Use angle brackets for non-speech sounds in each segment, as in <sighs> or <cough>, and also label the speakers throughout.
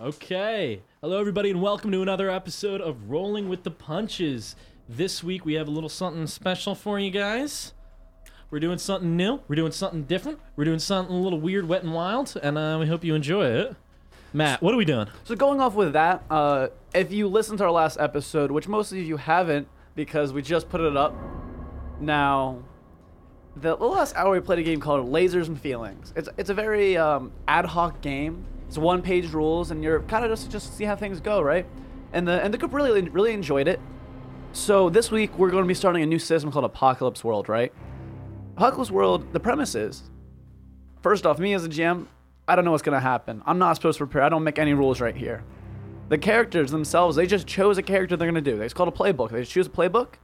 Speaker 1: Okay. Hello, everybody, and welcome to another episode of Rolling with the Punches. This week we have a little something special for you guys. We're doing something new. We're doing something different. We're doing something a little weird, wet, and wild, and uh, we hope you enjoy it. Matt, what are we doing?
Speaker 2: So going off with that, uh, if you listen to our last episode, which most of you haven't because we just put it up now, the the last hour we played a game called Lasers and Feelings. It's it's a very um, ad hoc game. It's one page rules, and you're kind of just just see how things go, right? And the and the group really really enjoyed it. So this week we're going to be starting a new system called Apocalypse World, right? Apocalypse World. The premise is First off, me as a GM, I don't know what's gonna happen. I'm not supposed to prepare. I don't make any rules right here. The characters themselves, they just chose a character they're gonna do. It's called a playbook. They just choose a playbook,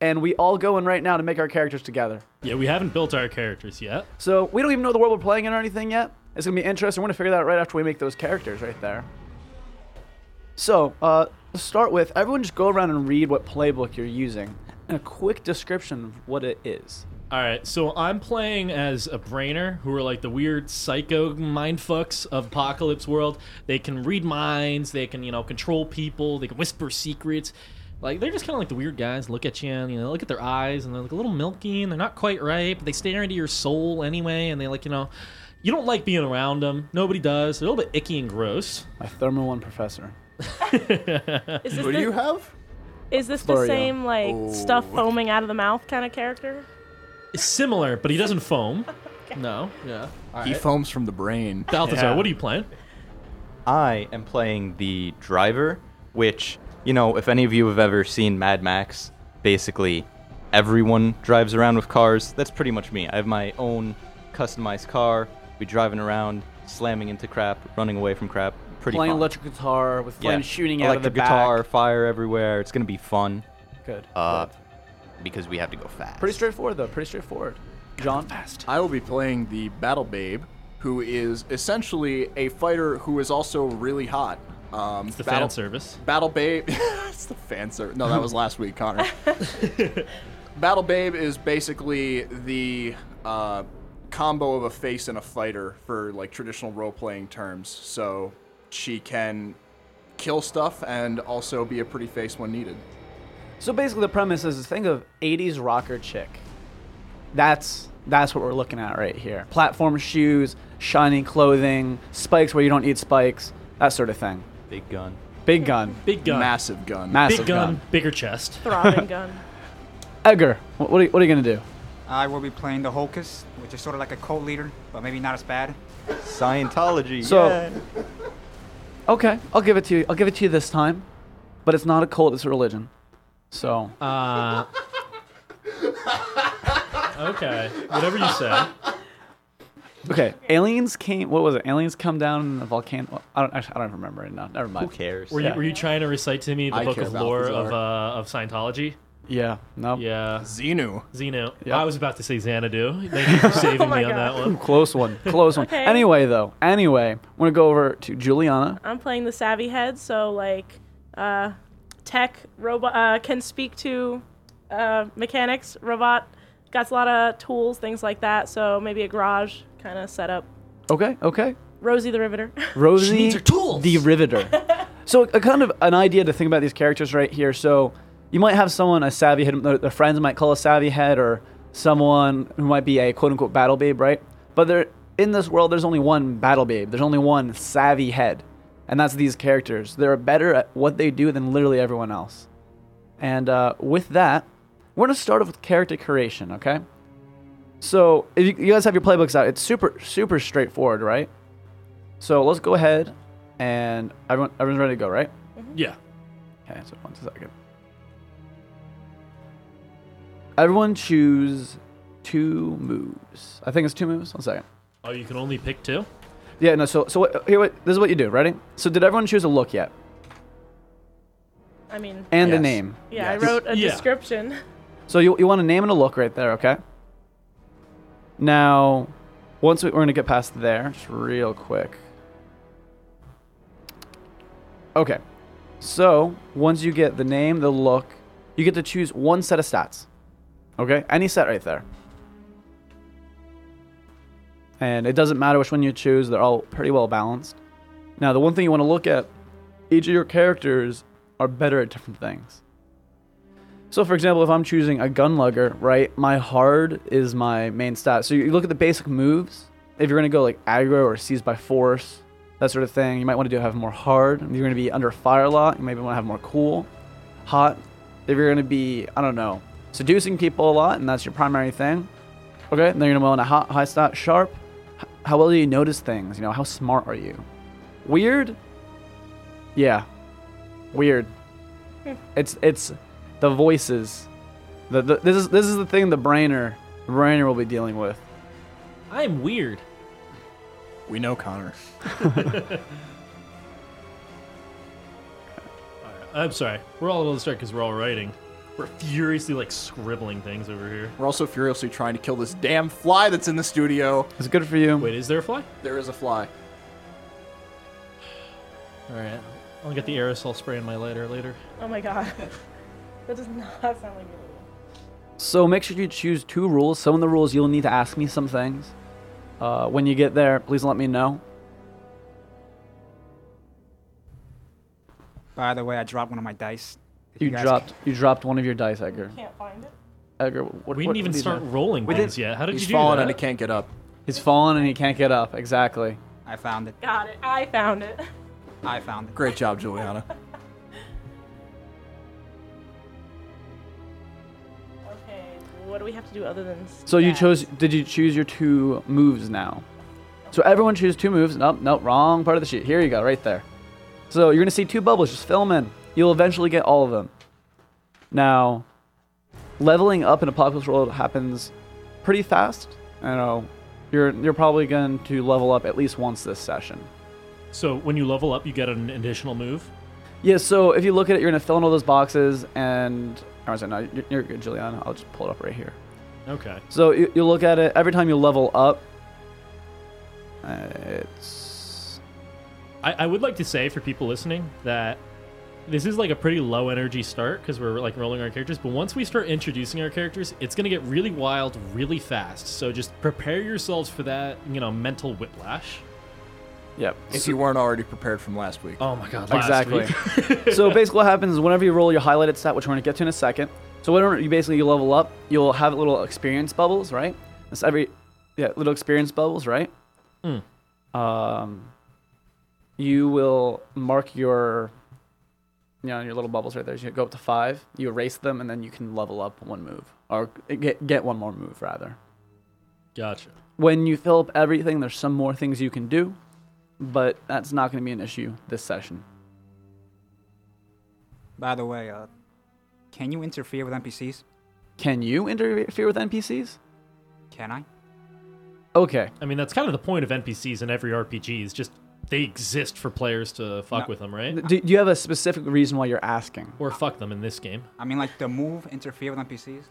Speaker 2: and we all go in right now to make our characters together.
Speaker 1: Yeah, we haven't built our characters yet.
Speaker 2: So we don't even know the world we're playing in or anything yet. It's gonna be interesting. We're gonna figure that out right after we make those characters right there. So, uh, to start with, everyone just go around and read what playbook you're using and a quick description of what it is.
Speaker 1: All right, so I'm playing as a brainer who are like the weird psycho mindfucks of Apocalypse World. They can read minds, they can, you know, control people, they can whisper secrets. Like, they're just kind of like the weird guys look at you and, you know, look at their eyes and they're like a little milky and they're not quite right, but they stare into your soul anyway and they like, you know, you don't like being around them. Nobody does. They're a little bit icky and gross.
Speaker 2: My Thermo One professor.
Speaker 3: Is this,
Speaker 4: What
Speaker 3: the,
Speaker 4: do you Oh. have?
Speaker 3: is this the
Speaker 2: Florio.
Speaker 3: same like stuff foaming out of the mouth kind of character?
Speaker 1: It's similar, but he doesn't foam. No, yeah. All
Speaker 4: He
Speaker 1: right.
Speaker 4: foams from the brain.
Speaker 1: Balthazar,
Speaker 5: Yeah.
Speaker 1: what are you playing?
Speaker 5: I am playing the driver, which, you know, if any of you have ever seen Mad Max, basically everyone drives around with cars. That's pretty much me. I have my own customized car, be driving around, slamming into crap, running away from crap. Pretty
Speaker 2: Playing
Speaker 5: fun.
Speaker 2: electric guitar with
Speaker 5: Yeah.
Speaker 2: flames shooting out
Speaker 5: electric
Speaker 2: of the
Speaker 5: guitar,
Speaker 2: back.
Speaker 5: fire everywhere. It's gonna be fun.
Speaker 2: Good.
Speaker 5: Uh,
Speaker 2: Good.
Speaker 5: because we have to go fast.
Speaker 2: Pretty straightforward though. Pretty straightforward. John, fast.
Speaker 4: I will be playing the Battle Babe, who is essentially a fighter who is also really hot. Um,
Speaker 1: It's the
Speaker 4: Battle,
Speaker 1: fan service.
Speaker 4: Battle Babe. <laughs> it's the fan service. No, that was last
Speaker 1: <laughs>
Speaker 4: week, Connor. Battle Babe is basically the uh, combo of a face and a fighter for like traditional role playing terms. So she can kill stuff and also be a pretty face when needed.
Speaker 2: So basically, the premise is think of '80s rocker chick. That's that's what we're looking at right here. Platform shoes, shiny clothing, spikes where you don't need spikes, that sort of thing.
Speaker 5: Big gun.
Speaker 2: Big
Speaker 5: <laughs>
Speaker 2: gun,
Speaker 1: Big gun.
Speaker 4: Massive gun.
Speaker 2: massive
Speaker 1: Big gun, bigger chest.
Speaker 4: <laughs>
Speaker 3: Throbbing gun.
Speaker 2: Edgar, wh- what are you, what are you gonna do?
Speaker 6: I will be playing the Hulkus, which is sort of like a cult leader, but maybe not as bad.
Speaker 5: Scientology.
Speaker 2: So-
Speaker 5: yeah.
Speaker 2: <laughs> Okay, I'll give it to you. I'll give it to you this time, but it's not a cult; it's a religion. So
Speaker 1: Uh, okay, whatever you say.
Speaker 2: okay, aliens came. What was it? Aliens come down in the volcano. I don't. Actually, I don't remember it now. Never mind.
Speaker 5: Who cares?
Speaker 1: Were
Speaker 2: Yeah.
Speaker 1: you were you trying to recite to me the
Speaker 4: I
Speaker 1: book
Speaker 4: care,
Speaker 1: of lore of
Speaker 4: Balthazar.
Speaker 1: uh, of Scientology?
Speaker 2: Yeah. No.
Speaker 1: Yeah,
Speaker 4: Xenu.
Speaker 1: Xeno.
Speaker 2: Yep.
Speaker 1: I was about to say Xanadu. Thank you for saving
Speaker 3: my
Speaker 1: me on that
Speaker 3: God.
Speaker 2: <laughs>
Speaker 1: one.
Speaker 2: Close one. Close one.
Speaker 3: Okay.
Speaker 2: Anyway, though. Anyway, I'm gonna go over to Juliana.
Speaker 3: I'm playing the savvy head, so like uh, tech robot uh, can speak to uh, mechanics. Robot got a lot of tools, things like that. So maybe a garage kind of setup.
Speaker 2: Okay, okay.
Speaker 3: Rosie the Riveter. <laughs>
Speaker 2: <laughs> Rosie
Speaker 1: needs her tools. <laughs>
Speaker 2: the Riveter. so a kind of an idea to think about these characters right here. So you might have someone a savvy head, their, their friends might call a savvy head, or someone who might be a quote unquote battle babe, right? But there in this world, there's only one battle babe. There's only one savvy head, and that's these characters. They're better at what they do than literally everyone else. And uh, with that, we're gonna start off with character creation. Okay. So if you, you guys have your playbooks out, it's super super straightforward, right? So let's go ahead and everyone everyone's ready to go, right?
Speaker 1: Yeah.
Speaker 2: Okay, so one second. Everyone choose two moves. I think it's two moves. One second.
Speaker 1: Oh, you can only pick two.
Speaker 2: Yeah, no. So so what, here, what, this is what you do. Ready? So did everyone choose a look yet
Speaker 3: I mean,
Speaker 2: and a
Speaker 4: Yes.
Speaker 2: name?
Speaker 3: yeah,
Speaker 4: Yes.
Speaker 3: I wrote a
Speaker 1: Yeah.
Speaker 3: description.
Speaker 2: So you, you want a name and a look right there, okay? Now, once we, we're gonna get past there, just real quick. Okay, so once you get the name, the look, you get to choose one set of stats. Okay, any set right there. And it doesn't matter which one you choose; they're all pretty well balanced. Now, the one thing you want to look at, each of your characters are better at different things. So, for example, if I'm choosing a gun lugger, right, my hard is my main stat. So, you look at the basic moves. If you're going to go like aggro or seize by force, that sort of thing, you might want to do have more hard. If you're going to be under fire a lot, you maybe want to have more cool. Hot, if you're going to be, I don't know, seducing people a lot, and that's your primary thing, okay, then you're going to want a hot, high stat, sharp. H- How well do you notice things? You know, how smart are you? Weird? Yeah. Weird. It's it's the voices. The, the this is this is the thing the brainer the brainer will be dealing with.
Speaker 1: I'm weird.
Speaker 4: We know Connor.
Speaker 1: I'm sorry. We're all a little because we're all writing. We're furiously like scribbling things over here.
Speaker 4: We're also furiously trying to kill this damn fly that's in the studio.
Speaker 2: It's good for you.
Speaker 1: Wait, is there a fly?
Speaker 4: There is a fly.
Speaker 1: All right. I'll get the aerosol spray in my lighter later.
Speaker 3: Oh my god. <laughs> that does not sound like me.
Speaker 2: So make sure you choose two rules. Some of the rules you'll need to ask me some things. Uh, when you get there, please let me know.
Speaker 6: By the way, I dropped one of my dice. If
Speaker 2: You,
Speaker 6: guys
Speaker 2: dropped you dropped one of your dice, Edgar.
Speaker 3: Can't find it.
Speaker 2: Edgar, what,
Speaker 1: We
Speaker 2: what-
Speaker 1: didn't even
Speaker 2: what do you
Speaker 1: start
Speaker 2: do?
Speaker 1: rolling
Speaker 2: didn't-
Speaker 1: things yet. How did
Speaker 4: He's
Speaker 1: you do
Speaker 4: fallen
Speaker 1: that?
Speaker 4: and he can't get up.
Speaker 2: He's fallen and he can't get up. Exactly.
Speaker 6: I found it.
Speaker 3: Got it. I found it. <laughs>
Speaker 6: I found it.
Speaker 4: Great job,
Speaker 1: <laughs>
Speaker 4: Juliana.
Speaker 3: Okay. What do we have to do other than?
Speaker 2: So you
Speaker 3: stats?
Speaker 2: chose? Did you choose your two moves now? So everyone choose two moves. Nope, nope, wrong part of the sheet. Here you go, right there. So you're gonna see two bubbles. Just fill them in. You'll eventually get all of them. Now, leveling up in Apocalypse World happens pretty fast. I know you're you're probably going to level up at least once this session.
Speaker 1: So when you level up, you get an additional move.
Speaker 2: Yeah. So if you look at it, you're gonna fill in all those boxes, and or is it no? You're, you're good, Juliana. I'll just pull it up right here.
Speaker 1: Okay.
Speaker 2: So you, you look at it every time you level up. Uh, it's
Speaker 1: I, I would like to say for people listening that this is like a pretty low energy start because we're like rolling our characters. But once we start introducing our characters, it's going to get really wild really fast. So just prepare yourselves for that, you know, mental whiplash.
Speaker 2: yep.
Speaker 4: if you weren't already prepared from last week.
Speaker 1: Oh my God. Last
Speaker 2: Exactly.
Speaker 1: week.
Speaker 2: <laughs>
Speaker 1: <laughs>
Speaker 2: so basically, what happens is whenever you roll your highlighted stat, which we're gonna get to in a second. So whenever you basically you level up, you'll have little experience bubbles, right? That's every yeah little experience bubbles, right?
Speaker 1: Hmm.
Speaker 2: Um, you will mark your you know your little bubbles right there. You go up to five, you erase them, and then you can level up one move or get get one more move rather.
Speaker 1: Gotcha.
Speaker 2: when you fill up everything, there's some more things you can do, but that's not going to be an issue this session.
Speaker 6: By the way, uh, can you interfere with NPCs?
Speaker 2: Can you interfere with NPCs?
Speaker 6: Can I?
Speaker 2: Okay.
Speaker 1: I mean, that's kind of the point of NPCs in every RPG is just they exist for players to fuck
Speaker 6: No.
Speaker 1: with them, right?
Speaker 2: Do, do you have a specific reason why you're asking?
Speaker 1: Or fuck them in this game.
Speaker 6: I mean, like the move interfere with NPCs.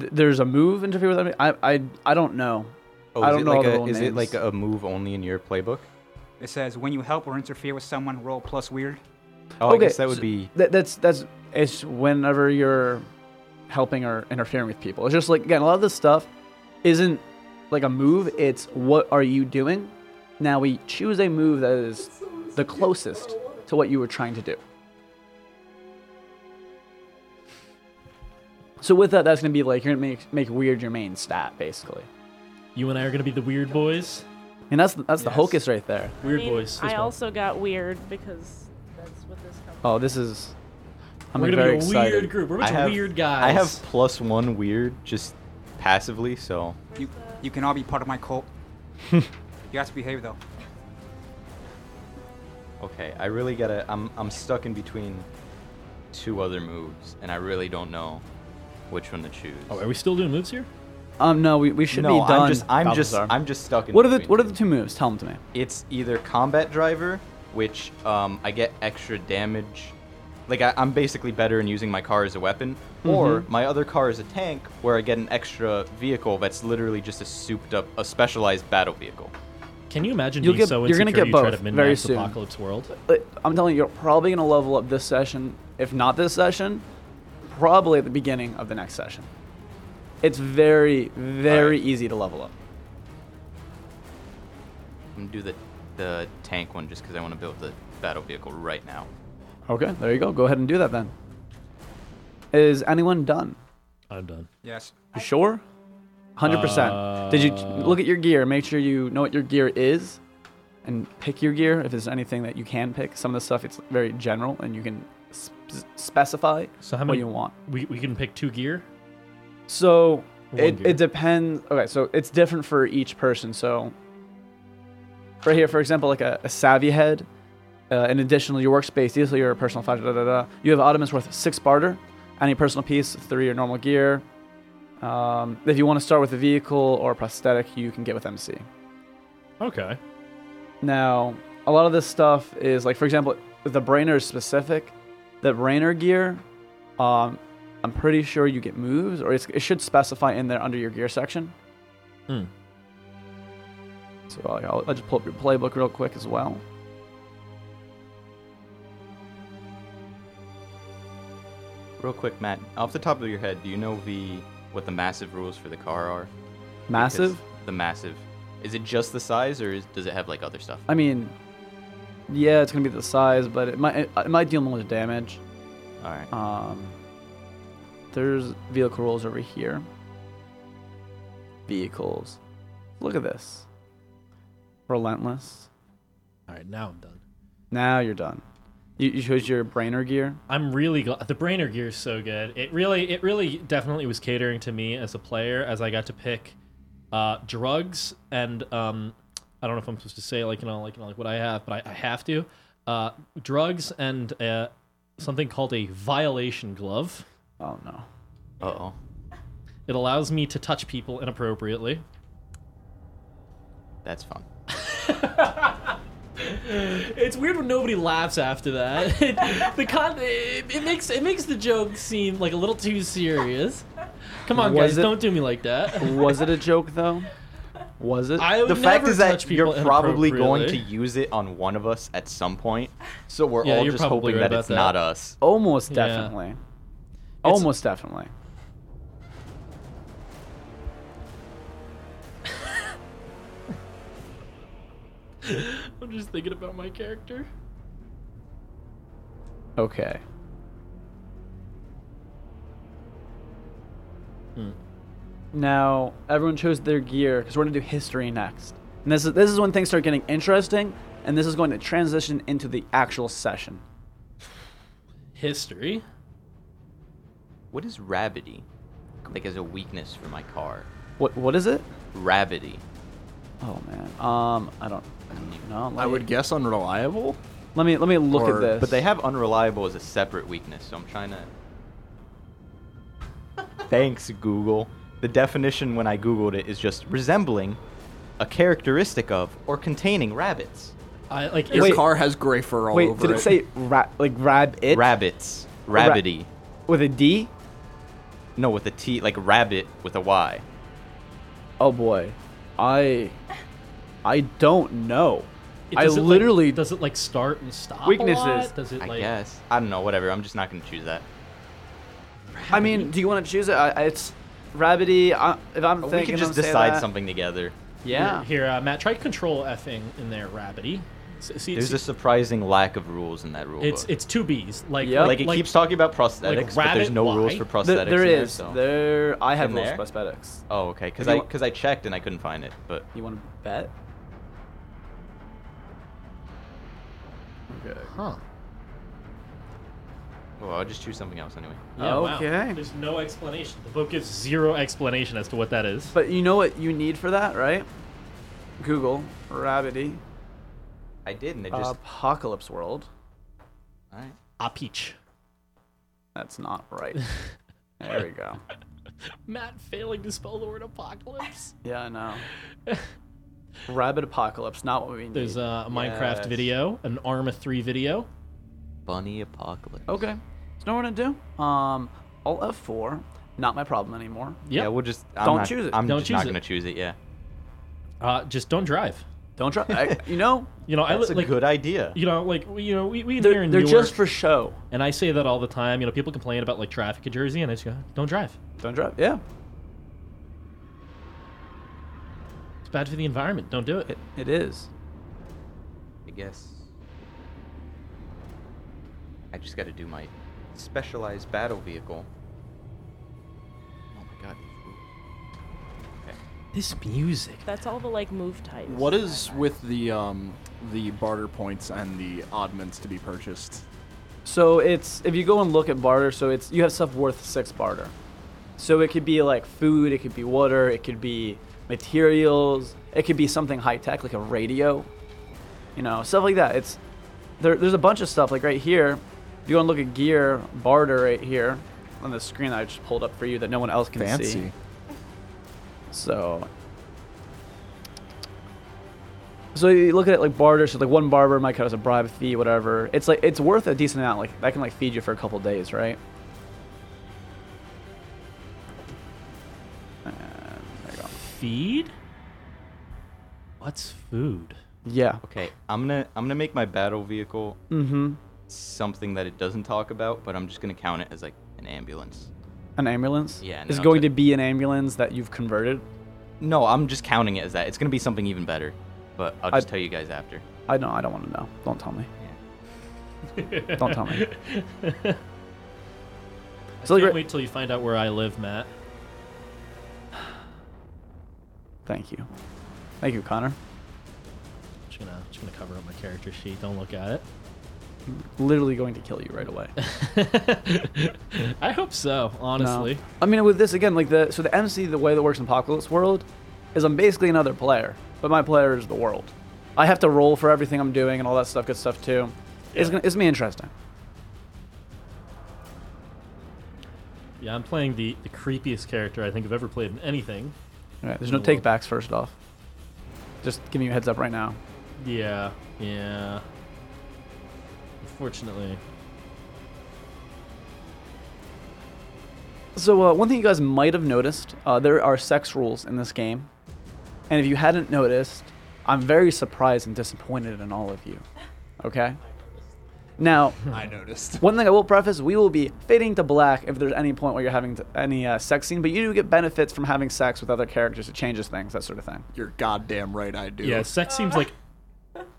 Speaker 2: Th- there's a move interfere with NPCs? I, I, I don't know.
Speaker 5: Oh,
Speaker 2: I
Speaker 5: is
Speaker 2: don't
Speaker 5: it
Speaker 2: know
Speaker 5: like
Speaker 2: all the
Speaker 5: a,
Speaker 2: little
Speaker 5: Is it
Speaker 2: names.
Speaker 5: like a move only in your playbook?
Speaker 6: It says when you help or interfere with someone, roll plus weird.
Speaker 5: Oh, I guess that would
Speaker 2: so
Speaker 5: be.
Speaker 2: that- that's that's it's whenever you're helping or interfering with people. It's just like again, a lot of this stuff isn't like a move. It's what are you doing? Now we choose a move that is the closest to what you were trying to do. So with that, that's gonna be like you're gonna make make weird your main stat basically,
Speaker 1: You and I are going to be the weird boys.
Speaker 2: and that's that's the
Speaker 6: Yes.
Speaker 2: hocus right there.
Speaker 1: Weird
Speaker 3: I mean,
Speaker 1: boys.
Speaker 3: I
Speaker 1: as well.
Speaker 3: also got weird because that's what this comes.
Speaker 2: Oh, this is. I'm
Speaker 1: We're
Speaker 2: very
Speaker 1: going to be a
Speaker 2: excited.
Speaker 1: weird group. We're a bunch
Speaker 5: I have-
Speaker 1: of weird guys.
Speaker 5: I have plus one weird just passively, so
Speaker 6: You you can all be part of my
Speaker 2: <laughs>
Speaker 6: cult. you have to behave though.
Speaker 5: okay. I really gotta. I'm I'm stuck in between two other moves, and I really don't know which one to choose.
Speaker 1: Oh, are we still doing moves here?
Speaker 2: Um, no, we, we should
Speaker 5: no,
Speaker 2: be done.
Speaker 5: I'm just I'm just
Speaker 2: Balthazar.
Speaker 5: I'm just stuck in.
Speaker 2: What are the
Speaker 5: between
Speaker 2: What are
Speaker 5: two.
Speaker 2: the two moves? Tell them to me.
Speaker 5: it's either combat driver, which um, I get extra damage. Like I, I'm basically better in using my car as a weapon,
Speaker 2: Mm-hmm.
Speaker 5: or my other car is a tank, where I get an extra vehicle that's literally just a souped-up, a specialized battle vehicle.
Speaker 1: Can you imagine
Speaker 2: You'll
Speaker 1: being
Speaker 2: get-
Speaker 1: so
Speaker 2: you're gonna
Speaker 1: insecure
Speaker 2: get
Speaker 1: you try
Speaker 2: both
Speaker 1: to
Speaker 2: very
Speaker 1: min-max
Speaker 2: soon.
Speaker 1: Apocalypse World?
Speaker 2: But I'm telling you, you're probably gonna level up this session. If not this session, probably at the beginning of the next session. It's very, very
Speaker 5: Alright.
Speaker 2: easy to level up.
Speaker 5: I'm gonna do the the tank one just because I want to build the battle vehicle right now.
Speaker 2: Okay, there you go. Go ahead and do that then. Is anyone done?
Speaker 1: I'm done.
Speaker 6: Yes.
Speaker 2: You sure? 100%. Did you look at your gear, make sure you know what your gear is, and pick your gear if there's anything that you can pick? Some of the stuff, it's very general, and you can sp- specify
Speaker 1: So how
Speaker 2: what
Speaker 1: many-
Speaker 2: you want.
Speaker 1: We, we can pick two gear.
Speaker 2: So
Speaker 1: One
Speaker 2: it,
Speaker 1: gear.
Speaker 2: it depends. Okay, so it's different for each person. So right here, for example, like a, a savvy head, uh, in addition to your workspace, these are your personal five, da, da, da. You have items worth six barter, any personal piece, three your normal gear. Um, if you want to start with a vehicle or a prosthetic, you can get with MC.
Speaker 1: Okay.
Speaker 2: Now, a lot of this stuff is like, for example, the brainer is specific. The brainer gear, um, I'm pretty sure you get moves, or it's, it should specify in there under your gear section.
Speaker 1: Hmm.
Speaker 2: So I'll, I'll- I'll just pull up your playbook real quick as well.
Speaker 5: Real quick, Matt, off the top of your head, do you know the what the massive rules for the car are?
Speaker 2: Massive.
Speaker 5: Because The massive. Is it just the size, or is, does it have like other stuff?
Speaker 2: I mean, yeah, it's gonna be the size, but it might it, it might deal more damage.
Speaker 5: All right.
Speaker 2: Um, there's vehicle rules over here. Vehicles. Look at this. Relentless.
Speaker 1: All right, now I'm done.
Speaker 2: Now you're done. You, you chose your brainer gear.
Speaker 1: I'm really glad the brainer gear is so good. It really, it really definitely was catering to me as a player, as I got to pick uh, drugs and um, I don't know if I'm supposed to say like you know like you know, like what I have, but I, I have to uh, drugs and uh, something called a violation glove.
Speaker 2: Oh no.
Speaker 5: Uh oh.
Speaker 1: It allows me to touch people inappropriately.
Speaker 5: That's fun.
Speaker 1: It's weird when nobody laughs after that. <laughs> It, the con- it, it makes it makes the joke seem like a little too serious. Come on,
Speaker 2: Was
Speaker 1: guys,
Speaker 2: it-
Speaker 1: don't do me like that.
Speaker 5: <laughs>
Speaker 2: Was it a joke
Speaker 1: <laughs>
Speaker 2: though? Was it?
Speaker 1: I would
Speaker 5: the fact
Speaker 1: never
Speaker 5: is
Speaker 1: touch
Speaker 5: that
Speaker 1: people
Speaker 5: you're probably going to
Speaker 1: inappropriately.
Speaker 5: use it on one of us at some point, so we're
Speaker 1: Yeah,
Speaker 5: all
Speaker 1: you're
Speaker 5: just
Speaker 1: probably
Speaker 5: hoping
Speaker 1: right
Speaker 5: that
Speaker 1: about
Speaker 5: it's
Speaker 1: that.
Speaker 5: not us.
Speaker 2: Almost
Speaker 1: Yeah.
Speaker 2: definitely. Almost definitely.
Speaker 1: <laughs> I'm just thinking about my character.
Speaker 2: Okay. Now everyone chose their gear because we're gonna do history next, and this is this is when things start getting interesting, and this is going to transition into the actual session.
Speaker 1: History.
Speaker 5: What is rabbity? Like as a weakness for my car.
Speaker 2: What what is it?
Speaker 5: Rabbity.
Speaker 2: Oh man. Um, I don't. I don't even know. Let
Speaker 4: I
Speaker 2: me-
Speaker 4: would guess unreliable.
Speaker 2: Let me let me look
Speaker 4: Or-
Speaker 2: at this.
Speaker 5: But they have unreliable as a separate weakness, so I'm trying
Speaker 2: <laughs>
Speaker 5: to. Thanks, Google. The definition when I Googled it is just resembling a characteristic of or containing rabbits.
Speaker 1: I like.
Speaker 4: Your
Speaker 1: is it-
Speaker 4: car has gray fur all
Speaker 2: Wait,
Speaker 4: over
Speaker 2: did it, say ra- like rab it
Speaker 5: rabbits. Rabbity.
Speaker 2: with a D?
Speaker 5: no, with a T, like rabbit with a Y.
Speaker 2: Oh boy, I I don't know.
Speaker 1: it-
Speaker 2: I
Speaker 1: does it, like-
Speaker 2: literally
Speaker 1: does it like start and stop? a
Speaker 2: Weaknesses.
Speaker 1: lot? Does it
Speaker 5: I
Speaker 1: like?
Speaker 5: guess. I don't know, whatever. I'm just not going to choose that.
Speaker 2: I mean, do you want to choose it? I, I- it's rabbity. I, if I'm thinking,
Speaker 5: we can
Speaker 2: I'm
Speaker 5: just
Speaker 2: saying
Speaker 5: decide
Speaker 2: that.
Speaker 5: something together.
Speaker 2: Yeah.
Speaker 1: Here, uh, Matt, try control effing in there, rabbity. S- See,
Speaker 5: There's
Speaker 1: see,
Speaker 5: a surprising lack of rules in that rule
Speaker 1: it's
Speaker 5: book.
Speaker 1: it's two B's. Like
Speaker 2: Yep.
Speaker 5: like it keeps talking about prosthetics, but
Speaker 1: rabbit
Speaker 5: there's no rules
Speaker 1: Y.
Speaker 5: for
Speaker 2: Th-
Speaker 5: prosthetics.
Speaker 2: there
Speaker 5: in
Speaker 2: is
Speaker 5: so.
Speaker 2: there. I have
Speaker 5: In
Speaker 2: rules
Speaker 5: there?
Speaker 2: prosthetics.
Speaker 5: Oh, okay. Because
Speaker 2: If you
Speaker 5: I
Speaker 2: want-
Speaker 5: because I checked and I couldn't find it, but
Speaker 2: You want to bet? Okay.
Speaker 1: Huh.
Speaker 5: well, oh, I'll just choose something else anyway.
Speaker 1: Yeah, Oh, wow.
Speaker 2: Okay.
Speaker 1: There's no explanation. The book gives zero explanation as to what that is.
Speaker 2: But you know what you need for that, right? Google rabbity
Speaker 5: I didn't. It just.
Speaker 2: apocalypse world.
Speaker 5: all right.
Speaker 1: a peach.
Speaker 2: That's not
Speaker 5: <laughs>
Speaker 2: right. there we go.
Speaker 1: Matt failing to spell the word apocalypse.
Speaker 2: Yeah, I know. Rabbit apocalypse, not what we need.
Speaker 1: There's uh, a Minecraft
Speaker 5: Yes.
Speaker 1: video, an Arma 3 video.
Speaker 5: Bunny apocalypse.
Speaker 2: okay. So know what I'm gonna do? Um, Alt F4. Not my problem anymore.
Speaker 1: Yep.
Speaker 5: Yeah, we'll just. I'm
Speaker 2: Don't
Speaker 5: not-
Speaker 2: choose it.
Speaker 5: I'm
Speaker 1: Don't
Speaker 5: just not
Speaker 1: choose it.
Speaker 5: gonna choose it. Yeah.
Speaker 1: uh, just don't drive.
Speaker 2: Don't try. I, you
Speaker 5: <laughs>
Speaker 2: know,
Speaker 1: You know, I
Speaker 5: That's
Speaker 1: li-
Speaker 5: a
Speaker 1: like
Speaker 5: good idea.
Speaker 1: you know like we- you know we we here
Speaker 2: they're,
Speaker 1: in
Speaker 2: they're
Speaker 1: Newark,
Speaker 2: just for show.
Speaker 1: and I say that all the time. You know, people complain about like traffic in Jersey, and I just go, don't drive.
Speaker 2: Don't drive. Yeah,
Speaker 1: It's bad for the environment. Don't do it.
Speaker 2: it, it is.
Speaker 5: guess. I just got to do my specialized battle vehicle. Oh my god.
Speaker 1: This music.
Speaker 3: That's all the like move types.
Speaker 4: What is with the um, the barter points and the oddments to be purchased?
Speaker 2: So it's if you go and look at barter, so it's you have stuff worth six barter. So it could be like food, it could be water, it could be materials, it could be something high tech like a radio, you know, stuff like that. It's there, there's a bunch of stuff like right here. If you go and look at gear barter right here on the screen that I just pulled up for you that no one else can see. So. So you look at it like barter. So like one barber might cut us a bribe fee, whatever. It's like it's worth a decent amount. Like that can like feed you for a couple days, right? And there you go.
Speaker 1: Feed? What's food?
Speaker 2: Yeah.
Speaker 5: Okay, I'm gonna I'm gonna make my battle vehicle
Speaker 2: Mm-hmm.
Speaker 5: something that it doesn't talk about, but I'm just gonna count it as like an ambulance.
Speaker 2: An ambulance.
Speaker 5: Yeah, and
Speaker 2: Is
Speaker 5: then
Speaker 2: it
Speaker 5: I'll
Speaker 2: going
Speaker 5: ta-
Speaker 2: to be an ambulance that you've converted?
Speaker 5: No, I'm just counting it as that. It's gonna be something even better, but I'll
Speaker 2: I-
Speaker 5: just tell you guys after.
Speaker 2: I know. I don't want to know. Don't tell me. Don't
Speaker 1: <laughs>
Speaker 2: tell me. So
Speaker 1: I can't
Speaker 2: like,
Speaker 1: wait till you find out where I live, Matt.
Speaker 2: thank you. Thank you, Connor.
Speaker 1: Just gonna, just gonna cover up my character sheet. Don't look at
Speaker 2: Literally going to kill you right away.
Speaker 1: it. <laughs> I hope so,
Speaker 2: No.
Speaker 1: honestly.
Speaker 2: I mean, with this again, like the so the MC, the way that works in Apocalypse World, is I'm basically another player, but my player is the world. I have to roll for everything I'm doing and all that stuff, good stuff too. It's gonna, it's gonna be interesting.
Speaker 1: Yeah, I'm playing the, the creepiest character I think I've ever played in anything.
Speaker 2: All right, there's no
Speaker 1: Cool.
Speaker 2: take backs first off. Just giving you a heads up right now.
Speaker 1: Yeah, yeah. Unfortunately.
Speaker 2: So uh, one thing you guys might have noticed, uh, there are sex rules in this game, and if you hadn't noticed, I'm very surprised and disappointed in all of you. Okay. Now,
Speaker 4: <laughs> I noticed.
Speaker 2: One thing I will preface: we will be fading to black if there's any point where you're having t any uh, sex scene, but you do get benefits from having sex with other characters. It changes things, that sort of thing.
Speaker 4: You're goddamn right, I do.
Speaker 1: Yeah, sex seems like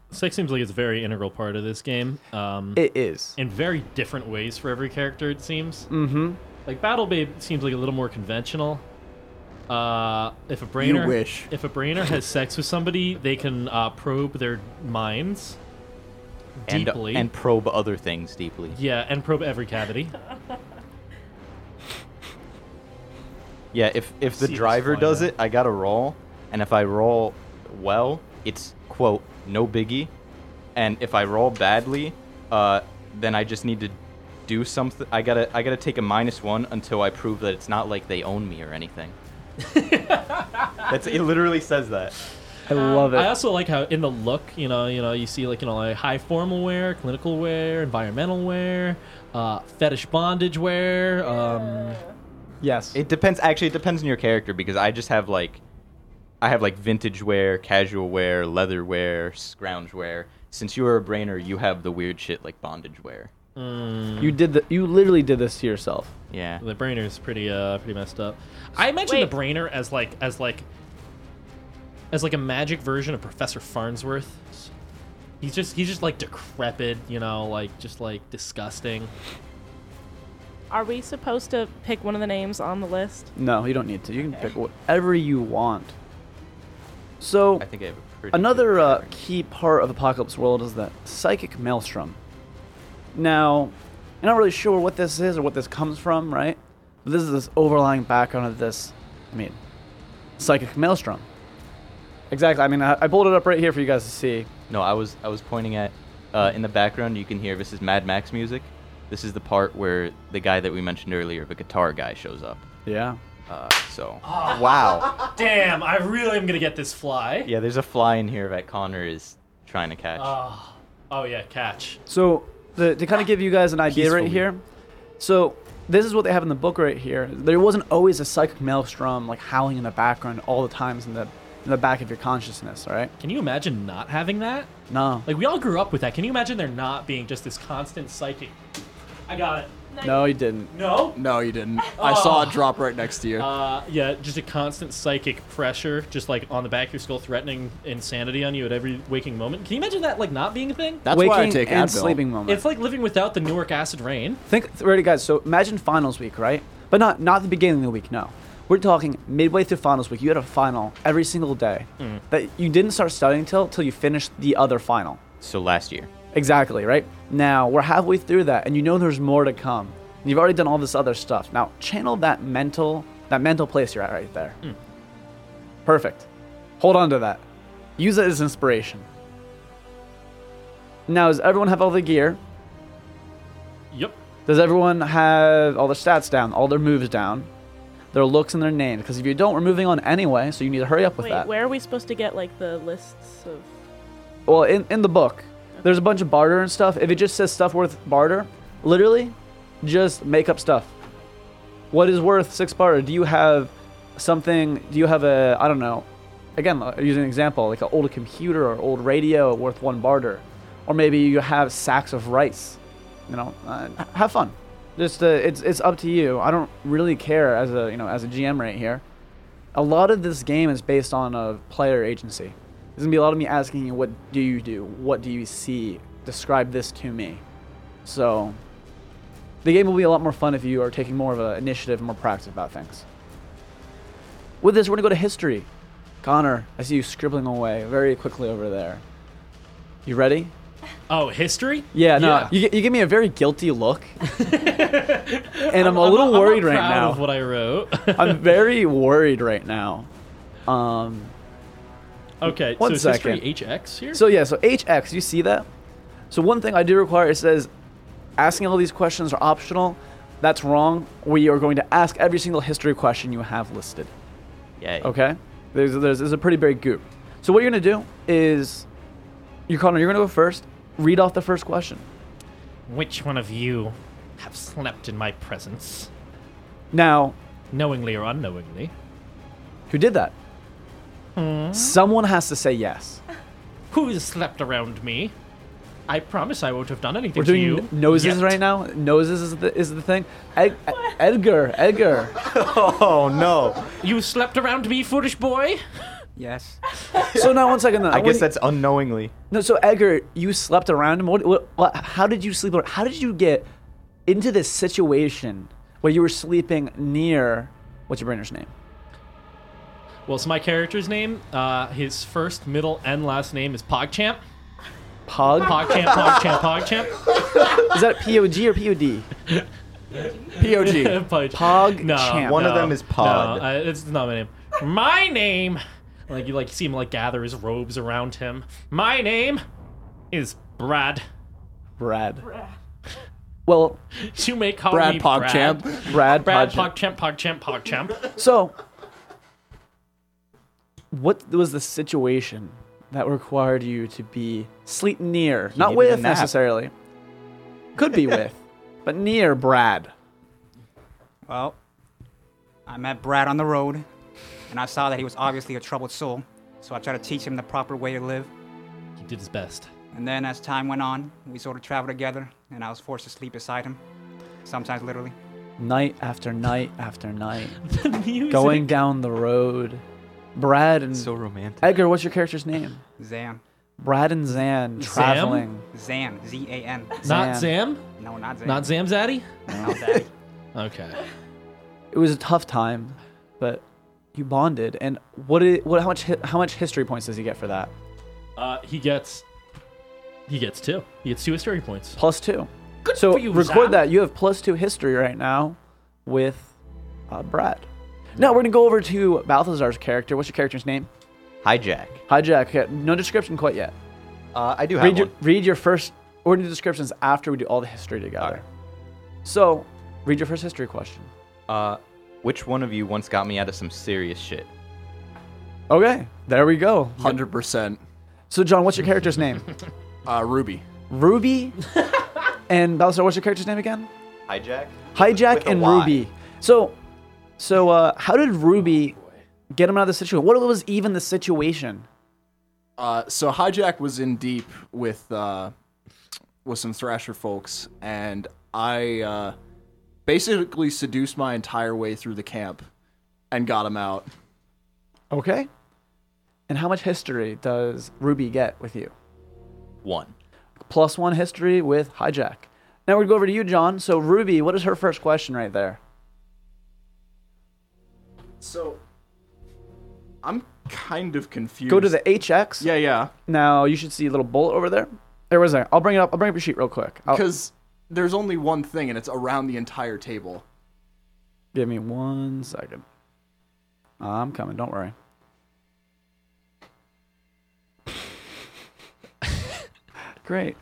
Speaker 1: sex seems like it's a very integral part of this game. Um,
Speaker 2: It is.
Speaker 1: in very different ways for every character, it seems. Mm-hmm. Like Battle Babe seems like a little more conventional. Uh, if a brainer,
Speaker 4: wish.
Speaker 1: if a brainer has sex with somebody, they can uh, probe their minds deeply.
Speaker 5: And, and probe other things deeply.
Speaker 1: yeah, and probe every <laughs> cavity.
Speaker 5: Yeah, if if
Speaker 1: See
Speaker 5: the
Speaker 1: if it's
Speaker 5: driver
Speaker 1: flying
Speaker 5: does
Speaker 1: back.
Speaker 5: it, I gotta roll, and if I roll well, it's quote no biggie, and if I roll badly, uh, then I just need to do something. I gotta I gotta take a minus one until I prove that it's not like they own me or
Speaker 1: <laughs>
Speaker 5: anything. That's it. Literally says that.
Speaker 2: I love it.
Speaker 4: Um,
Speaker 1: I also like how in the look, you know, you know, you see like you know, like high formal wear, clinical wear, environmental wear, uh, fetish bondage wear. Um,
Speaker 2: yes.
Speaker 5: It depends. Actually, it depends on your character because I just have like, I have like vintage wear, casual wear, leather wear, scrounge wear. Since you are a brainer, you have the weird shit like bondage wear.
Speaker 2: you did the. You literally did this to yourself.
Speaker 5: Yeah.
Speaker 1: The brainer's pretty uh pretty messed up. I imagine the brainer as like as like as like a magic version of Professor Farnsworth. He's just he's just like decrepit, you know, like just like disgusting.
Speaker 3: Are we supposed to pick one of the names on the list?
Speaker 2: No, you don't need to. You can pick whatever you want. So
Speaker 5: I think I have a pretty
Speaker 2: another
Speaker 5: good
Speaker 2: uh,
Speaker 5: memory.
Speaker 2: key part of Apocalypse World is the psychic maelstrom. Now, I'm not really sure what this is or what this comes from, right? But this is this overlying background of this. I mean, psychic maelstrom. Exactly. I mean, I, I pulled it up right here for you guys to see.
Speaker 5: No, I was I was pointing at uh, in the background. You can hear this is Mad Max music. This is the part where the guy that we mentioned earlier, the guitar guy, shows up.
Speaker 2: Yeah.
Speaker 5: Uh, so.
Speaker 1: <laughs>
Speaker 5: wow.
Speaker 1: Damn, I really am gonna get this fly.
Speaker 5: Yeah, there's a fly in here that Connor is trying to catch.
Speaker 1: Oh, oh yeah, catch.
Speaker 2: So the, to kind of give you guys an idea
Speaker 5: Peacefully.
Speaker 2: right here. So this is what they have in the book right here. There wasn't always a psychic maelstrom like howling in the background all the times in the in the back of your consciousness, all right?
Speaker 1: Can you imagine not having that?
Speaker 2: No.
Speaker 1: Like we all grew up with that. Can you imagine there not being just this constant psychic? I got it.
Speaker 2: No, you didn't.
Speaker 1: No.
Speaker 4: No, you didn't. I saw it drop right next to you.
Speaker 1: Uh, yeah, just a constant psychic pressure, just like on the back of your skull, threatening insanity on you at every waking moment. Can you imagine that, like not being a thing?
Speaker 4: That's
Speaker 2: Waking
Speaker 4: why I take
Speaker 2: and
Speaker 4: Advil.
Speaker 2: sleeping moment.
Speaker 1: It's like living without the Newark acid rain.
Speaker 2: Think already, guys. So imagine finals week, right? But not not the beginning of the week. No, we're talking midway through finals week. You had a final every single day
Speaker 4: Mm.
Speaker 2: that you didn't start studying till till you finished the other final.
Speaker 5: So last year.
Speaker 2: Exactly, right? Now we're halfway through that, and you know there's more to come. And you've already done all this other stuff. Now channel that mental that mental place you're at right there.
Speaker 4: Mm.
Speaker 2: Perfect. Hold on to that. Use it as inspiration. Now, does everyone have all the gear?
Speaker 1: Yep.
Speaker 2: Does everyone have all their stats down, all their moves down, their looks and their names? Because if you don't, we're moving on anyway, so you need to hurry up with
Speaker 3: Wait,
Speaker 2: that.
Speaker 3: where are we supposed to get like the lists of?
Speaker 2: Well, in, in the book, there's a bunch of barter and stuff. If it just says stuff worth barter, literally, just make up stuff. What is worth six barter? Do you have something? Do you have a, I don't know, again, uh, using an example, like an old computer or old radio worth one barter? Or maybe you have sacks of rice. You know, uh, h- have fun. Just uh, it's it's up to you. I don't really care as a you know as a GM right here a lot of this game is based on a player agency. There's gonna be a lot of me asking you, what do you do? What do you see? Describe this to me. So, the game will be a lot more fun if you are taking more of an initiative and more proactive about things. With this, we're gonna go to history. Connor, I see you scribbling away very quickly over there. You ready?
Speaker 1: Oh, history?
Speaker 2: Yeah, no.
Speaker 1: Yeah.
Speaker 2: You, gi- you give me a very guilty look,
Speaker 1: <laughs>
Speaker 2: and I'm, a
Speaker 1: I'm
Speaker 2: little
Speaker 1: not- I'm not
Speaker 2: worried right
Speaker 1: proud
Speaker 2: now.
Speaker 1: Of what I
Speaker 2: <laughs>
Speaker 1: wrote. <laughs>
Speaker 2: I'm very worried right now. Um,
Speaker 1: okay.
Speaker 2: One
Speaker 1: so is
Speaker 2: second.
Speaker 1: history HX here.
Speaker 2: So yeah, so HX, you see that? So one thing I do require it says asking all these questions are optional. That's wrong. We are going to ask every single history question you have listed.
Speaker 5: Yay.
Speaker 2: Okay? There's there's, there's a pretty big group. So what you're gonna do is you're Connor, you're gonna go first, read off the first question.
Speaker 1: Which one of you have slept in my presence,
Speaker 2: Now,
Speaker 1: knowingly or unknowingly?
Speaker 2: who did that? Someone has to say yes.
Speaker 1: Who has slept around me? I promise I won't have done anything
Speaker 2: We're
Speaker 1: to
Speaker 2: doing
Speaker 1: you.
Speaker 2: n-
Speaker 1: yet.
Speaker 2: noses right now. Noses is the, is the thing. Ed- Edgar,
Speaker 5: <laughs>
Speaker 2: Edgar.
Speaker 5: Oh no.
Speaker 1: You slept around me, foolish boy.
Speaker 6: Yes.
Speaker 2: So now one second. Though.
Speaker 5: I guess
Speaker 2: When-
Speaker 5: that's unknowingly.
Speaker 2: No, so Edgar, you slept around him. What, what, what, how did you sleep? ar- How did you get into this situation where you were sleeping near what's your brainer's name?
Speaker 1: Well, so my character's name, uh, his first, middle, and last name is Pogchamp.
Speaker 2: Pog.
Speaker 1: Pogchamp, Pogchamp, Pogchamp.
Speaker 2: Is that P O G or P O D?
Speaker 4: POG.
Speaker 1: <laughs> Pog.
Speaker 2: Pog
Speaker 1: No,
Speaker 2: champ.
Speaker 5: One of
Speaker 1: no,
Speaker 5: them is Pod.
Speaker 1: No, I, it's not my name. My name, like you like see him like gather his robes around him. My name is Brad.
Speaker 2: Brad. Well,
Speaker 1: You may call
Speaker 4: Brad
Speaker 1: me
Speaker 4: Pogchamp.
Speaker 1: Brad.
Speaker 2: Brad.
Speaker 1: Brad
Speaker 2: Podge-
Speaker 1: Pogchamp, Pogchamp, Pogchamp.
Speaker 2: So, what was the situation that required you to be sleep near, not
Speaker 5: needed a
Speaker 2: with
Speaker 5: nap.
Speaker 2: necessarily, could be with,
Speaker 5: <laughs>
Speaker 2: but near Brad?
Speaker 6: Well, I met Brad on the road, and I saw that he was obviously a troubled soul, so I tried to teach him the proper way to live.
Speaker 1: He did his best. <laughs>
Speaker 6: And then as time went on, we sort of traveled together, and I was forced to sleep beside him, sometimes literally.
Speaker 2: Night after night
Speaker 1: <laughs>
Speaker 2: after night.
Speaker 1: The music.
Speaker 2: going down the road. Brad and
Speaker 5: So romantic.
Speaker 2: Edgar, what's your character's name?
Speaker 6: Zan.
Speaker 2: Brad and Zan traveling.
Speaker 6: Zan. Z A N.
Speaker 1: Not
Speaker 2: Zam.
Speaker 1: Zam.
Speaker 6: No, not Zan.
Speaker 1: Not Zam's Zaddy. <laughs>
Speaker 6: No, Zaddy.
Speaker 1: Okay.
Speaker 2: It was a tough time, but you bonded. And what? Did, what? How much? hi- How much history points does he get for that?
Speaker 1: Uh, he gets. He gets two. He gets two history points.
Speaker 2: Plus two. so
Speaker 1: for you,
Speaker 2: record
Speaker 1: Zan.
Speaker 2: that. You have plus two history right now with uh, Brad. Now we're gonna go over to Balthazar's character. What's your character's name?
Speaker 5: Hijack.
Speaker 2: Hijack. Okay, No description quite yet.
Speaker 5: Uh, I do have
Speaker 2: read your,
Speaker 5: one.
Speaker 2: read your first order descriptions after we do all the history together. So, read your first history question.
Speaker 5: Uh, which one of you once got me out of some serious shit?
Speaker 2: Okay, there we go.
Speaker 4: 100%.
Speaker 2: So, John, what's your character's
Speaker 5: <laughs>
Speaker 2: name?
Speaker 4: Uh, Ruby.
Speaker 2: Ruby and Balthazar. What's your character's name again?
Speaker 5: Hijack.
Speaker 2: Hijack
Speaker 5: With a
Speaker 2: and
Speaker 5: Y.
Speaker 2: Ruby. So, so uh, how did Ruby get him out of the situation? What was even the situation?
Speaker 4: Uh, so Hijack was in deep with uh, with some Thrasher folks, and I uh, basically seduced my entire way through the camp and got him out.
Speaker 2: Okay. And how much history does Ruby get with you?
Speaker 5: One.
Speaker 2: Plus one history with Hijack. Now we go over to you, John. So Ruby, what is her first question right there?
Speaker 4: So I'm kind of confused.
Speaker 2: Go to the HX.
Speaker 4: Yeah, yeah.
Speaker 2: Now you should see a little bullet over there. There was there. I'll bring it up. I'll bring up your sheet real quick. I'll,
Speaker 4: Because there's only one thing and it's around the entire table.
Speaker 2: Give me one second. I'm coming. Don't
Speaker 4: <laughs>
Speaker 2: worry. Great.
Speaker 1: <laughs>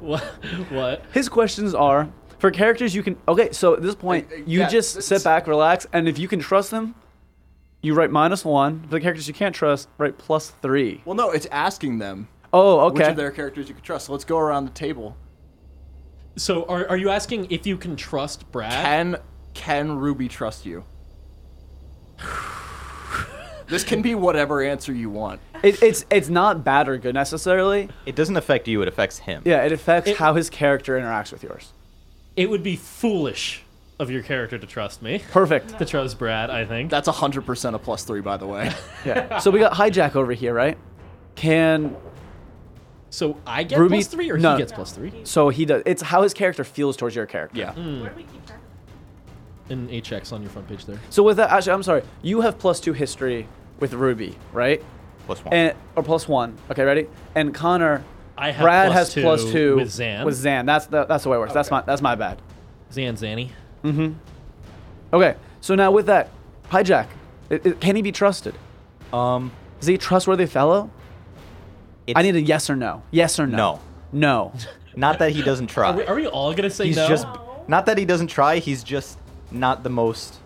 Speaker 1: What? What?
Speaker 2: His questions are for characters you can. Okay, so at this point,
Speaker 4: Uh, uh,
Speaker 2: you
Speaker 4: yeah,
Speaker 2: just
Speaker 4: this
Speaker 2: sit
Speaker 4: is-
Speaker 2: back, relax, and if you can trust them, you write minus one. For the characters you can't trust, write plus three.
Speaker 4: Well, no, it's asking them
Speaker 2: Oh,
Speaker 4: which
Speaker 2: okay.
Speaker 4: of their characters you could trust. So let's go around the table.
Speaker 1: So are, are you asking if you can trust Brad?
Speaker 4: Can can Ruby trust you? this can be whatever answer you want.
Speaker 2: It, it's it's not bad or good necessarily.
Speaker 5: It doesn't affect you, it affects him.
Speaker 2: Yeah, it affects
Speaker 1: It-
Speaker 2: how his character interacts with yours.
Speaker 1: It would be foolish of your character to trust me.
Speaker 2: Perfect.
Speaker 1: To trust Brad, I think.
Speaker 4: That's 100% a plus 3 by the way.
Speaker 2: Yeah. So we got hijack over here, right? Can
Speaker 1: So I get
Speaker 2: Ruby-
Speaker 1: plus three, or
Speaker 2: no.
Speaker 1: he gets plus three
Speaker 2: so he does. It's how his character feels towards your character.
Speaker 4: yeah.
Speaker 3: Where do we keep track?
Speaker 1: in HX on your front page there.
Speaker 2: So with that, actually, I'm sorry. You have plus two history with Ruby, right?
Speaker 5: Plus one.
Speaker 2: And or plus one. Okay, ready? And Connor,
Speaker 1: I have
Speaker 2: Brad
Speaker 1: plus
Speaker 2: has
Speaker 1: two
Speaker 2: plus two
Speaker 1: with Zan.
Speaker 2: With Zan, that's the, that's the way it works. That's my that's my bad.
Speaker 1: Zan Zanny.
Speaker 2: Okay. So now with that, hijack. It, it- can he be trusted?
Speaker 5: um,
Speaker 2: Is he a trustworthy fellow? I
Speaker 5: it's-
Speaker 2: need a yes or no. Yes or no.
Speaker 5: No.
Speaker 2: No.
Speaker 5: Not that he doesn't try.
Speaker 1: Are we, are we all gonna say
Speaker 5: he's
Speaker 1: no?
Speaker 5: just not that he doesn't try. He's just not the most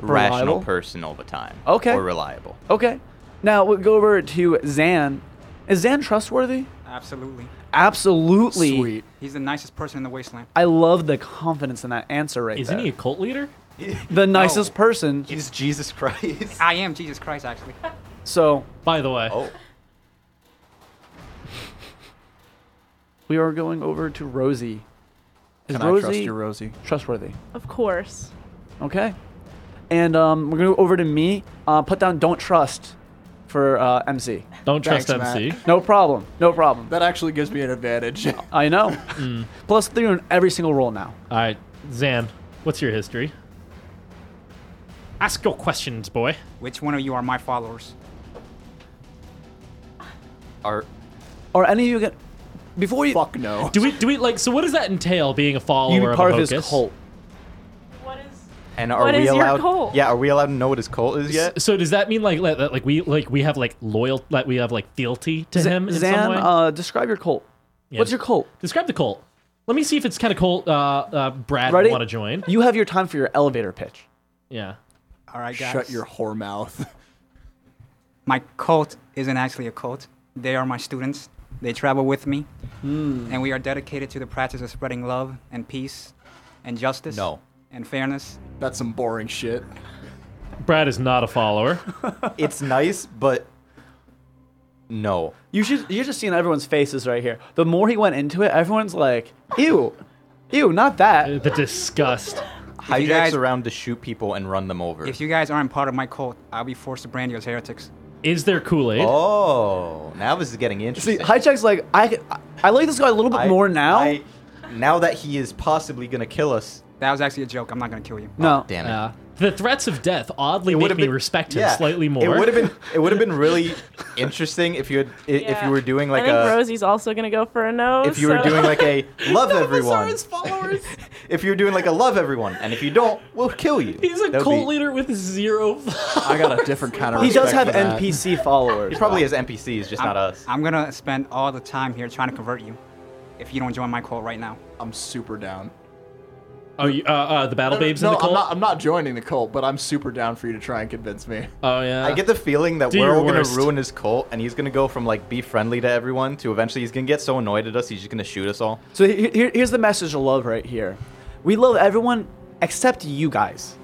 Speaker 2: Reliable?
Speaker 5: rational person all the time.
Speaker 2: Okay.
Speaker 5: Or reliable.
Speaker 2: Okay. Now we'll go over to Zan. Is Zan trustworthy?
Speaker 6: Absolutely.
Speaker 2: Absolutely.
Speaker 4: Sweet.
Speaker 6: He's the nicest person in the wasteland.
Speaker 2: I love the confidence in that answer right
Speaker 1: Isn't
Speaker 2: there.
Speaker 1: he Oh. a cult leader?
Speaker 2: the nicest person.
Speaker 5: He's Jesus Christ.
Speaker 6: I am Jesus Christ, actually.
Speaker 2: So
Speaker 1: By the way,
Speaker 5: <laughs> oh,
Speaker 2: we are going over to Rosie. Is
Speaker 4: Can I
Speaker 2: Rosie
Speaker 4: trust your Rosie?
Speaker 2: trustworthy?
Speaker 3: Of course.
Speaker 2: Okay. And um, we're gonna go over to me. Uh, put down don't trust for uh, MC.
Speaker 1: don't
Speaker 4: Thanks,
Speaker 1: trust MC.
Speaker 4: Matt.
Speaker 2: No problem. No problem.
Speaker 4: That actually gives me an advantage.
Speaker 1: <laughs>
Speaker 2: I know.
Speaker 1: Hmm.
Speaker 2: Plus three on every single roll now.
Speaker 1: All right, Uh, Zan, what's your history? Ask your questions, boy.
Speaker 6: Which one of you are my followers?
Speaker 5: are
Speaker 2: Are any of you get before you
Speaker 4: <laughs> Fuck no.
Speaker 1: Do we do we like? So what does that entail? Being a follower
Speaker 2: you be
Speaker 1: of
Speaker 2: part
Speaker 1: a
Speaker 2: of his
Speaker 1: Hocus?
Speaker 2: cult?
Speaker 3: What is?
Speaker 5: and are
Speaker 3: What
Speaker 5: we
Speaker 3: is your
Speaker 5: allowed?
Speaker 3: cult?
Speaker 5: Yeah, are we allowed to know what his cult is
Speaker 1: S-
Speaker 5: yet?
Speaker 1: So does that mean like like- that? Like we like we have like loyal? Like we have like fealty to him in
Speaker 2: Zan,
Speaker 1: some way?
Speaker 2: uh, describe your cult.
Speaker 1: Yeah.
Speaker 2: What's your cult?
Speaker 1: Describe the cult. Let me see if it's kind of cult. Uh, uh, Brad
Speaker 2: Ready?
Speaker 1: want to join?
Speaker 2: You have your time for your elevator pitch.
Speaker 1: Yeah.
Speaker 6: All right, guys.
Speaker 4: Shut your whore mouth. <laughs>
Speaker 6: My cult isn't actually a cult. They are my students. They travel with me. And we are dedicated to the practice of spreading love and peace and justice
Speaker 5: No.
Speaker 6: and fairness.
Speaker 4: That's some boring shit.
Speaker 1: Brad is not a follower.
Speaker 5: It's nice, but no.
Speaker 2: You should. You're just seeing everyone's faces right here. The more he went into it, everyone's like, "Ew, ew, not that."
Speaker 1: the disgust.
Speaker 5: Hijacks
Speaker 6: guys-
Speaker 5: around to shoot people and run them over.
Speaker 6: If you guys aren't part of my cult, I'll be forced to brand you as heretics.
Speaker 1: Is there Kool Aid?
Speaker 5: oh, now this is getting
Speaker 2: See,
Speaker 5: interesting.
Speaker 2: Hijack's like, I, I like this guy a little bit
Speaker 5: I-
Speaker 2: more now.
Speaker 5: I- now that he is possibly gonna kill us.
Speaker 6: That was actually a joke. I'm not going to kill you.
Speaker 2: no,
Speaker 5: Damn it.
Speaker 1: Yeah. The threats of death oddly make
Speaker 5: would've
Speaker 1: me respect him
Speaker 5: yeah,
Speaker 1: slightly more.
Speaker 5: It would have been it would have been really
Speaker 1: <laughs>
Speaker 5: interesting if you had i- if
Speaker 3: Yeah.
Speaker 5: you were doing like
Speaker 3: I think
Speaker 5: a
Speaker 3: Rosie's also gonna go for a no.
Speaker 5: if you were
Speaker 3: so-
Speaker 5: doing like a love everyone.
Speaker 1: followers.
Speaker 5: If you were doing like a love everyone, and if you don't, we'll kill you.
Speaker 1: He's a
Speaker 5: That would
Speaker 1: cult
Speaker 5: be-
Speaker 1: leader with zero. <laughs> followers.
Speaker 4: I got a different kind of
Speaker 2: he does have
Speaker 4: respect for that.
Speaker 2: NPC followers.
Speaker 5: He probably has NPCs, just not us.
Speaker 6: I'm going to spend all the time here trying to convert you if you don't join my cult right now.
Speaker 4: I'm super down.
Speaker 1: oh, you, uh, uh, the battle babes
Speaker 4: no,
Speaker 1: in the cult.
Speaker 4: I'm not I'm not joining the cult, but I'm super down for you to try and convince me.
Speaker 1: oh yeah.
Speaker 5: I get the feeling that
Speaker 1: Do
Speaker 5: we're
Speaker 1: your
Speaker 5: all gonna
Speaker 1: worst.
Speaker 5: ruin his cult, and he's gonna go from like be friendly to everyone to eventually he's gonna get so annoyed at us he's just gonna shoot us all.
Speaker 2: So he- he- here's the message of love right here. We love everyone except you guys.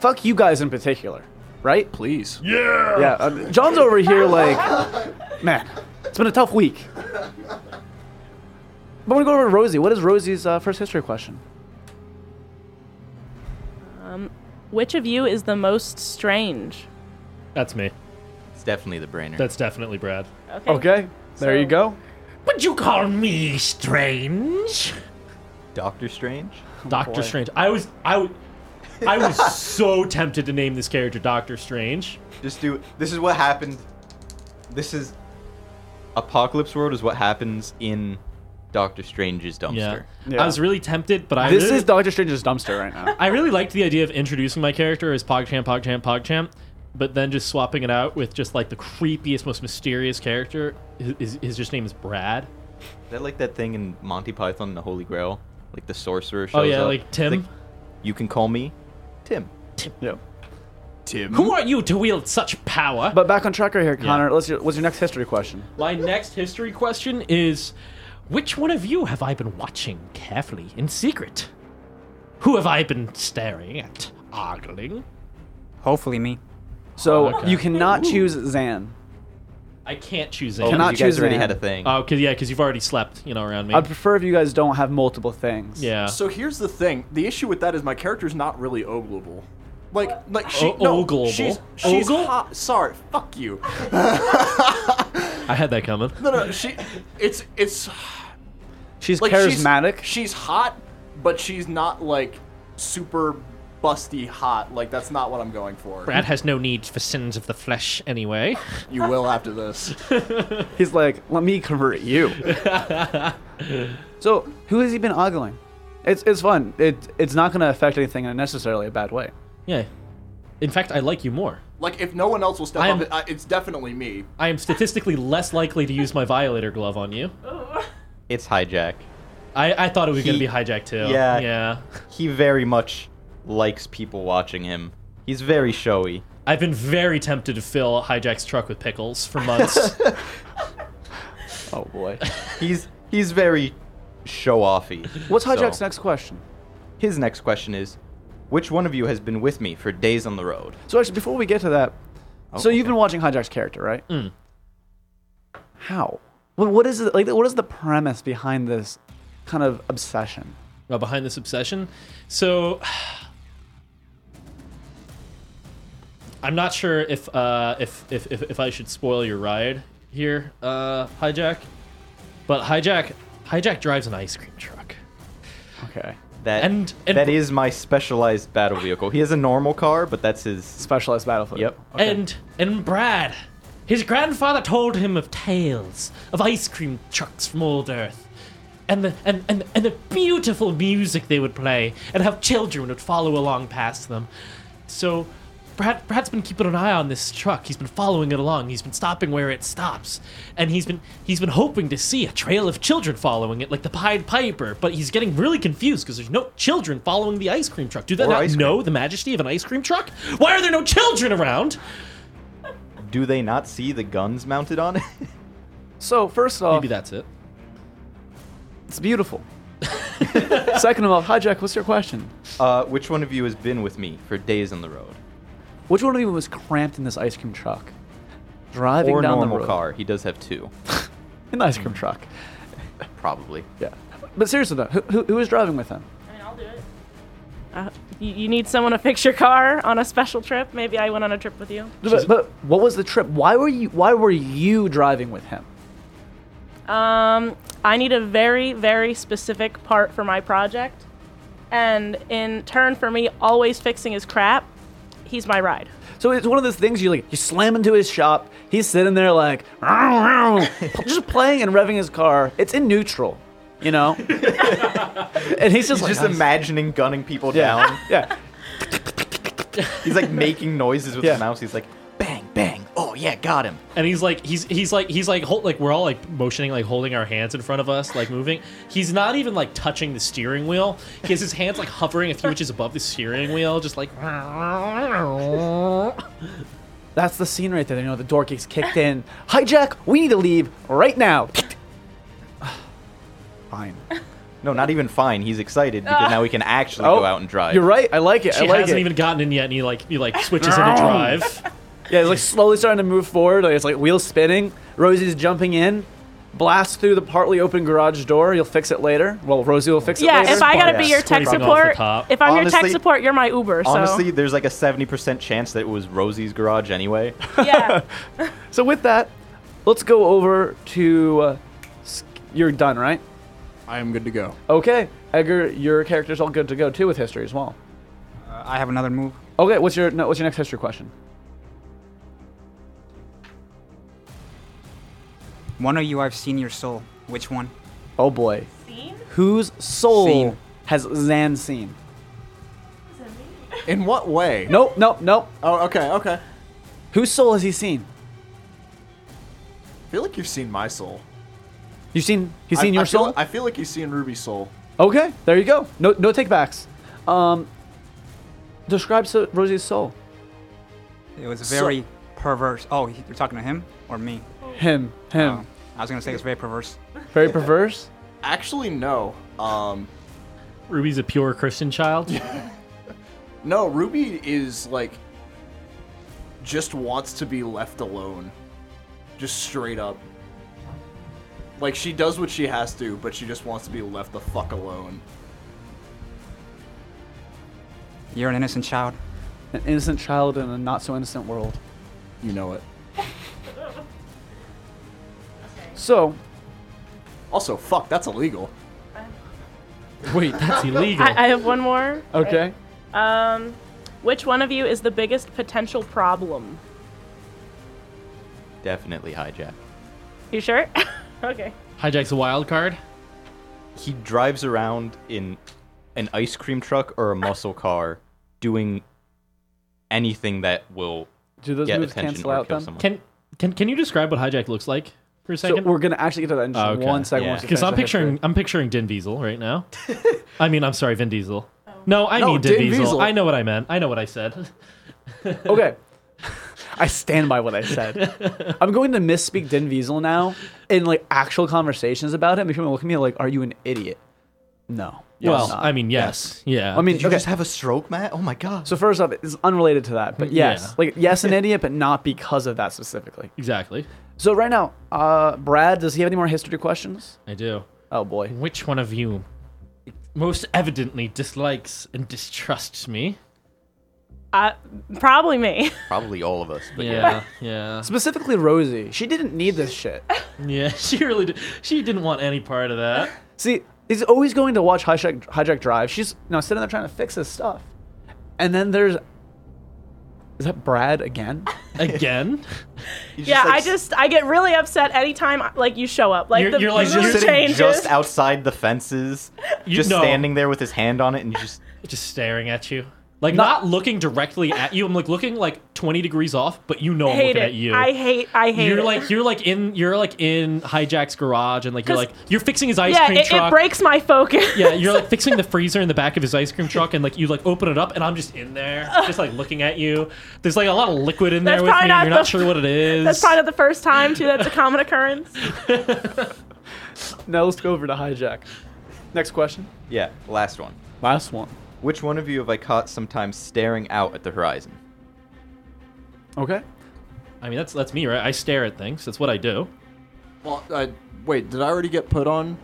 Speaker 2: Fuck you guys in particular, right?
Speaker 4: Please.
Speaker 2: Yeah. um, John's over here like, man, it's been a tough week. But I'm gonna go over to Rosie. What is Rosie's uh, first history question?
Speaker 3: <laughs> Which of you is the most strange?
Speaker 1: That's me.
Speaker 5: It's definitely the brainer.
Speaker 1: That's definitely Brad.
Speaker 3: Okay.
Speaker 2: Okay, there you
Speaker 3: So-
Speaker 2: go.
Speaker 1: Would you call me strange?
Speaker 5: Doctor Strange.
Speaker 1: Doctor
Speaker 2: boy.
Speaker 1: Strange. I was I, w- I was so tempted to name this character Doctor Strange.
Speaker 5: Just do. This is what happened. This is. Apocalypse World is what happens in Doctor Strange's dumpster.
Speaker 2: Yeah.
Speaker 1: I was really tempted, but I
Speaker 2: This
Speaker 1: really,
Speaker 2: is Doctor Strange's dumpster
Speaker 1: <laughs>
Speaker 2: right now.
Speaker 1: I really liked the idea of introducing my character as Pogchamp, Pogchamp, Pogchamp, but then just swapping it out with just like the creepiest, most mysterious character. His, his, his just name is Brad.
Speaker 5: Is that like that thing in Monty Python and the Holy Grail? Like the sorcerer shows
Speaker 1: Oh yeah,
Speaker 5: up.
Speaker 1: like
Speaker 5: It's
Speaker 1: Tim.
Speaker 5: you can call me Tim.
Speaker 2: yeah.
Speaker 4: Tim.
Speaker 1: Who are you to wield such power?
Speaker 2: But back on track right here, Connor. Let's. What's your next history question?
Speaker 1: My next history question is Which one of you have I been watching carefully in secret? Who have I been staring at? Ogling?
Speaker 6: Hopefully me.
Speaker 2: So
Speaker 1: Okay.
Speaker 2: you cannot choose Zan.
Speaker 1: I can't choose
Speaker 5: Oh,
Speaker 1: it.
Speaker 2: Can I-
Speaker 5: you
Speaker 2: Cannot
Speaker 5: guys
Speaker 2: choose
Speaker 5: already
Speaker 2: an
Speaker 5: had a
Speaker 2: ad.
Speaker 5: thing.
Speaker 1: Oh, cause yeah, because you've already slept, you know, around me.
Speaker 2: I'd prefer if you guys don't have multiple things.
Speaker 1: yeah.
Speaker 4: <laughs> So here's the thing. The issue with that is my character's not really ogleable. Like, like she,
Speaker 1: O-
Speaker 4: no,
Speaker 1: ogleable?
Speaker 4: she's, she's
Speaker 1: Ogle?
Speaker 4: hot. Sorry, fuck you.
Speaker 1: I had that coming.
Speaker 4: No, no, she, it's, it's
Speaker 2: She's
Speaker 4: like she's-
Speaker 2: charismatic.
Speaker 4: She's, hot, but she's not like super busty hot. Like that's not what I'm going
Speaker 1: <laughs>
Speaker 4: for.
Speaker 1: Brad has no need for sins of the flesh anyway.
Speaker 4: You will after this.
Speaker 2: He's like, let me convert you. so who has he been ogling? It's it's fun. It it's not going to affect anything in necessarily a bad way.
Speaker 1: Yeah. In fact, I like you more.
Speaker 4: Like if no one else will step
Speaker 1: I am-
Speaker 4: up, it- I- it's definitely me.
Speaker 1: I am statistically less likely to use my violator glove on you.
Speaker 5: It's hijack.
Speaker 1: I, I thought it was going to
Speaker 5: He-
Speaker 1: be hijacked too.
Speaker 5: yeah.
Speaker 1: Yeah.
Speaker 5: He very much likes people watching him. He's very showy.
Speaker 1: I've been very tempted to fill hijack's truck with pickles for
Speaker 5: <laughs>
Speaker 1: months.
Speaker 2: Oh boy.
Speaker 5: He's he's very show offy.
Speaker 2: What's Hijack's next question?
Speaker 5: His next question is, which one of you has been with me for days on the road?
Speaker 2: So actually, before we get to that, so you've
Speaker 5: okay.
Speaker 2: been watching Hijack's character, right? How? What, what is it like? What is the premise behind this kind of obsession?
Speaker 1: uh, behind this obsession. So <sighs> I'm not sure if uh, if, if if if I should spoil your ride here, uh, hijack. But hijack hijack drives an ice cream truck.
Speaker 2: Okay.
Speaker 5: That
Speaker 1: And- and-
Speaker 5: that is my specialized battle vehicle. He has a normal car, but that's his.
Speaker 2: Specialized battlefield.
Speaker 5: Yep.
Speaker 2: Okay.
Speaker 1: And and Brad, his grandfather told him of tales of ice cream trucks from old Earth. And the, and, and, and the beautiful music they would play, and how children would follow along past them. So, Brad, Brad's been keeping an eye on this truck. He's been following it along. He's been stopping where it stops, and he's been he's been hoping to see a trail of children following it, like the Pied Piper. But he's getting really confused because there's no children following the ice cream truck. Do they
Speaker 5: Or
Speaker 1: not
Speaker 5: ice cream.
Speaker 1: know the majesty of an ice cream truck? Why are there no children around?
Speaker 5: Do they not see the guns mounted on it? <laughs>
Speaker 2: so first off,
Speaker 1: Maybe that's it.
Speaker 2: it's beautiful. Second of all, Hijack, what's your question?
Speaker 5: uh, which one of you has been with me for days on the road?
Speaker 2: Which one of you was cramped in this ice cream truck? Driving
Speaker 5: Or
Speaker 2: down
Speaker 5: normal
Speaker 2: the road
Speaker 5: car? Mm-hmm. He does have two,
Speaker 2: in the ice cream truck.
Speaker 5: probably.
Speaker 2: Yeah. But seriously though, who, who, who was driving with him?
Speaker 3: I mean, I'll do it. Uh, you, you need someone to fix your car on a special trip. Maybe I went on a trip with you.
Speaker 2: But, but what was the trip? Why were you Why were you driving with him?
Speaker 3: Um, I need a very, very specific part for my project. And in turn for me always fixing his crap, he's my ride.
Speaker 2: So it's one of those things you like. You slam into his shop. He's sitting there like, <laughs> "Row, row," just playing and revving his car. It's in neutral, you
Speaker 5: <laughs>
Speaker 2: know. and he's just
Speaker 5: He's
Speaker 2: like,
Speaker 5: just imagining gunning people
Speaker 2: yeah, <laughs>
Speaker 5: down.
Speaker 2: yeah.
Speaker 5: He's like making noises with
Speaker 2: Yeah.
Speaker 5: his mouth. He's like, bang, bang. Oh yeah, got him.
Speaker 1: And he's like, he's he's like he's like hold, like we're all like motioning, like holding our hands in front of us, like moving. He's not even like touching the steering wheel. He has his hands like hovering a few inches above the steering wheel, just like.
Speaker 2: That's the scene right there. You know, the door gets kicked in. Hijack. We need to leave right now. Fine.
Speaker 5: No, not even fine. He's excited
Speaker 3: Ah.
Speaker 5: because now he can actually go out and drive.
Speaker 2: Oh, You're right. I like it.
Speaker 1: She
Speaker 2: I like
Speaker 1: hasn't
Speaker 2: it.
Speaker 1: even gotten in yet, and he like he like switches into drive.
Speaker 2: Yeah, it's like slowly starting to move forward. Like it's like wheels spinning. Rosie's jumping in. blast through the partly open garage door. You'll fix it later. Well, Rosie will fix it
Speaker 3: yeah,
Speaker 2: later.
Speaker 3: if I gotta be
Speaker 5: Yes.
Speaker 3: your tech
Speaker 1: Scraping off the
Speaker 3: support,
Speaker 1: top.
Speaker 3: if I'm your
Speaker 5: Honestly-
Speaker 3: tech support, you're my Uber. So
Speaker 5: Honestly, there's like a 70% chance that it was Rosie's
Speaker 2: <laughs>
Speaker 5: garage anyway.
Speaker 3: <laughs>
Speaker 5: <laughs>
Speaker 3: yeah,
Speaker 2: So with that, let's go over to. Uh, Sk- you're done, right?
Speaker 4: I am good to go.
Speaker 2: Okay, Edgar, your character's all good to go too with history as well.
Speaker 6: Uh, I have another move.
Speaker 2: Okay, what's your no, what's your next history question?
Speaker 6: One of you, I've seen your soul. Which one?
Speaker 2: Oh boy, whose soul has Zan seen?
Speaker 4: In what way?
Speaker 2: Nope, nope, nope.
Speaker 4: Oh, okay, okay.
Speaker 2: Whose soul has he seen?
Speaker 4: I feel like you've seen my soul.
Speaker 2: You've seen he's
Speaker 4: I-
Speaker 2: seen your
Speaker 4: I feel-
Speaker 2: soul.
Speaker 4: I feel like you've seen Ruby's soul.
Speaker 2: okay, there you go. No, no takebacks. Um, describe so- Rosie's soul.
Speaker 6: It was very perverse. Oh, he- you're talking to him or me?
Speaker 2: Him, him.
Speaker 6: Oh, I was gonna say it's very perverse.
Speaker 2: Very perverse.
Speaker 4: Actually, no. Um,
Speaker 1: Ruby's a pure Christian child.
Speaker 4: no, Ruby is like just wants to be left alone, just straight up. Like she does what she has to, but she just wants to be left the fuck alone.
Speaker 6: You're an innocent child.
Speaker 2: An innocent child in a not so innocent world.
Speaker 4: You know it.
Speaker 2: So,
Speaker 4: Also, fuck, that's illegal.
Speaker 1: Wait, that's illegal.
Speaker 3: I, I have one more.
Speaker 2: okay.
Speaker 3: Um, which one of you is the biggest potential problem?
Speaker 5: Definitely hijack.
Speaker 3: You sure? <laughs> okay.
Speaker 1: Hijack's a wild card.
Speaker 5: He drives around in an ice cream truck or a muscle car doing anything that will
Speaker 2: Do those
Speaker 5: get
Speaker 2: moves
Speaker 5: attention
Speaker 2: cancel
Speaker 5: or
Speaker 2: out
Speaker 5: kill
Speaker 2: then?
Speaker 5: someone.
Speaker 1: Can can can you describe what hijack looks like for a
Speaker 2: So
Speaker 1: second?
Speaker 2: we're gonna actually get to that in just
Speaker 1: Oh, okay.
Speaker 2: one second.
Speaker 5: Yeah.
Speaker 2: once we
Speaker 1: Because
Speaker 2: finish
Speaker 1: I'm
Speaker 2: the
Speaker 1: picturing
Speaker 2: history.
Speaker 1: I'm picturing Din Diesel right
Speaker 2: <laughs>
Speaker 1: now. I mean, I'm sorry, Vin Diesel. No, I
Speaker 4: No,
Speaker 1: mean Din,
Speaker 4: Din
Speaker 1: Diesel.
Speaker 4: Diesel.
Speaker 1: I know what I meant. I know what I said.
Speaker 2: Okay. I stand by what I said.
Speaker 1: <laughs>
Speaker 2: I'm going to misspeak Din Diesel now in like actual conversations about him. People will look at me like, "Are you an idiot?" No.
Speaker 1: Well,
Speaker 2: Yes.
Speaker 1: I mean, yes, yeah.
Speaker 2: I mean,
Speaker 5: Did you
Speaker 2: okay.
Speaker 5: just have a stroke, Matt? Oh my god.
Speaker 2: so first off, it's unrelated to that, but yes,
Speaker 1: Yeah.
Speaker 2: like yes, an idiot, but not because of that specifically.
Speaker 1: exactly.
Speaker 2: So right now, uh, Brad, does he have any more history questions?
Speaker 1: I do.
Speaker 2: Oh boy.
Speaker 1: Which one of you most evidently dislikes and distrusts me?
Speaker 3: Uh, probably me.
Speaker 5: Probably all of us, but
Speaker 1: Yeah, <laughs> yeah,
Speaker 2: Specifically, Rosie. She didn't need
Speaker 1: <laughs>
Speaker 2: this shit.
Speaker 1: yeah. She really, did. she didn't want any part of <laughs> that.
Speaker 2: See, he's always going to watch Hijack, Hijack Drive. She's you know, sitting there trying to fix his stuff. And then there's. Is that
Speaker 1: <laughs>
Speaker 2: Brad again?
Speaker 1: Again,
Speaker 3: <laughs> yeah, I just I get really upset anytime like you show up. Like
Speaker 1: You're-
Speaker 3: the
Speaker 1: you're, like,
Speaker 3: mood
Speaker 1: just
Speaker 5: sitting
Speaker 3: changes.
Speaker 5: just outside the fences,
Speaker 1: You
Speaker 5: just
Speaker 1: know.
Speaker 5: standing there with his hand on it, and just
Speaker 1: <laughs> just staring at you, like not, looking directly at you. I'm like looking like 20 degrees off, but you know I'm
Speaker 3: hate
Speaker 1: looking
Speaker 3: it.
Speaker 1: at you.
Speaker 3: I hate. I hate.
Speaker 1: you're
Speaker 3: it.
Speaker 1: like you're like in you're like in hijack's garage and like you're
Speaker 3: 'Cause-
Speaker 1: like you're fixing his ice
Speaker 3: yeah,
Speaker 1: cream
Speaker 3: it,
Speaker 1: truck.
Speaker 3: it breaks my focus.
Speaker 1: Yeah,
Speaker 3: <laughs>
Speaker 1: you're like fixing the freezer in the back of his ice cream truck, and like you like open it up, and I'm just in
Speaker 3: <laughs>
Speaker 1: there, just like looking at you. There's like a lot of liquid in there
Speaker 3: That's
Speaker 1: with me.
Speaker 3: probably
Speaker 1: and
Speaker 3: not
Speaker 1: You're not
Speaker 3: the-
Speaker 1: sure what it is.
Speaker 3: <laughs> That's probably not the first time too. That's a common <laughs> occurrence.
Speaker 1: <laughs>
Speaker 2: now let's go over to Hijack. Next question.
Speaker 5: yeah. Last one.
Speaker 2: Last one.
Speaker 5: Which one of you have I caught sometimes staring out at the horizon?
Speaker 2: Okay.
Speaker 1: I mean, that's that's me, right? I stare at things. That's what I do.
Speaker 4: Well, I, wait, did I already get put on?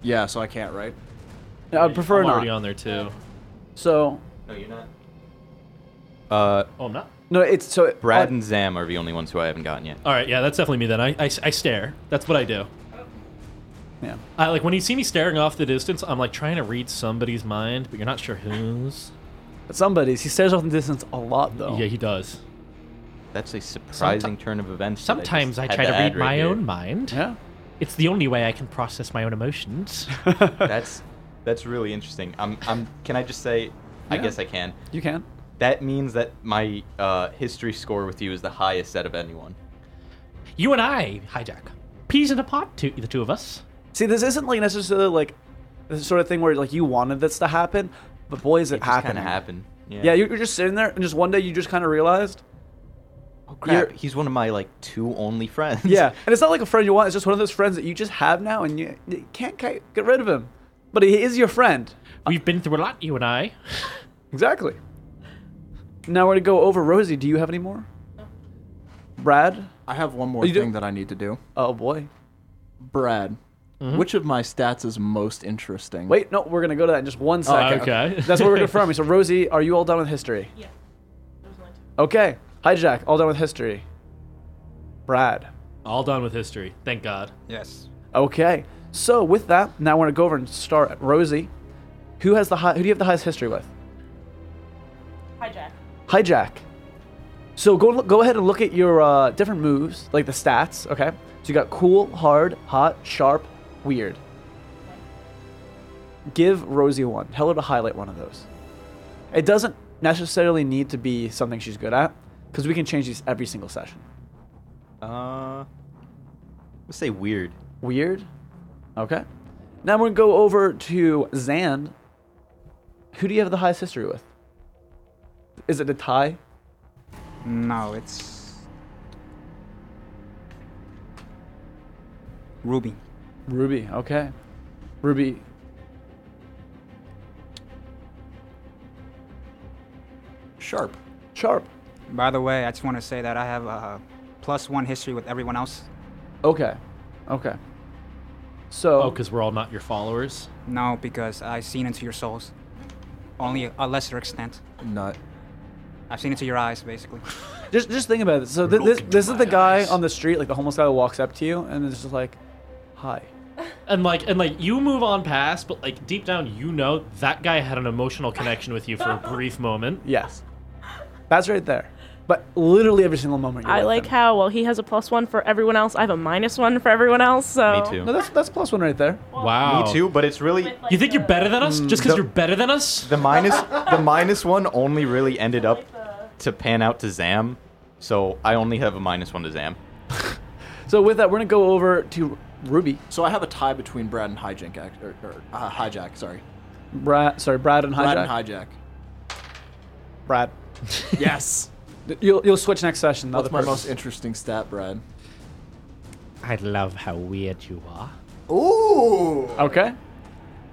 Speaker 4: Yeah, so I can't, right?
Speaker 2: I would prefer
Speaker 1: I'm
Speaker 2: not.
Speaker 1: already on there too.
Speaker 2: So,
Speaker 5: No, you're not. Uh,
Speaker 1: Oh, I'm not.
Speaker 2: no, it's. so
Speaker 5: Brad
Speaker 2: uh,
Speaker 5: and Zam are the only ones who I haven't gotten yet.
Speaker 1: All right, yeah, that's definitely me. Then I, I, I stare. That's what I do.
Speaker 2: yeah.
Speaker 1: I like when you see me staring off the distance. I'm like trying to read somebody's mind, but you're not sure whose.
Speaker 2: But somebody's. He stares off in the distance a lot, though.
Speaker 1: Yeah, he does.
Speaker 5: That's a surprising turn of events. that
Speaker 1: Sometimes
Speaker 5: just
Speaker 1: I,
Speaker 5: had
Speaker 1: try to
Speaker 5: add
Speaker 1: read
Speaker 5: right
Speaker 1: my
Speaker 5: here.
Speaker 1: own mind.
Speaker 2: Yeah.
Speaker 1: It's the only way I can process my own <laughs> emotions.
Speaker 5: That's that's really interesting. I'm, I'm Can I just say? I
Speaker 2: Yeah.
Speaker 5: guess I can.
Speaker 2: You can.
Speaker 5: That means that my uh, history score with you is the highest out of anyone.
Speaker 1: you and I, hijack, peas in a pod, two, the two of us.
Speaker 2: See, this isn't like necessarily like the sort of thing where like you wanted this to happen, but boy, is it,
Speaker 5: It just kind
Speaker 2: happening.
Speaker 5: of happened.
Speaker 2: Yeah, you- you're just sitting there, and just one day you just kind of realized,
Speaker 5: Oh, crap.
Speaker 2: you're-
Speaker 5: He's one of my like two only friends.
Speaker 2: Yeah, and it's not like a friend you want. It's just one of those friends that you just have now, and you, you can't ki- get rid of him. But he is your friend.
Speaker 1: We've been through a lot, you and I.
Speaker 2: Exactly. Now we're gonna go over Rosie. Do you have any more? Brad.
Speaker 4: I have one more
Speaker 2: You do-
Speaker 4: thing that I need to do.
Speaker 2: Oh boy.
Speaker 4: Brad, which of my stats is most interesting?
Speaker 2: Mm-hmm. Wait, no, we're gonna go to that in just one second.
Speaker 1: okay.
Speaker 2: <laughs> That's what we're confirming. So, Rosie, are you all done with history?
Speaker 3: Yeah. There was only two.
Speaker 2: Okay. Hijack, all done with history. Brad.
Speaker 1: All done with history. Thank God.
Speaker 6: Yes.
Speaker 2: Okay. So with that, now I want to go over and start at Rosie. Who has the high, who do you have the highest history with?
Speaker 3: Hijack.
Speaker 2: Hijack. So go go ahead and look at your uh, different moves, like the stats. Okay. So you got cool, hard, hot, sharp, weird. Give Rosie one. Tell her to highlight one of those. It doesn't necessarily need to be something she's good at, because we can change these every single session.
Speaker 5: <laughs> Uh, let's say weird.
Speaker 2: Weird. Okay. Now we're gonna go over to Zan. Who do you have the highest history with? Is it a tie?
Speaker 6: No, it's Ruby.
Speaker 2: Ruby. Okay. Ruby.
Speaker 4: Sharp.
Speaker 2: Sharp.
Speaker 6: By the way, I just want to say that I have a plus one history with everyone else.
Speaker 2: Okay. Okay. So.
Speaker 1: Oh, because we're all not your followers.
Speaker 6: No, because I've seen into your souls. Only a lesser extent.
Speaker 4: Nut.
Speaker 6: I've seen into your eyes, basically.
Speaker 2: Just just think about it. So th- this this is the guy on the street, like the homeless guy that walks up to you and is just like, "Hi."
Speaker 1: And like and like you move on past, but like deep down you know that guy had an emotional connection with you <laughs> for a brief moment.
Speaker 2: Yes. That's right there. But literally every single moment. You're
Speaker 3: I
Speaker 2: with
Speaker 3: like
Speaker 2: him.
Speaker 3: how well he has a plus one for everyone else. I have a minus one for everyone else. So
Speaker 5: Me too.
Speaker 2: No, that's that's plus one right there.
Speaker 1: Wow. Mm,
Speaker 5: Me too, but it's really
Speaker 3: With, like,
Speaker 1: You think you're
Speaker 3: the-
Speaker 1: better than us just because
Speaker 5: the-
Speaker 1: you're better than us?
Speaker 3: <laughs>
Speaker 5: the minus the minus one only really ended up
Speaker 3: like the-
Speaker 5: to pan out to Zam, so I only have a minus one to Zam.
Speaker 2: So with that, we're gonna go over to Ruby.
Speaker 4: So I have a tie between Brad and Hijack, act- or, or uh, Hijack, sorry.
Speaker 2: Brad, sorry, Brad and
Speaker 4: Brad
Speaker 2: Hijack.
Speaker 4: and <laughs> Hijack.
Speaker 2: Brad.
Speaker 4: Yes.
Speaker 2: You'll, you'll switch next session. the
Speaker 4: What's
Speaker 2: other
Speaker 4: my
Speaker 2: person.
Speaker 4: most interesting stat, Brad?
Speaker 1: I love how weird you are.
Speaker 4: Ooh.
Speaker 2: Okay.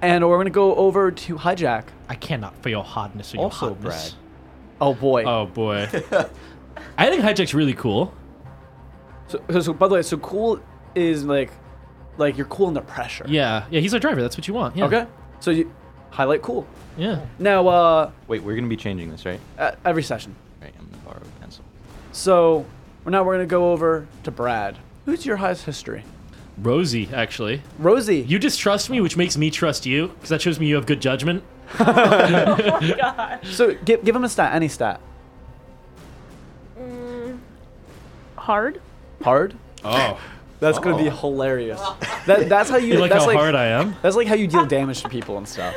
Speaker 2: And we're gonna go over to hijack.
Speaker 1: I cannot for your hardness or your
Speaker 5: Also,
Speaker 1: hotness.
Speaker 5: Brad.
Speaker 2: Oh boy.
Speaker 1: Oh <laughs> boy. I think hijack's really cool.
Speaker 2: So, so, so by the way, so cool is like, like you're cool under pressure.
Speaker 1: Yeah. Yeah, he's our driver. That's what you want. Yeah.
Speaker 2: Okay. So you highlight cool.
Speaker 1: Yeah.
Speaker 2: Now, uh,
Speaker 5: Wait, we're gonna be changing this, right?
Speaker 2: e- every session.
Speaker 5: Right, I'm gonna borrow a pencil.
Speaker 2: So now we're gonna go over to Brad. Who's your highest history?
Speaker 1: Rosie, actually.
Speaker 2: Rosie.
Speaker 1: You distrust me, which makes me trust you, because that shows me you have good judgment.
Speaker 2: so give give him a stat. Any stat.
Speaker 3: hard.
Speaker 2: Hard.
Speaker 1: Oh.
Speaker 2: That's gonna be hilarious. That, that's how you.
Speaker 1: You like
Speaker 2: that's
Speaker 1: how
Speaker 2: like,
Speaker 1: hard I
Speaker 2: <laughs>
Speaker 1: am?
Speaker 2: That's like how you deal damage to people and stuff.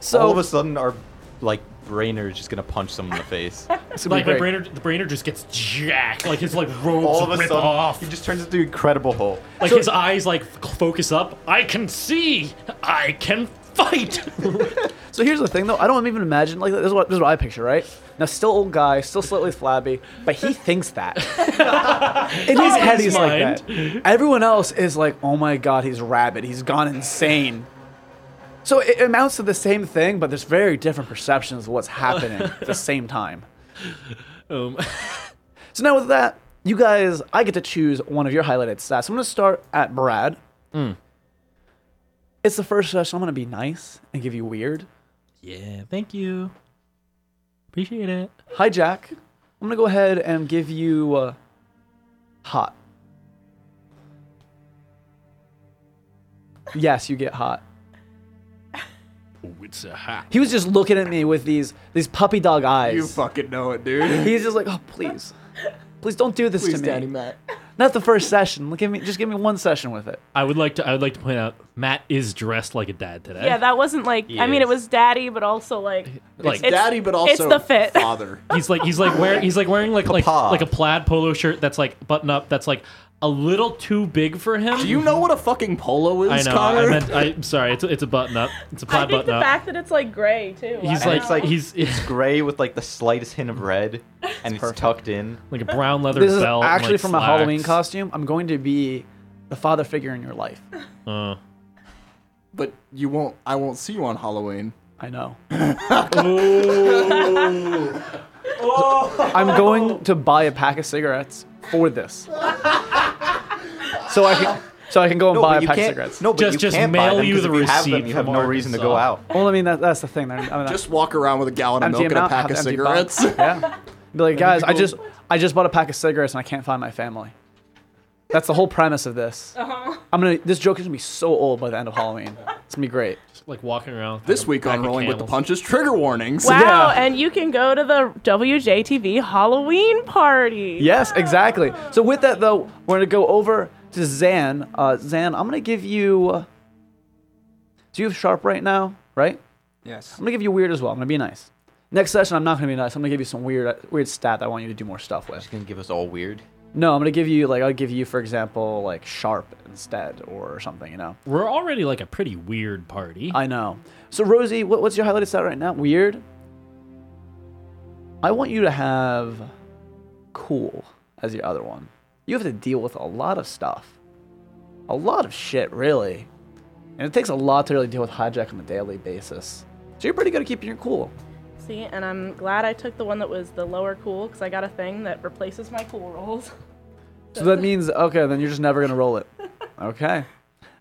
Speaker 2: So
Speaker 5: All of a sudden, our like brainer is just gonna punch someone in the face.
Speaker 3: <laughs>
Speaker 2: it's gonna be
Speaker 1: Like my
Speaker 2: great.
Speaker 1: brainer, the brainer just gets jacked. Like his like robes
Speaker 5: All of a
Speaker 1: rip
Speaker 5: sudden,
Speaker 1: off.
Speaker 5: he just turns into Incredible Hulk.
Speaker 1: Like his eyes like f- focus up. I can see. I can fight. <laughs>
Speaker 2: So here's the thing, though. I don't even imagine like this is what this is what I picture, right? Now, still old guy, still slightly flabby, but he
Speaker 1: <laughs>
Speaker 2: thinks that in his head
Speaker 1: his
Speaker 2: he's like that. Everyone else is like, oh my god, he's rabid, he's gone insane. So it amounts to the same thing, but there's very different perceptions of what's happening at the same time.
Speaker 1: <laughs> um, <laughs>
Speaker 2: So now with that, you guys, I get to choose one of your highlighted stats. I'm gonna start at Brad.
Speaker 1: Mm.
Speaker 2: It's the first session. I'm gonna be nice and give you weird.
Speaker 1: yeah. Thank you. Appreciate it.
Speaker 2: Hi, Jack. I'm gonna go ahead and give you uh, hot. Yes, you get hot.
Speaker 1: Oh, it's a hat.
Speaker 2: He was just looking at me with these these puppy dog eyes.
Speaker 4: You fucking know it,
Speaker 2: <laughs>
Speaker 4: dude.
Speaker 2: He's just like, oh please, please don't do this
Speaker 4: Please,
Speaker 2: to me.
Speaker 4: Daddy Matt.
Speaker 2: Not the first session. Give me just give me one session with it.
Speaker 1: I would like to. I would like to point out Matt is dressed like a dad today.
Speaker 3: Yeah, that wasn't like. I mean, it
Speaker 5: is.
Speaker 3: was daddy, but also like.
Speaker 1: like
Speaker 3: It's-
Speaker 4: Daddy, but also
Speaker 3: it's the fit.
Speaker 4: <laughs> father.
Speaker 1: he's like he's like wearing he's like wearing like like
Speaker 5: Papa.
Speaker 1: like a plaid polo shirt that's like button up that's like a little too big for him.
Speaker 4: Do you know what a fucking polo is,
Speaker 1: I know.
Speaker 4: Connor?
Speaker 1: I meant. I, am sorry. It's a, it's a button up. It's a
Speaker 3: I
Speaker 1: plaid
Speaker 3: think the
Speaker 1: button up.
Speaker 3: fact that it's like gray too.
Speaker 1: He's
Speaker 5: And
Speaker 1: like,
Speaker 5: it's like
Speaker 1: he's <laughs>
Speaker 5: it's gray with like the slightest hint of red, and it's, tucked in.
Speaker 1: like a brown leather
Speaker 2: This is
Speaker 1: belt. and,
Speaker 2: actually
Speaker 1: like,
Speaker 2: from a
Speaker 1: slacks.
Speaker 2: Halloween costume. I'm going to be the father figure in your life.
Speaker 1: Uh,
Speaker 4: <laughs> but you won't. I won't see you on Halloween.
Speaker 2: I know. I'm going to buy a pack of cigarettes for this. So I can so I can go and
Speaker 5: No,
Speaker 2: buy
Speaker 5: but
Speaker 2: a
Speaker 5: you
Speaker 2: pack of
Speaker 5: can't-
Speaker 2: cigarettes.
Speaker 5: No, but
Speaker 1: Just-
Speaker 5: you
Speaker 1: just
Speaker 5: can't buy
Speaker 1: mail
Speaker 5: them
Speaker 1: you
Speaker 5: 'cause
Speaker 1: the
Speaker 5: if have them,
Speaker 1: receipt
Speaker 5: you have
Speaker 1: from
Speaker 5: no reason to go
Speaker 1: Arkansas.
Speaker 5: out.
Speaker 2: Well, I mean that, that's the thing. They're- I'm not,
Speaker 4: Just walk around with a gallon of
Speaker 2: empty
Speaker 4: milk and a
Speaker 2: amount,
Speaker 4: pack of
Speaker 2: half empty
Speaker 4: cigarettes.
Speaker 2: box. yeah. Be like, guys, I
Speaker 4: people-
Speaker 2: just I just bought a pack of cigarettes and I can't find my family. That's the whole premise of this. I'm gonna. This joke is gonna be so old by the end of Halloween. It's gonna be great.
Speaker 1: like walking around. with
Speaker 4: <laughs> This
Speaker 1: a
Speaker 4: week
Speaker 1: pack of
Speaker 4: on Rolling with the
Speaker 1: Camels.
Speaker 4: Punches, trigger warnings.
Speaker 3: Wow,
Speaker 2: Yeah.
Speaker 3: and you can go to the WJTV Halloween party.
Speaker 2: Yes, exactly. So with that though, we're gonna go over to Zan. Uh, Zan, I'm gonna give you. Do you have sharp right now? Right.
Speaker 6: Yes.
Speaker 2: I'm gonna give you weird as well. I'm gonna be nice. Next session, I'm not gonna be nice. I'm gonna give you some weird, weird stat that I want you to do more stuff with.
Speaker 5: gonna give us all weird.
Speaker 2: No, I'm gonna give you like I'll give you, for example, like sharp instead or something. You know.
Speaker 1: We're already like a pretty weird party.
Speaker 2: I know. So Rosie, what, what's your highlighted stat right now? Weird. I want you to have cool as your other one. You have to deal with a lot of stuff, a lot of shit, really, and it takes a lot to really deal with hijack on a daily basis. So you're pretty good at keeping your cool.
Speaker 3: See, and I'm glad I took the one that was the lower cool because I got a thing that replaces my cool rolls.
Speaker 2: So that means okay, then you're just never gonna roll it. Okay.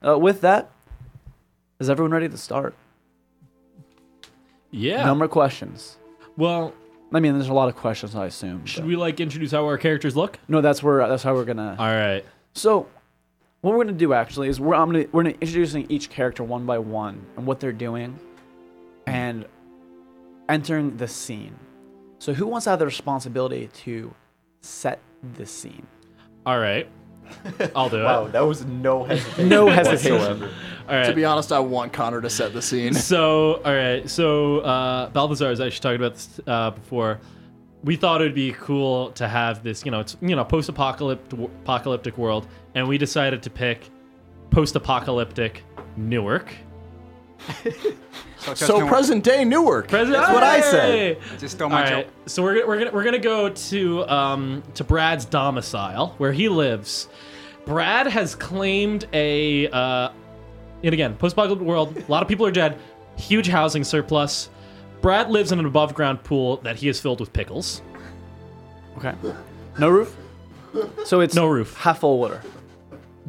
Speaker 2: Uh, with that, is everyone ready to start?
Speaker 1: yeah.
Speaker 2: No more questions.
Speaker 1: well,
Speaker 2: I mean, there's a lot of questions, I assume.
Speaker 1: should
Speaker 2: but-
Speaker 1: we like introduce how our characters look?
Speaker 2: No, that's where that's how we're gonna.
Speaker 1: All right.
Speaker 2: So, what we're gonna do actually is we're I'm gonna we're gonna introducing each character one by one and what they're doing, and entering the scene. So, who wants to have the responsibility to set the scene?
Speaker 1: All right. I'll do it.
Speaker 5: that was no
Speaker 2: <laughs>
Speaker 5: hesitation.
Speaker 2: No hesitation.
Speaker 1: All right.
Speaker 4: To be honest, I want Connor to set the scene.
Speaker 1: So, all right. So, uh, Balthazar is actually talking about this uh, before. We thought it would be cool to have this, you know, it's you know, post-apocalyptic apocalyptic world, and we decided to pick post-apocalyptic Newark.
Speaker 6: So, just
Speaker 4: So
Speaker 6: no-
Speaker 4: present day Newark.
Speaker 1: That's
Speaker 5: what I said.
Speaker 6: Just stole
Speaker 1: All
Speaker 6: my
Speaker 1: right.
Speaker 6: joke.
Speaker 1: So we're gonna, we're gonna we're gonna go to um to Brad's domicile where he lives. Brad has claimed a uh, and again post-apocalyptic world. A lot of people are dead. Huge housing surplus. Brad lives in an above-ground pool that he has filled with pickles.
Speaker 2: Okay. No roof. So it's
Speaker 1: No roof.
Speaker 2: half full water.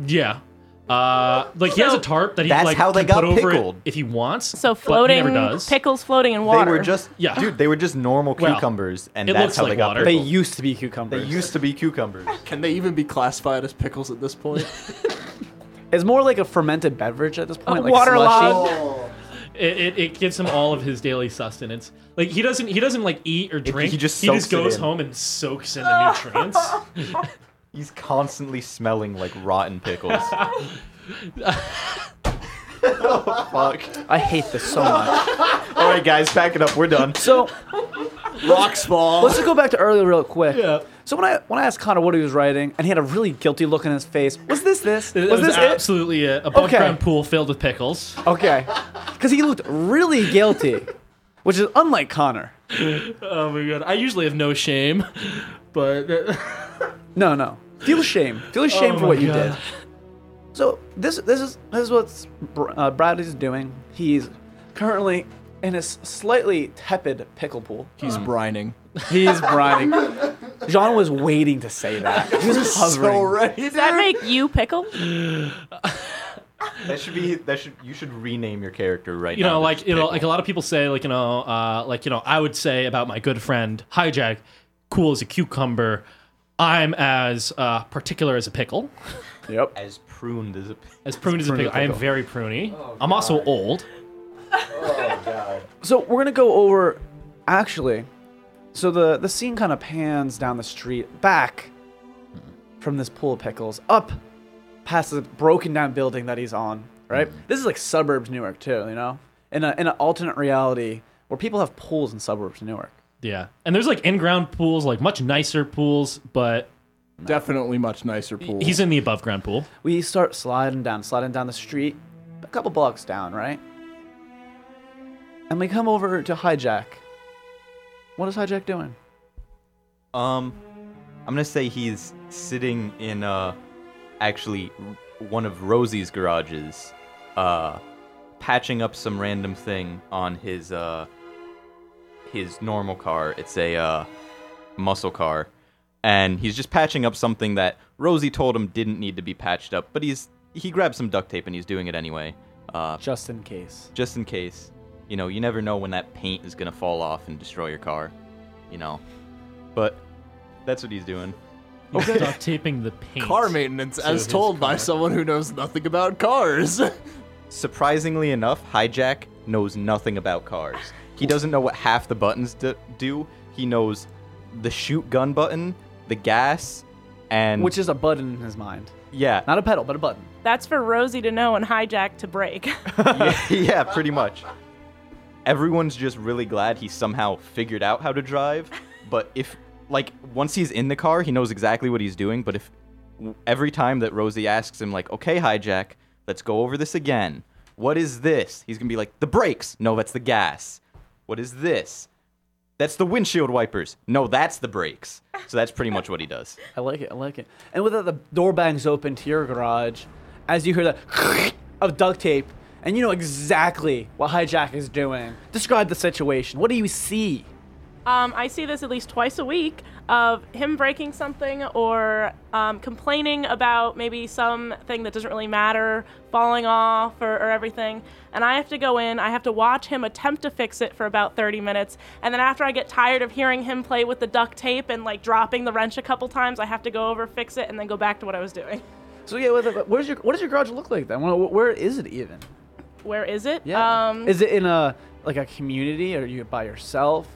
Speaker 1: Yeah. Uh, like he has a tarp that he
Speaker 5: That's
Speaker 1: like
Speaker 5: how they
Speaker 1: can put
Speaker 5: got
Speaker 1: over it
Speaker 5: pickled.
Speaker 1: if he wants.
Speaker 3: So
Speaker 1: but he
Speaker 3: floating
Speaker 1: never does.
Speaker 3: pickles floating in
Speaker 5: They
Speaker 3: water.
Speaker 5: were just
Speaker 1: Yeah.
Speaker 5: dude. They were just normal
Speaker 1: Well,
Speaker 5: cucumbers, and
Speaker 1: it
Speaker 5: that's
Speaker 1: looks
Speaker 5: how
Speaker 1: like
Speaker 5: they got
Speaker 1: water.
Speaker 2: They
Speaker 5: pickled.
Speaker 2: used to be cucumbers.
Speaker 5: They used to be cucumbers.
Speaker 4: Can they even be classified as pickles at
Speaker 1: <laughs>
Speaker 4: this point?
Speaker 2: It's more like a fermented beverage at this point. like
Speaker 3: waterlogged.
Speaker 2: slushy.
Speaker 1: It, it, it gives him all of his daily sustenance. Like he doesn't he doesn't like eat or drink.
Speaker 5: he just soaks it
Speaker 1: goes
Speaker 5: in.
Speaker 1: home and soaks in the nutrients.
Speaker 3: <laughs>
Speaker 5: He's constantly smelling like rotten
Speaker 1: <laughs>
Speaker 5: pickles. Oh, fuck.
Speaker 2: I hate this so much.
Speaker 5: All right, guys, pack it up. We're done.
Speaker 2: So
Speaker 4: Rocks fall.
Speaker 2: let's just go back to earlier real quick.
Speaker 1: Yeah.
Speaker 2: So when I when I asked Connor what he was writing, and he had a really guilty look on his face. Was this this?
Speaker 1: It
Speaker 2: Was this it?
Speaker 1: absolutely it? A above
Speaker 2: Okay.
Speaker 1: ground pool filled with pickles.
Speaker 2: Okay. Because he looked really guilty, which is unlike Connor.
Speaker 1: Oh my god! I usually have no shame, <laughs> but <laughs>
Speaker 2: No, no. Feel shame. Feel shame
Speaker 1: Oh
Speaker 2: for
Speaker 1: my
Speaker 2: what you
Speaker 1: God.
Speaker 2: did. So this this is this is what uh, Brad is doing. He's currently in his slightly tepid pickle pool.
Speaker 4: He's brining.
Speaker 2: He's brining. John was waiting to say that. He was hovering.
Speaker 4: So ready.
Speaker 3: Does that make you pickle?
Speaker 5: That should be. That should. You should rename your character right
Speaker 1: you
Speaker 5: now.
Speaker 1: know,
Speaker 5: to
Speaker 1: like you know,
Speaker 5: Pickle.
Speaker 1: like a lot of people say, like you know, uh, like you know, I would say about my good friend Hijack, cool as a cucumber. I'm as uh, particular as a pickle,
Speaker 2: Yep.
Speaker 5: as pruned as a.
Speaker 1: as pruned as a
Speaker 2: pruned
Speaker 1: pickle. Oh,
Speaker 2: as a
Speaker 1: I am
Speaker 2: pickle.
Speaker 1: very pruny. I'm also old.
Speaker 2: So we're gonna go over, actually. So the the scene kind of pans down the street back from this pool of pickles up past the broken down building that he's on. Right. This is like suburbs Newark too. You know, in a in an alternate reality where people have pools in suburbs Newark.
Speaker 1: Yeah, and there's like in-ground pools, like much nicer pools, but
Speaker 4: Definitely much nicer pool.
Speaker 1: he's in the above-ground pool.
Speaker 2: We start sliding down, sliding down the street, a couple blocks down, right? And we come over to Hijack. What is Hijack doing?
Speaker 5: Um, I'm gonna say he's sitting in uh, actually r- one of Rosie's garages, uh, patching up some random thing on his uh, his normal car. It's a uh, muscle car, and he's just patching up something that Rosie told him didn't need to be patched up, but he's he grabs some duct tape and he's doing it anyway, uh,
Speaker 2: Just in case.
Speaker 5: just in case. You know, you never know when that paint is gonna fall off and destroy your car. You know, but that's what he's doing.
Speaker 1: He's duct taping the paint.
Speaker 4: Car maintenance, as
Speaker 1: his
Speaker 4: told by
Speaker 1: car.
Speaker 4: someone who knows nothing about cars. <laughs>
Speaker 5: Surprisingly enough, Hijack knows nothing about cars. He doesn't know what half the buttons d- do. He knows the shoot gun button, the gas, and
Speaker 2: Which is a button in his mind.
Speaker 5: yeah,
Speaker 2: Not a pedal, but a button.
Speaker 3: That's for Rosie to know and Hijack to break. <laughs>
Speaker 5: yeah, <laughs> yeah, pretty much. Everyone's just really glad he somehow figured out how to drive. But if, like, once he's in the car, he knows exactly what he's doing. But if every time that Rosie asks him, like, okay, hijack, let's go over this again. What is this? He's gonna be like, the brakes. No, that's the gas. What is this? That's the windshield wipers. No, that's the brakes. So that's pretty much what
Speaker 3: <laughs>
Speaker 5: he does.
Speaker 2: I like it. I like it. And with that, the door bangs open to your garage as you hear the <laughs> of duct tape, and you know exactly what Hijack is doing. Describe the situation. What do you see?
Speaker 3: Um, I see this at least twice a week of him breaking something or um, complaining about maybe something that doesn't really matter, falling off or, or everything. And I have to go in, I have to watch him attempt to fix it for about 30 minutes. And then after I get tired of hearing him play with the duct tape and like dropping the wrench a couple times, I have to go over, fix it, and then go back to what I was doing.
Speaker 2: So yeah, what- what- where's your what does your garage look like then? Where, where is it even?
Speaker 3: Where is it?
Speaker 2: Yeah.
Speaker 3: Um,
Speaker 2: is it in a like a community, or are you by yourself?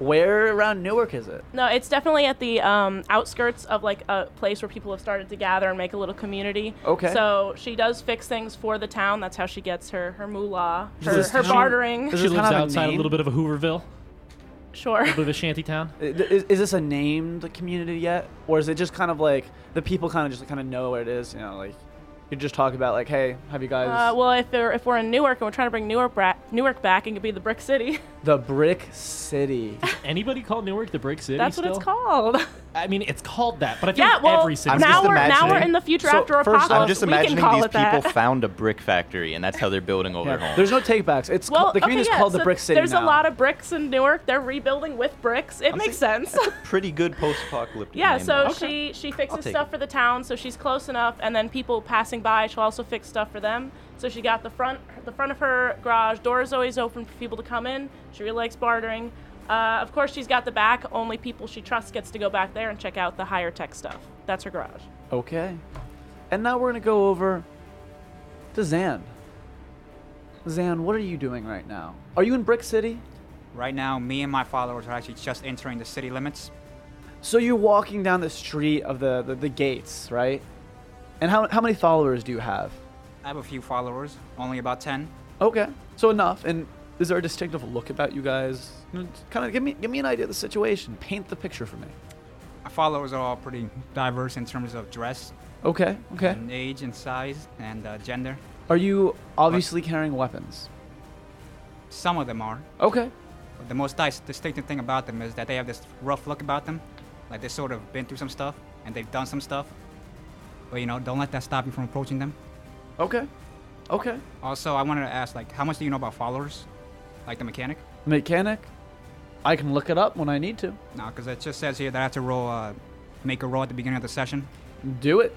Speaker 2: Where around Newark is it?
Speaker 3: No, it's definitely at the um, outskirts of like a place where people have started to gather and make a little community.
Speaker 2: Okay.
Speaker 3: So she does fix things for the town. That's how she gets her her moolah, her,
Speaker 1: Does
Speaker 3: her
Speaker 1: she-
Speaker 3: bartering.
Speaker 2: does
Speaker 1: She
Speaker 2: Does it
Speaker 1: lives
Speaker 2: have a
Speaker 1: outside a,
Speaker 2: name?
Speaker 1: little bit of a Hooverville,
Speaker 3: <laughs> sure.
Speaker 1: a bit of a shanty town.
Speaker 2: I- Is, is this a named community yet, or is it just kind of like the people kind of just kind of know where it is? You know, like you just talk about like, hey, have you guys
Speaker 3: Uh, well, if we're, if we're in Newark and we're trying to bring Newark back, Newark back, it could be the Brick City. <laughs>
Speaker 2: the Brick City?
Speaker 1: Anybody call Newark the Brick City?
Speaker 3: That's what it's
Speaker 1: still?
Speaker 3: called.
Speaker 1: I mean, it's called that, but I feel
Speaker 3: yeah.
Speaker 1: like
Speaker 3: Well,
Speaker 1: every city.
Speaker 5: I'm
Speaker 1: does
Speaker 3: now
Speaker 5: just
Speaker 1: that.
Speaker 3: we're now we're
Speaker 5: imagining-
Speaker 3: in the future after
Speaker 2: first,
Speaker 3: apocalypse.
Speaker 5: I'm just
Speaker 3: we
Speaker 5: imagining
Speaker 3: can call
Speaker 5: these
Speaker 3: it that.
Speaker 5: people found a brick factory, and that's how they're building all their
Speaker 2: Yeah.
Speaker 5: homes.
Speaker 2: There's no takebacks. It's
Speaker 3: Well,
Speaker 2: ca- the community
Speaker 3: okay,
Speaker 2: is
Speaker 3: yeah,
Speaker 2: called
Speaker 3: so
Speaker 2: the Brick City.
Speaker 3: There's
Speaker 2: now.
Speaker 3: a lot of bricks in Newark. They're rebuilding with bricks. It makes sense. <laughs>
Speaker 5: pretty good post-apocalyptic.
Speaker 3: Yeah,
Speaker 5: name,
Speaker 3: so
Speaker 5: though.
Speaker 3: she she fixes
Speaker 5: take
Speaker 3: stuff for the town, so she's close enough, and then people passing by, she'll also fix stuff for them. So she got the front the front of her garage door is always open for people to come in. She really likes bartering. Uh, of course, she's got the back. Only people she trusts gets to go back there and check out the higher tech stuff. That's her garage.
Speaker 2: Okay. And now we're gonna go over to Zan. Zan, what are you doing right now? Are you in Brick City?
Speaker 6: Right now, me and my followers are actually just entering the city limits.
Speaker 2: So you're walking down the street of the, the, the gates, right? And how, how many followers do you have?
Speaker 6: I have a few followers, only about 10.
Speaker 2: Okay, so enough. And is there a distinctive look about you guys? Kind of give me give me an idea of the situation. Paint the picture for me.
Speaker 6: My followers are all pretty diverse in terms of dress,
Speaker 2: Okay, okay.
Speaker 6: and age, and size, and uh, gender.
Speaker 2: Are you obviously carrying weapons?
Speaker 6: Some of them are.
Speaker 2: Okay.
Speaker 6: But the most dis- distinctive thing about them is that they have this rough look about them, like they've sort of been through some stuff and they've done some stuff. But you know, don't let that stop you from approaching them.
Speaker 2: Okay. Okay.
Speaker 6: Also, I wanted to ask, like, how much do you know about followers, like the mechanic?
Speaker 2: Mechanic. I can look it up when I need to.
Speaker 6: No, because it just says here that I have to roll, uh, make a roll at the beginning of the session.
Speaker 2: Do it.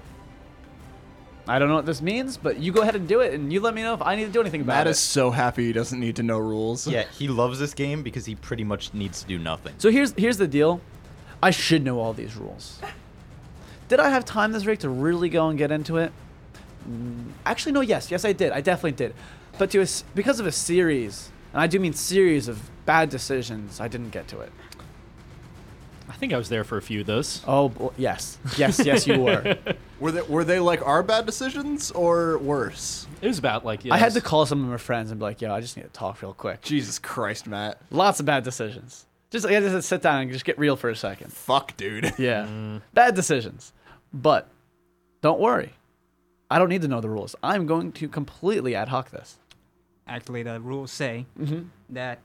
Speaker 2: I don't know what this means, but you go ahead and do it, and you let me know if I need to do anything about
Speaker 4: Matt
Speaker 2: it.
Speaker 4: is so happy he doesn't need to know rules.
Speaker 5: yeah, he loves this game because he pretty much needs to do nothing.
Speaker 2: so here's here's the deal. I should know all these rules. Did I have time this week to really go and get into it? Mm, Actually, no. Yes, yes, I did. I definitely did. But to a s because of a series, and I do mean series of bad decisions, I didn't get to it.
Speaker 1: I think I was there for a few of those.
Speaker 2: Oh, bo- yes, yes, yes, you
Speaker 1: <laughs>
Speaker 2: were.
Speaker 4: Were they were they like our bad decisions or worse?
Speaker 1: It was about like yeah,
Speaker 2: I
Speaker 1: it
Speaker 2: had
Speaker 1: was-
Speaker 2: to call some of my friends and be like, "Yo, I just need to talk real quick."
Speaker 4: Jesus Christ, Matt.
Speaker 2: Lots of bad decisions. Just I just sit down and just get real for a second.
Speaker 4: Fuck, dude. <laughs>
Speaker 2: Yeah. Bad decisions. But don't worry. I don't need to know the rules. I'm going to completely ad hoc this.
Speaker 6: Actually, the rules say that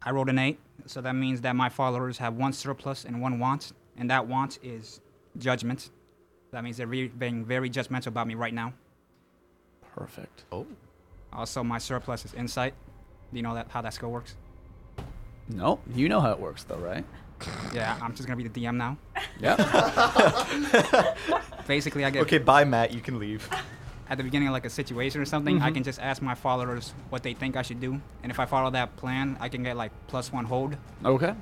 Speaker 6: I rolled an eight, so that means that my followers have one surplus and one want, and that want is judgment. That means they're re- being very judgmental about me right now.
Speaker 2: Perfect.
Speaker 6: Also, my surplus is insight. Do you know that how that skill works?
Speaker 2: No, you know how it works though, right?
Speaker 6: Yeah, I'm just gonna be the DM now.
Speaker 2: Yeah.
Speaker 6: Basically, I
Speaker 2: <laughs>
Speaker 5: <laughs>
Speaker 6: get
Speaker 5: Okay, bye, Matt. You can leave.
Speaker 6: at the beginning of like a situation or something, I can just ask my followers what they think I should do, and if I follow that plan, I can get like plus one hold,
Speaker 2: <laughs> Okay.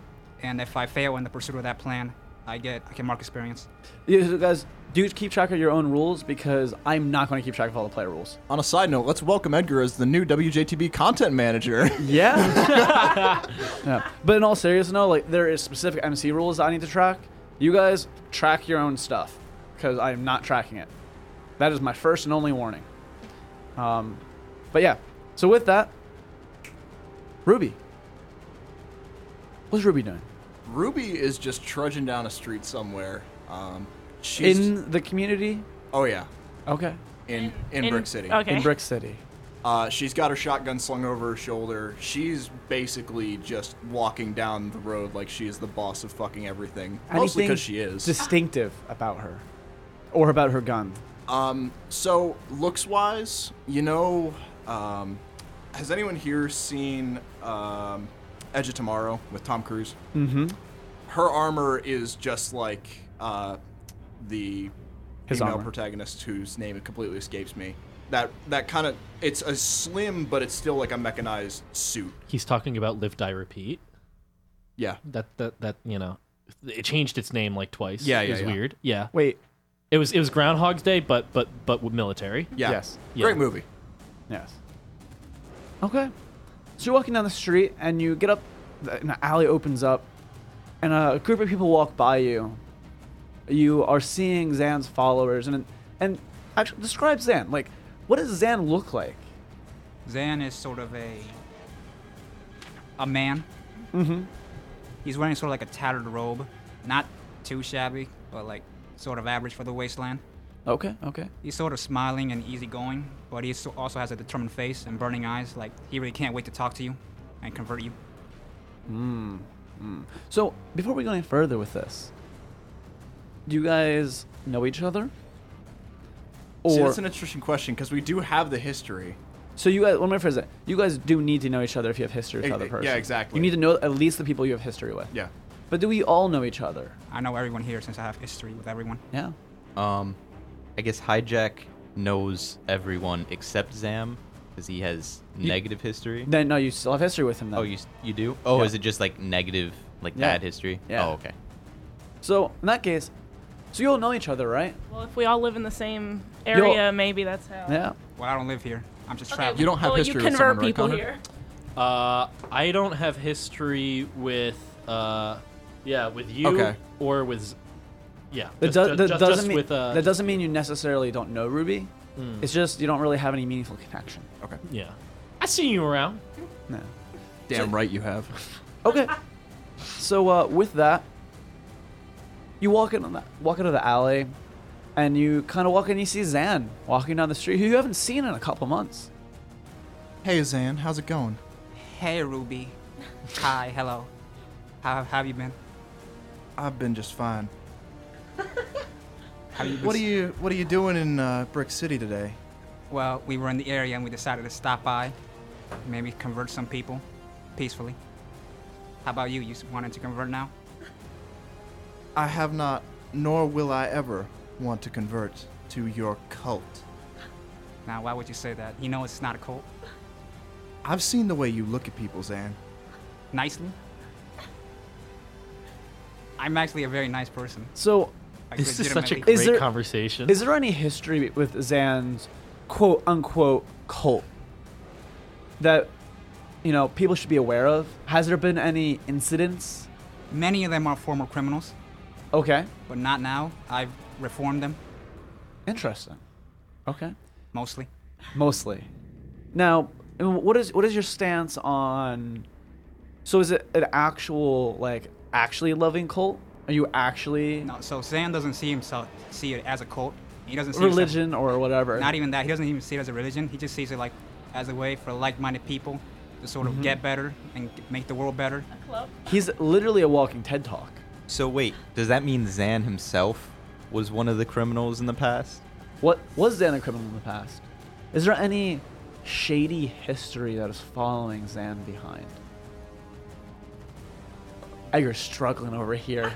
Speaker 6: and if I fail in the pursuit of that plan, I get I can mark experience.
Speaker 2: Yeah, so guys, do keep track of your own rules because I'm not going to keep track of all the player rules.
Speaker 4: On a side note, let's welcome Edgar as the new WJTB content manager. <laughs>
Speaker 2: Yeah. yeah. But in all seriousness, no, like there is specific MC rules that I need to track. You guys track your own stuff because I am not tracking it. That is my first and only warning. Um, but yeah. So with that, Ruby. What's Ruby doing?
Speaker 4: Ruby is just trudging down a street somewhere. Um, she's
Speaker 2: In the community?
Speaker 4: oh yeah,
Speaker 2: Okay. Eh.
Speaker 4: in in, Brick City.
Speaker 3: Okay.
Speaker 2: In Brick City.
Speaker 4: Uh, she's got her shotgun slung over her shoulder. She's basically just walking down the road like she is the boss of fucking everything. Mostly
Speaker 2: Anything
Speaker 4: because she is.
Speaker 2: distinctive about her, or about her gun.
Speaker 4: Um, so looks wise, you know, um, has anyone here seen um, Edge of Tomorrow with Tom Cruise? Mm-hmm. Her armor is just like uh, the
Speaker 2: His
Speaker 4: female
Speaker 2: armor.
Speaker 4: protagonist whose name completely escapes me. That that kind of it's a slim, but it's still like a mechanized suit.
Speaker 1: He's talking about Live Die Repeat.
Speaker 4: Yeah.
Speaker 1: That that that you know, it changed its name like twice.
Speaker 4: Yeah,
Speaker 1: it
Speaker 4: yeah,
Speaker 1: was
Speaker 4: yeah.
Speaker 1: weird. Yeah,
Speaker 2: Wait,
Speaker 1: it was it was Groundhog's Day, but but but with military.
Speaker 4: Yeah.
Speaker 2: Yes.
Speaker 1: Yeah.
Speaker 4: Great movie.
Speaker 2: yes. Okay, so you're walking down the street and you get up, an alley opens up, and a group of people walk by you. You are seeing Zan's followers, and and actually describe Zan. Like, what does Zan look like?
Speaker 6: Zan is sort of a a man. Mm-hmm. He's wearing sort of like a tattered robe, not too shabby, but like sort of average for the wasteland.
Speaker 2: Okay, okay.
Speaker 6: He's sort of smiling and easygoing, but he so- also has a determined face and burning eyes. Like he really can't wait to talk to you and convert you.
Speaker 2: So before we go any further with this, do you guys know each other?
Speaker 4: See, that's an interesting question because we do have the history.
Speaker 2: So you guys, one more phrase. that. You guys do need to know each other if you have history with
Speaker 4: Eh,
Speaker 2: other
Speaker 4: eh, yeah,
Speaker 2: person.
Speaker 4: exactly.
Speaker 2: You need to know at least the people you have history with.
Speaker 4: Yeah.
Speaker 2: But do we all know each other?
Speaker 6: I know everyone here since I have history with everyone.
Speaker 2: Yeah.
Speaker 5: Um, I guess Hijack knows everyone except Zam because he has negative history.
Speaker 2: Then no, you still have history with him. Then.
Speaker 5: Oh, you s- you do? Oh,
Speaker 2: Yeah.
Speaker 5: is it just like negative, like
Speaker 2: Yeah.
Speaker 5: bad history?
Speaker 2: Yeah.
Speaker 5: Oh, okay.
Speaker 2: So in that case, so you all know each other, right?
Speaker 3: Well, if we all live in the same area, maybe that's how.
Speaker 2: Yeah.
Speaker 6: Well, I don't live here. I'm just
Speaker 3: Okay,
Speaker 6: traveling.
Speaker 4: You don't have
Speaker 3: well,
Speaker 4: history
Speaker 3: You
Speaker 4: with
Speaker 3: convert
Speaker 4: someone, right,
Speaker 3: people
Speaker 4: Connor?
Speaker 3: here.
Speaker 1: Uh, I don't have history with uh, yeah, with you
Speaker 4: Okay.
Speaker 1: or with yeah.
Speaker 2: That,
Speaker 1: just- ju-
Speaker 2: do- that
Speaker 1: just-
Speaker 2: doesn't
Speaker 1: just
Speaker 2: mean
Speaker 1: with uh, Hmm.
Speaker 2: that doesn't mean you necessarily don't know Ruby. It's just you don't really have any meaningful connection.
Speaker 4: Okay.
Speaker 1: yeah. I seen you around.
Speaker 2: No.
Speaker 4: Damn right you have.
Speaker 2: <laughs> Okay. so uh, with that, you walk in on that walk out of the alley, and you kind of walk in. You see Zan walking down the street, who you haven't seen in a couple months.
Speaker 4: Hey Zan, how's it going?
Speaker 6: Hey, Ruby. Hi, hello. How have you been?
Speaker 4: I've been just fine.
Speaker 6: <laughs> Have you been
Speaker 4: What are
Speaker 6: s-
Speaker 4: you What are you doing in uh, Brick City today?
Speaker 6: Well, we were in the area and we decided to stop by, maybe convert some people, peacefully. How about you? You s- wanted to convert now?
Speaker 4: I have not, nor will I ever want to convert to your cult.
Speaker 6: Now, why would you say that? You know it's not a cult.
Speaker 4: I've seen the way you look at people, Zan.
Speaker 6: Nicely. I'm actually a very nice person.
Speaker 2: So
Speaker 6: Like,
Speaker 1: This is such a
Speaker 6: legitimately.
Speaker 1: great
Speaker 2: Is there-
Speaker 1: conversation.
Speaker 2: Is there any history with Zan's quote unquote cult that you know people should be aware of? Has there been any incidents?
Speaker 6: Many of them are former criminals,
Speaker 2: Okay.
Speaker 6: but not now. I've reformed them
Speaker 2: Interesting. Okay.
Speaker 6: mostly.
Speaker 2: Mostly. Now, what is what is your stance on so is it an actual like actually loving cult? Are you actually
Speaker 6: No, so Zan doesn't see himself see it as a cult. He doesn't see himself-
Speaker 2: religion or whatever?
Speaker 6: not even that. He doesn't even see it as a religion. He just sees it like as a way for like-minded people to sort of get better and g- make the world better.
Speaker 3: Club.
Speaker 2: He's literally a walking TED talk.
Speaker 5: So wait, does that mean Zan himself was one of the criminals in the past?
Speaker 2: What was Zan a criminal in the past? Is there any shady history that is following Zan behind? Edgar's struggling over here.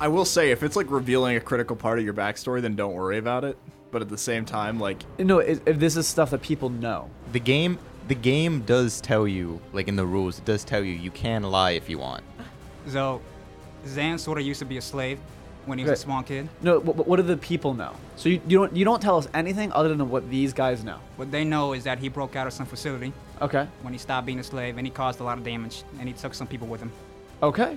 Speaker 4: I will say, if it's like revealing a critical part of your backstory, then don't worry about it. but at the same time, like
Speaker 2: No, it, it- this is stuff that people know.
Speaker 5: The game, the game does tell you, like in the rules, it does tell you you can lie if you want.
Speaker 6: So, Zan sort of used to be a slave when he was
Speaker 2: Right.
Speaker 6: a small kid.
Speaker 2: No, what, what do the people know? So you, you don't you don't tell us anything other than what these guys know.
Speaker 6: What they know is that he broke out of some facility
Speaker 2: Okay.
Speaker 6: when he stopped being a slave and he caused a lot of damage and he took some people with him.
Speaker 2: Okay.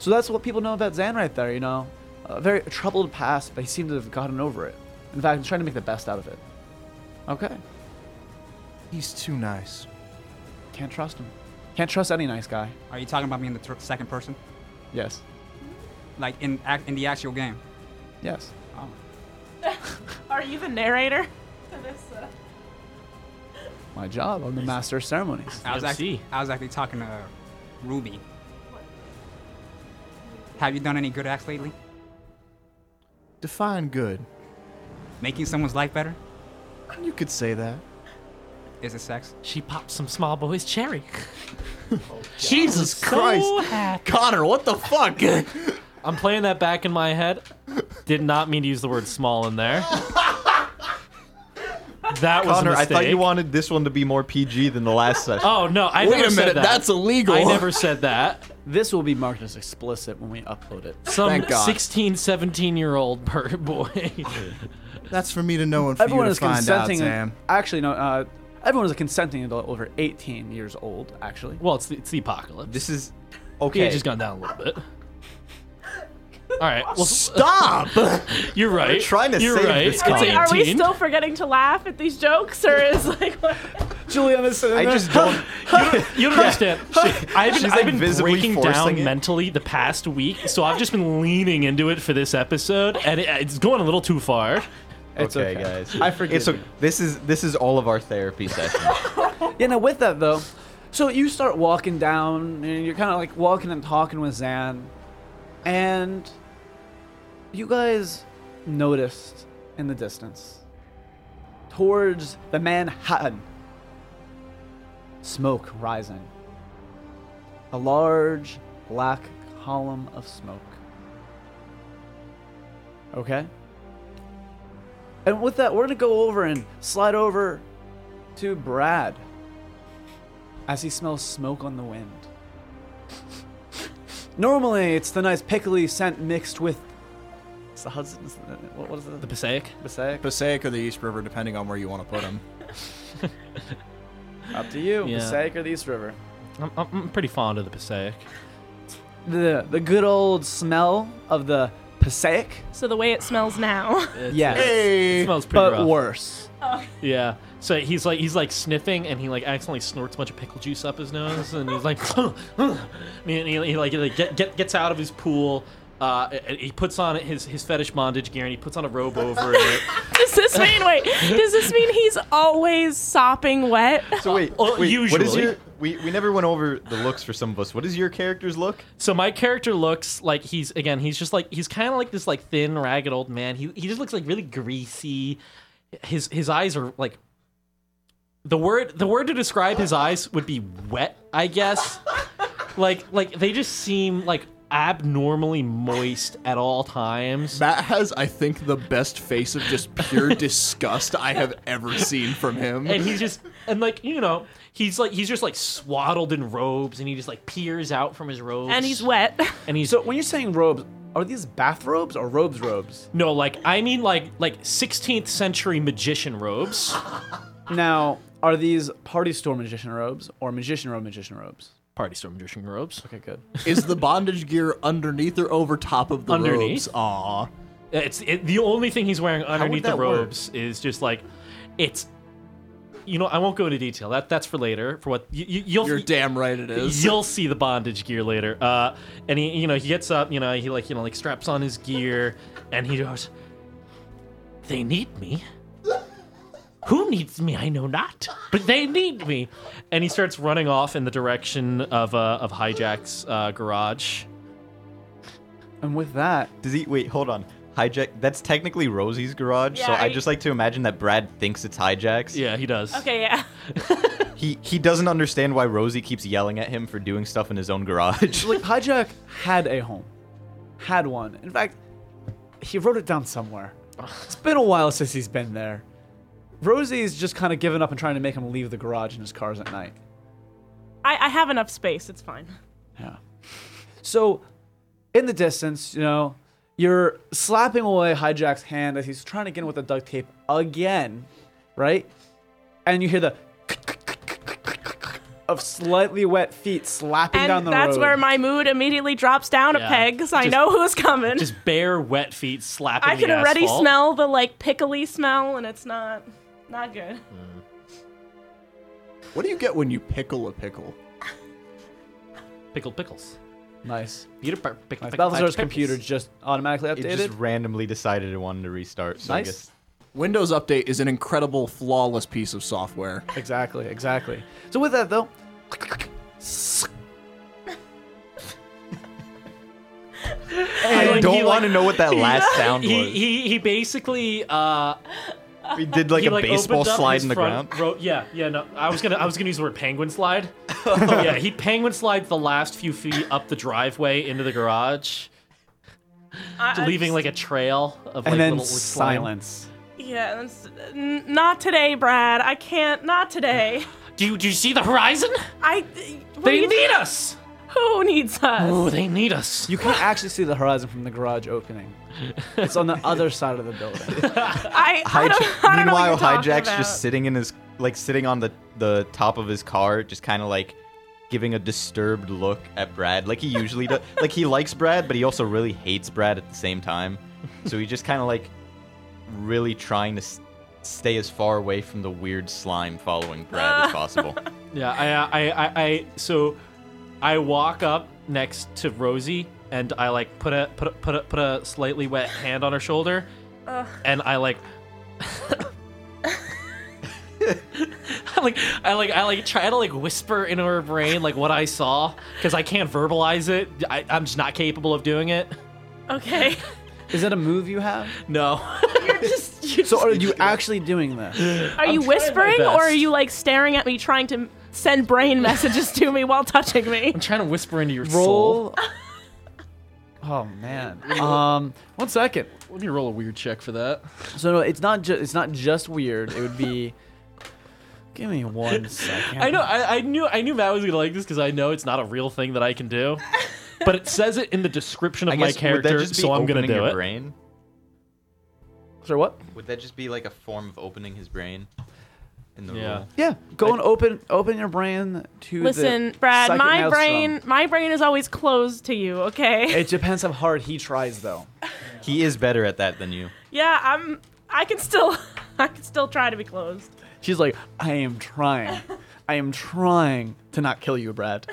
Speaker 2: So that's what people know about Zan right there, you know. A very troubled past, but he seemed to have gotten over it. In fact, he's trying to make the best out of it. Okay.
Speaker 4: he's too nice.
Speaker 2: Can't trust him. Can't trust any nice guy.
Speaker 6: Are you talking about me in the tr- second person?
Speaker 2: Yes.
Speaker 6: Like in ac- in the actual game?
Speaker 2: Yes.
Speaker 6: Oh.
Speaker 3: Are you the narrator? to this, uh,
Speaker 2: My job. I'm the master of ceremonies.
Speaker 6: I was
Speaker 1: You'll
Speaker 6: actually
Speaker 1: see.
Speaker 6: I was actually talking to Ruby. Have you done any good acts lately?
Speaker 4: Define good.
Speaker 6: Making someone's life better?
Speaker 4: You could say that.
Speaker 6: Is it sex?
Speaker 1: She popped some small boy's
Speaker 5: <laughs>
Speaker 1: cherry. Jesus
Speaker 4: Christ.
Speaker 1: happy.
Speaker 4: Connor, what the fuck?
Speaker 1: I'm playing that back in my head. Did not mean to use the word small in
Speaker 5: <laughs>
Speaker 1: there. That was
Speaker 5: Connor,
Speaker 1: a
Speaker 5: I
Speaker 1: mistake.
Speaker 5: thought you wanted this one to be more PG than the last session.
Speaker 1: <laughs> Oh no! I
Speaker 4: Wait
Speaker 1: never
Speaker 4: a
Speaker 1: said
Speaker 4: minute,
Speaker 1: that.
Speaker 4: that's illegal.
Speaker 1: I
Speaker 4: <laughs>
Speaker 1: never said
Speaker 5: <laughs>
Speaker 1: that.
Speaker 2: This will be marked as explicit when we upload it.
Speaker 1: Some
Speaker 4: Thank God.
Speaker 1: 16, 17 year old per
Speaker 5: <laughs>
Speaker 1: boy.
Speaker 4: <laughs> That's for me to know and for
Speaker 2: Everyone
Speaker 4: you to
Speaker 2: is
Speaker 4: find
Speaker 2: consenting.
Speaker 4: out, Sam.
Speaker 2: Actually, no. Uh, everyone is a consenting adult over 18 years old. Actually.
Speaker 1: well, it's the, it's the apocalypse.
Speaker 5: This is
Speaker 1: the
Speaker 5: okay.
Speaker 1: age has gone down a little bit. All right. Well,
Speaker 5: Stop.
Speaker 1: you're right.
Speaker 5: trying to
Speaker 1: you're
Speaker 5: save
Speaker 1: right.
Speaker 5: this
Speaker 1: It's
Speaker 5: company.
Speaker 3: Wait, are we
Speaker 1: 18.
Speaker 3: still forgetting to laugh at these jokes, or is
Speaker 4: <laughs>
Speaker 3: like what?
Speaker 2: Juliana
Speaker 5: <laughs> I just
Speaker 1: <laughs>
Speaker 5: don't.
Speaker 1: You don't understand. <laughs> I've been,
Speaker 5: she's,
Speaker 1: I've
Speaker 5: like,
Speaker 1: been
Speaker 5: visibly
Speaker 1: breaking
Speaker 5: forcing
Speaker 1: down
Speaker 5: it.
Speaker 1: mentally the past week, so I've just been leaning into it for this episode, and it, it's going a little too far.
Speaker 2: It's
Speaker 5: okay,
Speaker 2: okay.
Speaker 5: guys.
Speaker 2: I forgive
Speaker 5: It's o-
Speaker 2: you.
Speaker 5: This is this is all of our
Speaker 1: <laughs>
Speaker 5: therapy sessions.
Speaker 2: Yeah, now with that though, so you start walking down and you're kind of like walking and talking with Zan, and you guys noticed in the distance, towards the Manhattan, smoke rising. A large black column of smoke. Okay? And with that, we're gonna go over and slide over to Brad as he smells smoke on the wind. <laughs> Normally, it's the nice pickly scent mixed with. It's the Hudson. it's the- What was it?
Speaker 1: The Passaic.
Speaker 2: Passaic?
Speaker 4: Passaic or the East River, depending on where you want to put him.
Speaker 2: Up to you.
Speaker 1: Yeah.
Speaker 2: Passaic or the East River?
Speaker 1: I'm, I'm I'm pretty fond of the Passaic.
Speaker 2: The, the good old smell of the Passaic,
Speaker 3: So the way it smells now. <laughs>
Speaker 1: It's-
Speaker 2: Yes.
Speaker 1: it
Speaker 4: Hey.
Speaker 1: smells pretty
Speaker 2: but
Speaker 1: rough.
Speaker 2: worse.
Speaker 1: Yeah. So he's like he's like sniffing and he like accidentally snorts a bunch of pickle juice up his nose and he's like <laughs> and he, he- he, like, he, like, get, get, gets out of his pool. Uh, and he puts on his, his fetish bondage gear and he puts on a robe over it.
Speaker 3: does this mean wait? Does this mean he's always sopping wet?
Speaker 5: So wait,
Speaker 1: Uh,
Speaker 5: wait what is
Speaker 1: usually.
Speaker 5: your? We, we never went over the looks for some of us. What is your character's look?
Speaker 1: So my character looks like he's again he's just like he's kind of like this like thin ragged old man. He he just looks like really greasy. His his eyes are like the word the word to describe his eyes would be wet, I guess. like like they just seem like abnormally moist at all times.
Speaker 4: Matt has, I think, the best face of just <laughs> pure disgust I have ever seen from
Speaker 1: and
Speaker 4: him.
Speaker 1: he's just and like you know he's like he's just like swaddled in robes and he just like peers out from his robes
Speaker 3: And he's wet.
Speaker 1: and he's
Speaker 2: So when you're saying robes, are these bathrobes or robes robes?
Speaker 1: no like I mean like like 16th century magician robes.
Speaker 2: Now, are these party store magician robes or magician robe magician robes?
Speaker 1: Party Storm Magician robes.
Speaker 2: Okay, good.
Speaker 4: Is the bondage gear underneath or over top of the
Speaker 1: Underneath.
Speaker 4: robes? Aw.
Speaker 1: It's it, the only thing he's wearing underneath the
Speaker 5: that work?
Speaker 1: robes is just like, it's. You know, I won't go into detail. That that's for later. For what you, you, you'll
Speaker 4: You're damn right it is.
Speaker 1: you'll see the bondage gear later. Uh, and he you know he gets up. You know he like you know like straps on his gear, and he goes. They need me. Who needs me? I know not, but they need me. And he starts running off in the direction of uh, of Hijack's uh, garage.
Speaker 2: And with that,
Speaker 5: Does he? Wait, hold on. Hijack. That's technically Rosie's garage, so
Speaker 3: Yeah,
Speaker 5: I,
Speaker 3: I-
Speaker 5: just like to imagine that Brad thinks it's hijacks.
Speaker 1: Yeah, he does.
Speaker 3: <laughs> Okay, yeah.
Speaker 5: He he doesn't understand why Rosie keeps yelling at him for doing stuff in his own
Speaker 2: <laughs>
Speaker 5: garage.
Speaker 2: like Hijack had a home, had one. In fact, he wrote it down somewhere. It's been a while since he's been there. Rosie's just kind of given up and trying to make him leave the garage in his cars at night.
Speaker 3: I, I have enough space. It's fine.
Speaker 2: Yeah. So, in the distance, you know, you're slapping away Hijack's hand as he's trying to get in with the duct tape again, right? And you hear the of slightly wet feet slapping down
Speaker 3: And
Speaker 2: the
Speaker 3: that's
Speaker 2: road.
Speaker 3: where my mood immediately drops down a
Speaker 1: Yeah.
Speaker 3: peg because I
Speaker 1: Just-
Speaker 3: know who's <laughs> coming.
Speaker 1: Just bare wet feet slapping
Speaker 3: I can
Speaker 1: the
Speaker 3: already
Speaker 1: asphalt.
Speaker 3: smell the like pickly smell, and it's not not good.
Speaker 4: What do you get when you pickle a pickle?
Speaker 1: Pickled pickles.
Speaker 2: nice.
Speaker 1: Peter Piper- pick-
Speaker 2: nice.
Speaker 1: pick-
Speaker 2: Balthazar's
Speaker 1: pick-
Speaker 2: computer
Speaker 1: pickles.
Speaker 2: just automatically
Speaker 5: It
Speaker 2: updated.
Speaker 5: just randomly decided it wanted to restart. So I
Speaker 2: Nice.
Speaker 5: guess-
Speaker 4: Windows Update is an incredible, flawless piece of software.
Speaker 2: Exactly, exactly. So with that though,
Speaker 1: And <laughs>
Speaker 5: I
Speaker 1: he,
Speaker 5: <laughs> don't
Speaker 1: like-
Speaker 5: want to know what that last sound was.
Speaker 1: He, he, he basically uh,
Speaker 5: we did like
Speaker 1: he
Speaker 5: a
Speaker 1: like
Speaker 5: baseball
Speaker 1: opened up
Speaker 5: slide
Speaker 1: his
Speaker 5: in the
Speaker 1: front <laughs>
Speaker 5: ground.
Speaker 1: Row, yeah, yeah. No, I was gonna I was gonna use the word penguin
Speaker 5: <laughs>
Speaker 1: slide. yeah, he penguin slides the last few feet up the driveway into the garage,
Speaker 3: I, I
Speaker 1: leaving
Speaker 3: just-
Speaker 1: like a trail of like
Speaker 2: and then
Speaker 1: little slime.
Speaker 2: silence.
Speaker 3: yeah, that's, n- not today, Brad. I can't.
Speaker 1: <laughs>
Speaker 3: Not today.
Speaker 1: Do you, do you see the horizon?
Speaker 3: I. what do
Speaker 1: They
Speaker 3: you-
Speaker 1: need us.
Speaker 3: Who needs us?
Speaker 1: Oh, they need us.
Speaker 2: You can actually see the horizon from the garage opening. It's on the other side of the
Speaker 5: <laughs>
Speaker 2: building.
Speaker 3: I, I don't, I don't know what
Speaker 5: meanwhile,
Speaker 3: you're talking
Speaker 5: hijack's
Speaker 3: about.
Speaker 5: just sitting in his like sitting on the the top of his car, just kind of like giving a disturbed look at Brad, like he
Speaker 1: <laughs>
Speaker 5: usually does. like he likes Brad, but he also really hates Brad at the same time. So he's just kind of like really trying to s- stay as far away from the weird slime following
Speaker 1: <laughs>
Speaker 5: Brad as possible.
Speaker 1: Yeah, I, I, I, I, so I walk up next to Rosie and I like put a put a, put a, put a slightly wet hand on her shoulder, and I like. <laughs> I like I like I like try to like whisper into her brain like what I saw because I can't verbalize it. I, I'm just not capable of doing it.
Speaker 3: Okay.
Speaker 2: Is that a move you have?
Speaker 1: No.
Speaker 3: You're just. you
Speaker 2: So are you actually doing <laughs> this?
Speaker 3: are
Speaker 1: trying
Speaker 3: you
Speaker 1: my
Speaker 3: whispering or are
Speaker 1: best.
Speaker 3: you like staring at me trying to send brain <laughs> messages to me while touching me?
Speaker 1: I'm <laughs> trying to whisper into your soul.
Speaker 2: Roll. Oh man. Um, one second.
Speaker 1: Let me roll a weird check for that.
Speaker 2: So no, it's not just it's not just weird. It would be. <laughs> Give me one second.
Speaker 1: I know. I, I knew. I knew Matt was gonna like this because I know it's not a real thing that I can do, but it says it in the description of
Speaker 5: I
Speaker 1: my
Speaker 5: guess would
Speaker 1: character,
Speaker 5: that just be
Speaker 1: so I'm gonna
Speaker 5: opening
Speaker 1: do
Speaker 5: your
Speaker 1: it.
Speaker 5: brain?
Speaker 2: Sir, what?
Speaker 5: Would that just be like a form of opening his brain? In the
Speaker 1: Yeah.
Speaker 5: rule?
Speaker 2: Yeah. Go and open open your brain to the
Speaker 3: Listen, Brad,
Speaker 2: psychic
Speaker 3: my
Speaker 2: maelstrom.
Speaker 3: brain, my brain is always closed to you. Okay.
Speaker 2: It depends how hard he tries, though.
Speaker 5: He is better at that than you.
Speaker 3: yeah, I'm. I can still, <laughs> I can still try to be closed.
Speaker 2: She's like, I am trying. I am trying to not kill you, Brad.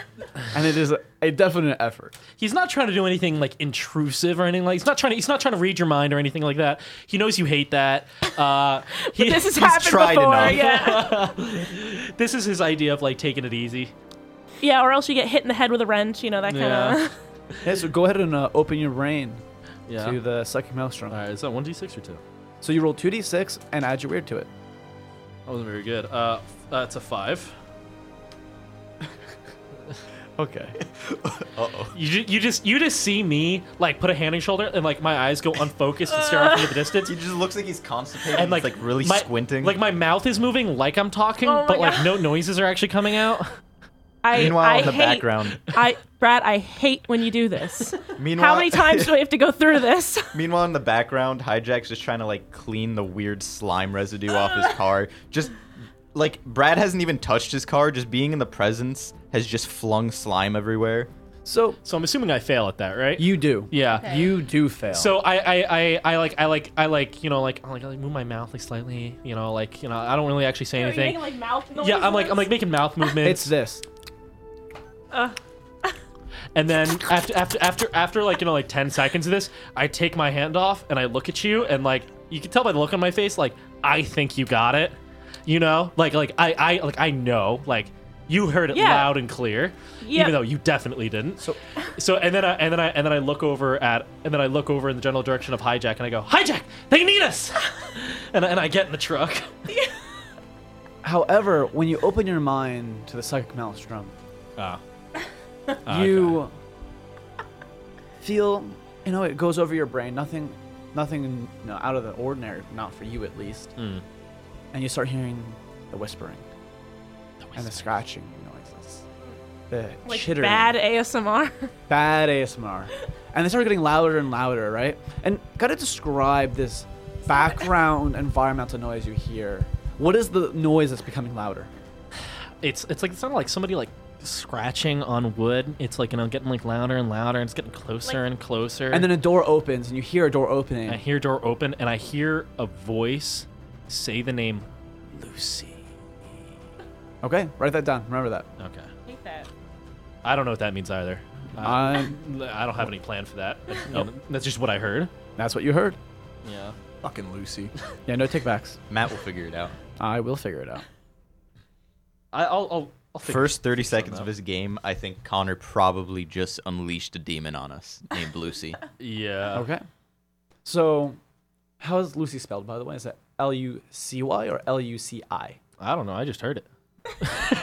Speaker 2: And it is a, a definite effort.
Speaker 1: He's not trying to do anything like intrusive or anything like. He's not trying to. He's not trying to read your mind or anything like that. He knows you hate that. Uh, he,
Speaker 3: This has
Speaker 1: he's-
Speaker 3: happened
Speaker 5: tried
Speaker 3: before.
Speaker 5: enough.
Speaker 1: <laughs>
Speaker 3: Yeah.
Speaker 1: this is his idea of like taking it easy.
Speaker 3: yeah, or else you get hit in the head with a wrench. You know that kind of.
Speaker 1: Yeah.
Speaker 2: Yeah, so go ahead and uh, open your brain
Speaker 1: Yeah.
Speaker 2: to the psychic maelstrom.
Speaker 1: All right. Is that one d six or two?
Speaker 2: So you roll 2d6 and add your weird to it.
Speaker 1: That wasn't very good. Uh, f- uh it's a five.
Speaker 2: Okay.
Speaker 1: You, ju- you just you just see me like put a hand on your shoulder and like my eyes go unfocused and stare off into the distance.
Speaker 5: He just looks like he's constipated.
Speaker 1: and
Speaker 5: he's
Speaker 1: like,
Speaker 5: like really
Speaker 1: my,
Speaker 5: squinting.
Speaker 1: Like my mouth is moving like I'm talking,
Speaker 3: Oh my
Speaker 1: but like
Speaker 3: God.
Speaker 1: no noises are actually coming out.
Speaker 3: <laughs> I,
Speaker 5: meanwhile,
Speaker 3: I
Speaker 5: in the
Speaker 3: hate,
Speaker 5: background.
Speaker 3: I, Brad, I hate when you
Speaker 1: <laughs>
Speaker 3: do this.
Speaker 5: Meanwhile,
Speaker 3: How many times do we have to go through this?
Speaker 5: <laughs>
Speaker 3: <laughs>
Speaker 5: meanwhile, in the background, Hijack's just trying to like clean the weird slime residue off
Speaker 3: <laughs>
Speaker 5: his car. Just like Brad hasn't even touched his car. Just being in the presence has just flung slime everywhere.
Speaker 2: So
Speaker 1: <laughs> So I'm assuming I fail at that, right?
Speaker 2: you do.
Speaker 1: yeah.
Speaker 2: You do fail.
Speaker 1: So I, I, I, I like I like I like you know like I like, I like move my mouth like slightly you know like you know I don't really actually say anything.
Speaker 3: like mouth noises?
Speaker 1: Yeah, I'm like I'm like making
Speaker 5: <laughs>
Speaker 1: mouth movements,
Speaker 2: it's this.
Speaker 1: and then after after after after like you know like ten seconds of this, I take my hand off and I look at you and like you can tell by the look on my face like I think you got it, you know like like I I like I know like you heard it
Speaker 3: Yeah.
Speaker 1: loud and clear,
Speaker 3: Yeah.
Speaker 1: even though you definitely didn't.
Speaker 2: So
Speaker 1: So and then I and then I and then I look over at and then I look over in the general direction of hijack and I go hijack they need us, <laughs> and and I get in the truck.
Speaker 2: However, when you open your mind to the psychic maelstrom,
Speaker 1: Oh.
Speaker 2: Ah, you feel, you know, it goes over your brain. Nothing nothing you know, out of the ordinary, not for you at least.
Speaker 1: Mm.
Speaker 2: And you start hearing Hmm. the whispering and the scratching noises, the
Speaker 3: Like
Speaker 2: chittering,
Speaker 3: bad ASMR.
Speaker 2: bad ASMR, and they start getting louder and louder, right? And gotta describe this background environmental noise you hear. What is the noise that's becoming louder?
Speaker 1: It's it's like it sounded like somebody like scratching on wood. It's like you know getting like louder and louder, and it's getting closer
Speaker 3: Like-
Speaker 1: and closer.
Speaker 2: And then a door opens, and you hear a door opening.
Speaker 1: I hear door open, and I hear a voice say the name Lucy.
Speaker 2: Okay, write that down. Remember that.
Speaker 1: Okay,
Speaker 3: Hate that.
Speaker 1: I don't know what that means either. I,
Speaker 2: Um,
Speaker 1: I don't have any plan for <laughs> that. I- That's just what I heard.
Speaker 2: that's what you heard.
Speaker 1: Yeah.
Speaker 4: Fucking Lucy.
Speaker 2: Yeah, no takebacks.
Speaker 5: Matt will figure it out.
Speaker 2: I will figure it out.
Speaker 1: I, I'll, I'll, I'll figure
Speaker 5: First 30
Speaker 1: something
Speaker 5: seconds of
Speaker 1: out.
Speaker 5: his game, I think Connor probably just unleashed a demon on us
Speaker 3: <laughs>
Speaker 5: named Lucy.
Speaker 1: Yeah.
Speaker 2: Okay. So, how is Lucy spelled, by the way? Is that L U C Y or L U C I?
Speaker 1: I don't know. I just heard it.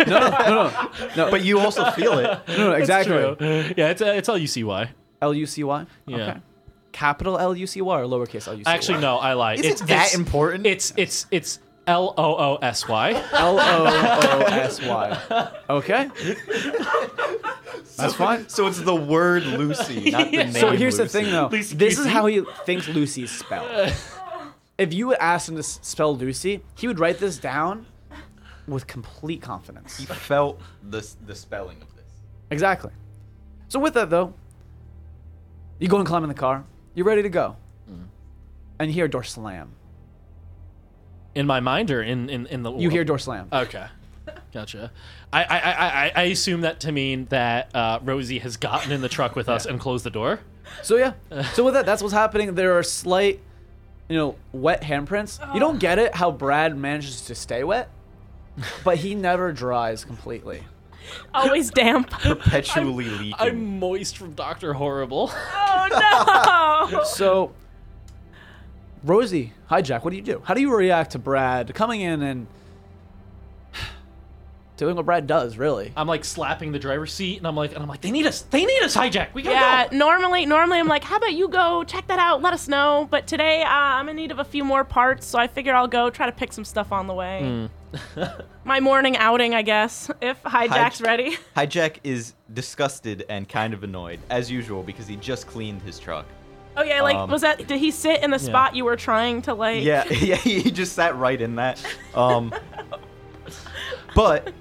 Speaker 2: No, no, no, no,
Speaker 5: but you also feel it.
Speaker 2: <laughs> no, no exactly.
Speaker 1: True. Yeah, it's, uh, it's L-U-C-Y.
Speaker 2: L U C Y.
Speaker 1: Yeah.
Speaker 2: Capital L U C Y or lowercase L U C Y?
Speaker 1: Actually, no, I lied.
Speaker 5: Is
Speaker 1: it's
Speaker 5: it that
Speaker 1: it's-
Speaker 5: important?
Speaker 1: It's it's it's L O O S Y.
Speaker 2: L O O S Y. Okay. That's fine.
Speaker 5: <laughs> So it's the word
Speaker 2: <laughs>
Speaker 5: Lucy, not the name.
Speaker 2: So here's the
Speaker 5: Lucy.
Speaker 2: thing, though.
Speaker 1: Lucy
Speaker 2: this is
Speaker 1: Goosey.
Speaker 2: how he thinks Lucy's spelled. if you would ask him to s- spell Lucy, he would write this down with complete confidence.
Speaker 5: He felt the the spelling of this.
Speaker 2: Exactly. So with that, though, you go and climb in the car. You're ready to go, and you hear a door slam.
Speaker 1: In my mind or in in, in the
Speaker 2: You hear a door slam.
Speaker 1: Okay. Gotcha. I I, I, I- I assume that to mean that uh, Rosie has gotten in the truck <laughs> with us and closed the door.
Speaker 2: So yeah. So with that, that's what's happening. There are slight, you know, wet handprints. You don't get it how Brad manages to stay wet, but he never dries completely.
Speaker 1: <laughs>
Speaker 3: Always damp.
Speaker 5: Perpetually leaking.
Speaker 1: I'm moist from Doctor Horrible. <laughs>
Speaker 3: Oh no!
Speaker 2: So, Rosie, hi Jack. What do you do? How do you react to Brad coming in and <sighs> doing what Brad does? Really?
Speaker 1: I'm like slapping the driver's seat and I'm like and I'm like they need us. They need us hijack. We gotta
Speaker 3: <laughs> Yeah,
Speaker 1: go.
Speaker 3: normally normally I'm like, how about you go check that out, let us know. But today uh, I'm in need of a few more parts, so I figure I'll go try to pick some stuff on the way.
Speaker 5: Hmm.
Speaker 3: <laughs> My morning outing, I guess, if hijack's
Speaker 5: Hij-
Speaker 2: <laughs>
Speaker 3: ready.
Speaker 5: Hijack is disgusted and kind of annoyed, as usual, because he just cleaned his truck.
Speaker 3: Oh yeah, like
Speaker 5: Um,
Speaker 3: was that? Did he sit in the spot you were trying to like?
Speaker 5: Yeah, <laughs> yeah, he just sat right in that.
Speaker 2: <laughs>
Speaker 5: Um, but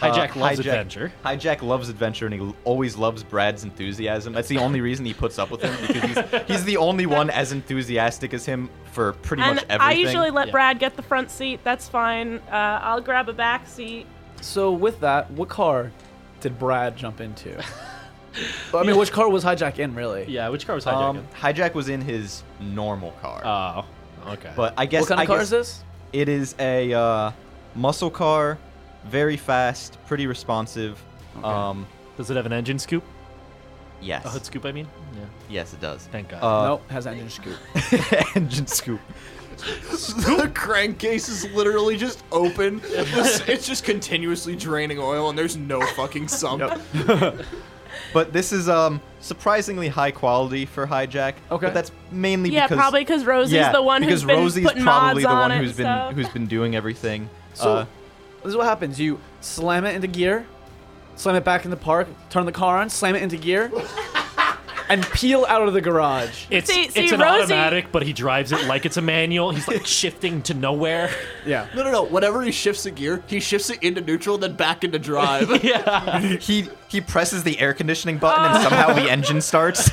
Speaker 1: Hijack
Speaker 5: uh,
Speaker 1: loves adventure.
Speaker 5: Hijack loves adventure, and he l- always loves Brad's enthusiasm. That's the only reason he puts up with him because he's, he's the only one as enthusiastic as him for pretty
Speaker 3: And
Speaker 5: much everything.
Speaker 3: I usually let
Speaker 1: Yeah.
Speaker 3: Brad get the front seat. That's fine. Uh, I'll grab a back seat.
Speaker 2: So with that, what car did Brad jump into? I mean, which car was hijack in? Really?
Speaker 1: Yeah. Which car was hijacking?
Speaker 5: um, Hijack was in his normal car,
Speaker 1: oh. Okay.
Speaker 5: Um, but I guess
Speaker 2: What kind of
Speaker 5: I
Speaker 2: car
Speaker 5: guess
Speaker 2: is this?
Speaker 5: It is a uh, muscle car, very fast, pretty responsive. Um,
Speaker 1: does it have an engine scoop?
Speaker 5: yes,
Speaker 2: Oh,
Speaker 1: A hood scoop, I mean. Yeah.
Speaker 5: yes, it does.
Speaker 1: Thank God.
Speaker 5: Uh,
Speaker 2: nope, has engine scoop.
Speaker 5: <laughs> engine scoop.
Speaker 4: the crankcase is literally just
Speaker 2: <laughs>
Speaker 4: open. This- it's just continuously draining oil, and there's no fucking sump.
Speaker 5: But this is um surprisingly high quality for hijack.
Speaker 2: Okay.
Speaker 5: But that's mainly
Speaker 3: Yeah,
Speaker 5: because
Speaker 3: probably because Rosie's
Speaker 5: yeah,
Speaker 3: the one
Speaker 5: because
Speaker 3: who's been
Speaker 5: Rosie's
Speaker 3: putting
Speaker 5: probably
Speaker 3: mods
Speaker 5: the
Speaker 3: on
Speaker 5: one
Speaker 3: it.
Speaker 5: who's been
Speaker 3: so.
Speaker 5: who's been doing everything.
Speaker 2: So
Speaker 5: uh,
Speaker 2: this is what happens: you slam it into gear, slam it back in the park, turn the car on, slam it into gear, and peel out of the garage.
Speaker 1: It's
Speaker 3: See- see,
Speaker 1: it's an
Speaker 3: Rosie-
Speaker 1: automatic, but he drives it like it's a manual. He's
Speaker 5: <laughs>
Speaker 1: like shifting to nowhere.
Speaker 2: Yeah.
Speaker 4: No, no, no. Whenever he shifts a gear, he shifts it into neutral, then back
Speaker 2: <laughs>
Speaker 4: into drive.
Speaker 5: he he presses the air conditioning button
Speaker 3: Oh.
Speaker 5: and somehow the
Speaker 3: <laughs>
Speaker 5: engine starts.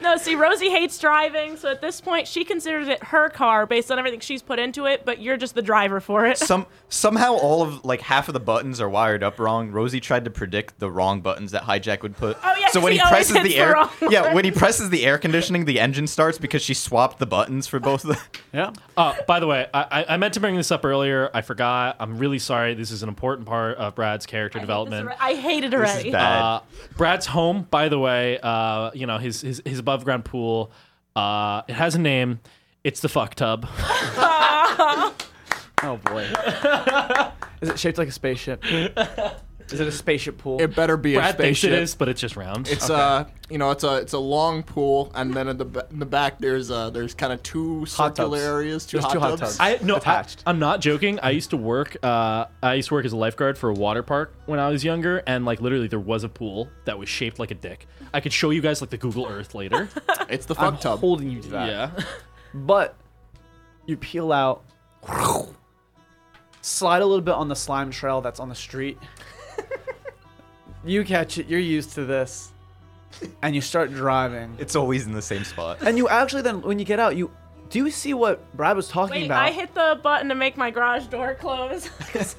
Speaker 3: No, see, Rosie hates driving, so at this point, she considers it her car based on everything she's put into it, but you're just the driver for it.
Speaker 5: Some somehow all of like half of the buttons are wired up wrong. Rosie tried to predict the wrong buttons that hijack would put.
Speaker 3: Oh, yeah,
Speaker 5: so
Speaker 3: 'cause
Speaker 5: when
Speaker 3: he
Speaker 5: he,
Speaker 3: always
Speaker 5: presses
Speaker 3: hits
Speaker 5: the
Speaker 3: the
Speaker 5: air,
Speaker 3: wrong
Speaker 5: yeah, when he presses the air conditioning, the engine starts because she swapped the buttons for
Speaker 3: <laughs>
Speaker 5: both of the.
Speaker 2: Yeah.
Speaker 1: Uh, by the way, I, I- I meant to bring this up earlier. I forgot. I'm really sorry. This is an important part of Brad's character development.
Speaker 3: <laughs> I hate it
Speaker 5: This
Speaker 3: already.
Speaker 5: is bad.
Speaker 1: Uh, Brad's home, by the way, uh, you know his his, his above ground pool. Uh, it has a name. It's the fuck tub.
Speaker 2: Oh boy. Is it shaped like a spaceship? Is it a spaceship pool?
Speaker 4: It better be a
Speaker 1: Brad thinks
Speaker 4: spaceship.
Speaker 1: it is, but it's just round.
Speaker 4: It's uh, you know, it's a it's a long pool, and then in the ba- in the back there's uh there's kind of two
Speaker 2: Hot
Speaker 4: circular
Speaker 2: tubs.
Speaker 4: areas, two
Speaker 2: There's
Speaker 4: hot
Speaker 2: two hot
Speaker 4: tubs.
Speaker 2: tubs.
Speaker 1: I no, I,
Speaker 2: attached.
Speaker 1: I'm not joking. I used to work. Uh, I used to work as a lifeguard for a water park when I was younger, and like literally, there was a pool that was shaped like a dick. I could show you guys like the Google Earth later.
Speaker 4: It's the
Speaker 2: I'm
Speaker 4: fuck tub.
Speaker 2: holding you to that.
Speaker 1: yeah,
Speaker 2: But you peel out, slide a little bit on the slime trail that's on the street. you catch it. You're used to this, and you start driving.
Speaker 5: It's always in the same spot.
Speaker 2: And you actually then, when you get out, you do you see what Brad was talking
Speaker 3: Wait,
Speaker 2: about?
Speaker 3: I hit the button to make my garage door
Speaker 5: <laughs>
Speaker 3: close.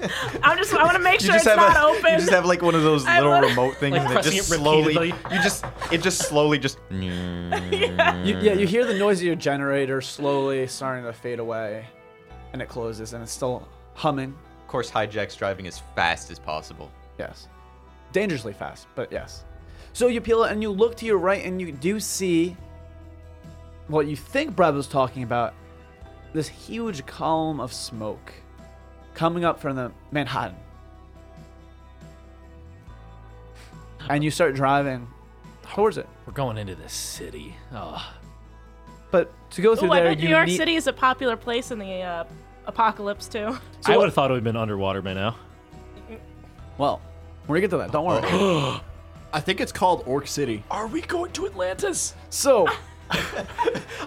Speaker 3: <laughs> I'm just, I want to make
Speaker 5: You
Speaker 3: sure it's
Speaker 5: have
Speaker 3: not
Speaker 5: a,
Speaker 3: open.
Speaker 5: You just have like one of those
Speaker 3: I
Speaker 5: little
Speaker 3: wanna-
Speaker 5: remote things
Speaker 1: Like
Speaker 5: that
Speaker 1: pressing
Speaker 5: just
Speaker 1: it
Speaker 5: slowly.
Speaker 1: repeatedly.
Speaker 5: You just it just slowly just. <laughs>
Speaker 2: You, yeah, you hear the noise of your generator slowly starting to fade away, and it closes, and it's still humming.
Speaker 5: Of course, hijack's driving as fast as possible.
Speaker 2: Yes. Dangerously fast, but yes. So you peel it and you look to your right and you do see what you think Brad was talking about this huge column of smoke coming up from the Manhattan. And you start driving towards it.
Speaker 1: we're going into the city. Oh,
Speaker 2: But to go through
Speaker 3: Ooh, I
Speaker 2: there,
Speaker 3: bet
Speaker 2: you
Speaker 3: New York
Speaker 2: need-
Speaker 3: City is a popular place in the uh, apocalypse too.
Speaker 1: I would have thought it would have been underwater by now.
Speaker 2: Well, we're gonna get to that. Don't worry.
Speaker 4: I think it's called Orc City.
Speaker 1: Are we going to Atlantis?
Speaker 2: <gasps> So,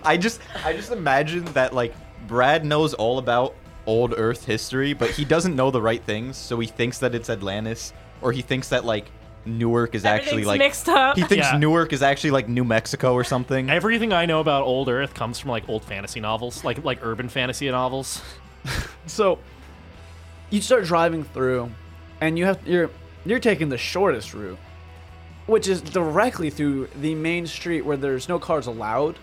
Speaker 5: I just I just imagine that like Brad knows all about old Earth history, but he doesn't know the right things, so he thinks that it's Atlantis, or he thinks that like Newark is actually
Speaker 3: Everything's
Speaker 5: like
Speaker 3: mixed up.
Speaker 5: he thinks
Speaker 1: Yeah.
Speaker 5: Newark is actually like New Mexico or something.
Speaker 1: Everything I know about old Earth comes from like old fantasy novels, like like urban fantasy novels.
Speaker 2: so you start driving through, and you have you're you're taking the shortest route, which is directly through the main street where there's no cars allowed,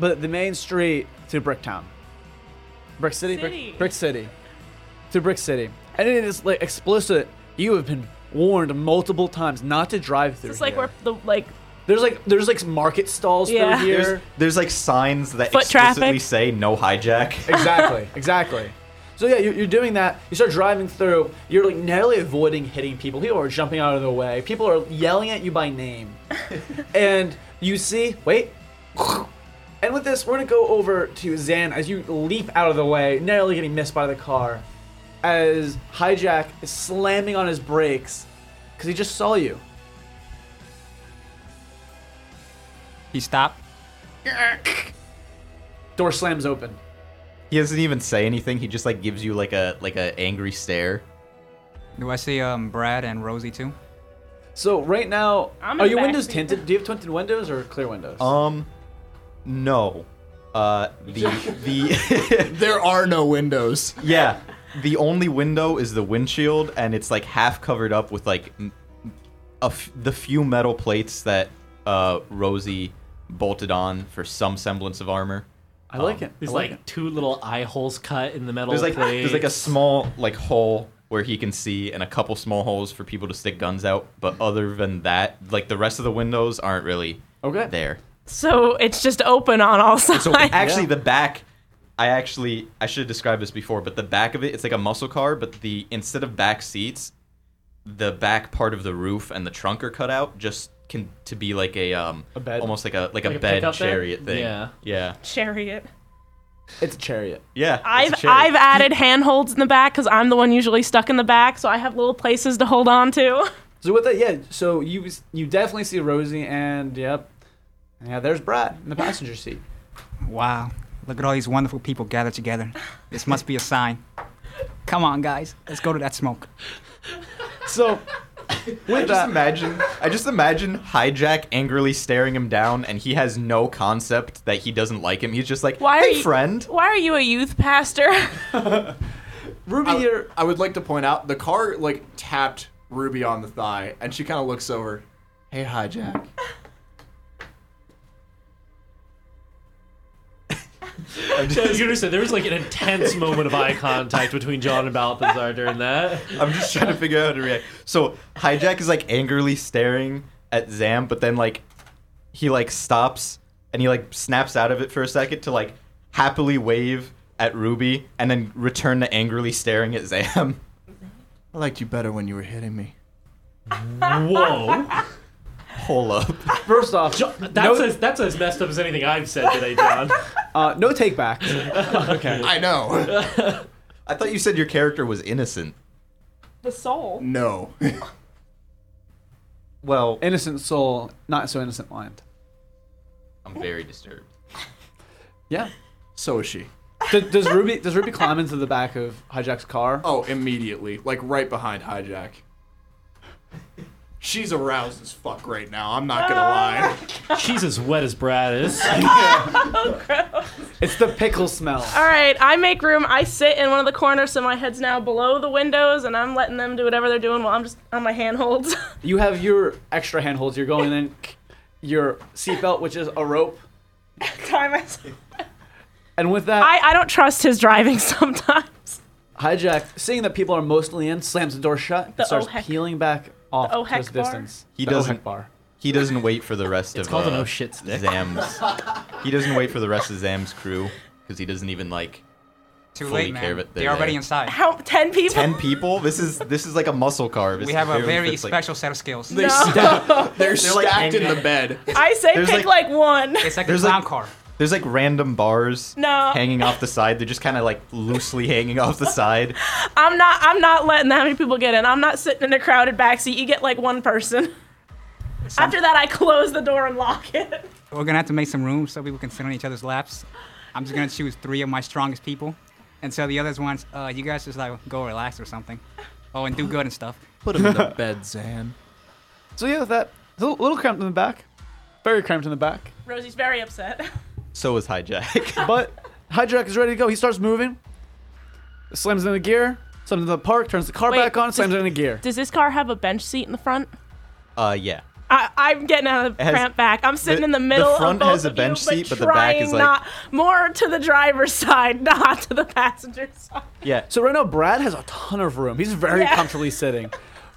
Speaker 2: but the main street to Bricktown, Brick City,
Speaker 3: City.
Speaker 2: Brick, Brick City, to Brick City, and it is like explicit. You have been warned multiple times not to drive through.
Speaker 3: It's like
Speaker 2: here.
Speaker 3: we're the like
Speaker 2: there's like there's like market stalls
Speaker 3: Yeah.
Speaker 2: through here.
Speaker 5: There's, there's like signs that
Speaker 3: Foot
Speaker 5: explicitly
Speaker 3: traffic.
Speaker 5: say no hijack.
Speaker 2: Exactly, <laughs> exactly. So yeah, you're, you're doing that. You start driving through. You're like narrowly avoiding hitting people. People are jumping out of their way. People are yelling at you by name. and you see, wait. <laughs> And with this, we're gonna go over to Zan as you leap out of the way, narrowly getting missed by the car, as Hijack is slamming on his brakes because he just saw you.
Speaker 6: He stopped.
Speaker 2: Door slams open.
Speaker 5: He doesn't even say anything. He just like gives you like a like a angry stare.
Speaker 6: Do I see um Brad and Rosie too?
Speaker 2: So right now,
Speaker 3: I'm in
Speaker 2: are
Speaker 3: the
Speaker 2: your
Speaker 3: back
Speaker 2: windows
Speaker 3: seat.
Speaker 2: tinted? Do you have tinted windows or clear windows?
Speaker 5: Um, no. Uh, the the
Speaker 4: There are no windows.
Speaker 5: yeah, the only window is the windshield, and it's like half covered up with like m- a f- the few metal plates that uh Rosie bolted on for some semblance of armor.
Speaker 2: I like it.
Speaker 1: There's
Speaker 2: I like
Speaker 1: like two little eye holes cut in the metal.
Speaker 5: There's like
Speaker 1: plate.
Speaker 5: there's like a small like hole where he can see, and a couple small holes for people to stick guns out. But other than that, like the rest of the windows aren't really
Speaker 2: it. Okay.
Speaker 5: there.
Speaker 3: so it's just open on all sides. <laughs>
Speaker 5: So actually, the back. I actually I should have described this before, but the back of it, it's like a muscle car, but the instead of back seats, the back part of the roof and the trunk are cut out just can to be like a um a
Speaker 2: bed.
Speaker 5: almost like a
Speaker 1: Like
Speaker 5: like, a
Speaker 1: a
Speaker 5: bed
Speaker 1: pickup bed?
Speaker 5: chariot thing.
Speaker 1: Yeah.
Speaker 5: Yeah.
Speaker 3: chariot.
Speaker 2: It's a chariot.
Speaker 5: Yeah. it's a
Speaker 3: I've
Speaker 5: chariot.
Speaker 3: I've added handholds in the back because I'm the one usually stuck in the back, so I have little places to hold on to. <laughs>
Speaker 2: So with that, yeah. So you you definitely see Rosie and yep, yeah. There's Brad in the passenger seat.
Speaker 6: Wow. Look at all these wonderful people gathered together. This must be a sign. Come on, guys. Let's go to that smoke.
Speaker 3: <laughs>
Speaker 2: So
Speaker 5: I just imagine I just imagine hijack angrily staring him down and he has no concept that he doesn't like him. He's just like
Speaker 3: Why are
Speaker 5: hey,
Speaker 3: you-
Speaker 5: friend.
Speaker 3: Why are you a youth pastor? <laughs>
Speaker 2: Ruby,
Speaker 4: I,
Speaker 2: you're
Speaker 4: I would like to point out the car like tapped Ruby on the thigh, and she kind of looks over. Hey, hijack.
Speaker 1: Yeah, <laughs> I was gonna say there was like an
Speaker 5: <laughs>
Speaker 1: intense moment of eye contact between John and Balthazar during that.
Speaker 5: I'm just trying to figure out how to react. So Hijack is like angrily staring at Zam, but then like he like stops and he like snaps out of it for a second to like happily wave at Ruby and then return to angrily staring at Zam. <laughs>
Speaker 4: I liked you better when you were hitting me.
Speaker 1: Whoa.
Speaker 5: Hold up.
Speaker 2: First off,
Speaker 1: Jo- That's,
Speaker 2: no,
Speaker 1: as, that's as messed up as anything I've said today, John.
Speaker 2: uh, no take
Speaker 3: <laughs>
Speaker 2: back.
Speaker 4: I know.
Speaker 5: I thought you said your character was innocent.
Speaker 3: The soul.
Speaker 4: no. <laughs>
Speaker 5: Well,
Speaker 2: innocent soul, not so innocent mind.
Speaker 5: I'm very disturbed.
Speaker 2: Yeah.
Speaker 4: so is she.
Speaker 2: D- <laughs> does Ruby does Ruby climb into the back of Hijack's car?
Speaker 4: Oh, immediately. Like right behind Hijack. She's aroused as fuck right now. I'm not gonna lie.
Speaker 1: She's as wet as Brad is.
Speaker 2: It's the pickle smell.
Speaker 3: All right, I make room. I sit in one of the corners, so my head's now below the windows, and I'm letting them do whatever they're doing while I'm just on my <laughs> handholds.
Speaker 2: You have your extra handholds. You're going in <laughs> your seatbelt, which is a rope,
Speaker 3: Tie myself.
Speaker 2: and with that,
Speaker 3: <laughs> I, I don't trust his driving <laughs> sometimes.
Speaker 2: Hijack, seeing that people are mostly in, slams the door shut and
Speaker 3: The
Speaker 2: starts
Speaker 3: oh heck-
Speaker 2: peeling back off
Speaker 3: the oh
Speaker 2: to
Speaker 3: heck
Speaker 2: his
Speaker 3: bar?
Speaker 2: distance.
Speaker 5: He
Speaker 2: The oh
Speaker 5: doesn't-
Speaker 2: heck bar.
Speaker 5: He doesn't wait for the rest of
Speaker 1: called an
Speaker 5: uh,
Speaker 1: oh shit stick.
Speaker 5: Zam's. he doesn't wait for the rest of Zam's crew because he doesn't even like
Speaker 6: Too
Speaker 5: Fully
Speaker 6: late, man.
Speaker 5: care of it,
Speaker 6: They're,
Speaker 5: they're
Speaker 6: already
Speaker 5: there.
Speaker 6: inside.
Speaker 3: How ten people? <laughs>
Speaker 5: ten people. This is this is like a muscle car. This
Speaker 6: We have a
Speaker 5: barely
Speaker 6: very
Speaker 5: fits, like-
Speaker 6: special set of skills.
Speaker 4: They sta- <laughs> they're
Speaker 5: like,
Speaker 4: stacked in
Speaker 5: hanging-
Speaker 4: the bed.
Speaker 3: I say
Speaker 5: There's
Speaker 3: pick
Speaker 5: like-
Speaker 3: like, one.
Speaker 6: It's like a
Speaker 5: There's
Speaker 6: clown
Speaker 5: like-
Speaker 6: car.
Speaker 5: There's like random bars
Speaker 3: No.
Speaker 5: hanging off the side. They're just kind of like loosely hanging off the side.
Speaker 3: I'm not. I'm not letting that many people get in. I'm not sitting in a crowded backseat. You get like one person. After that, I close the door and lock it. <laughs>
Speaker 6: We're gonna have to make some room so people can sit on each other's laps. I'm just gonna choose three of my strongest people, and so the others ones, uh, you guys just like go relax or something. Oh, and do good and stuff.
Speaker 4: Put him in the bed, Zan.
Speaker 2: So yeah, with that, it's a little, little cramped in the back, very cramped in the back.
Speaker 3: Rosie's very upset.
Speaker 5: So is Hijack. <laughs>
Speaker 2: But <laughs> Hijack is ready to go. He starts moving, slams in the gear, slams in the park, turns the car
Speaker 3: Wait,
Speaker 2: back on,
Speaker 3: does-
Speaker 2: slams it in the gear.
Speaker 3: Does this car have a bench seat in the front?
Speaker 5: uh, yeah.
Speaker 3: I, I'm getting out of the
Speaker 5: It has-
Speaker 3: cramped back. I'm sitting
Speaker 5: the-
Speaker 3: in the middle.
Speaker 5: the front
Speaker 3: of both
Speaker 5: has a
Speaker 3: of
Speaker 5: bench
Speaker 3: you,
Speaker 5: seat, but the back is
Speaker 3: trying
Speaker 5: like-
Speaker 3: not, more to the driver's <laughs> side, not to the passenger side.
Speaker 5: Yeah.
Speaker 2: So right now, Brad has a ton of room. He's very
Speaker 3: Yeah.
Speaker 2: comfortably sitting,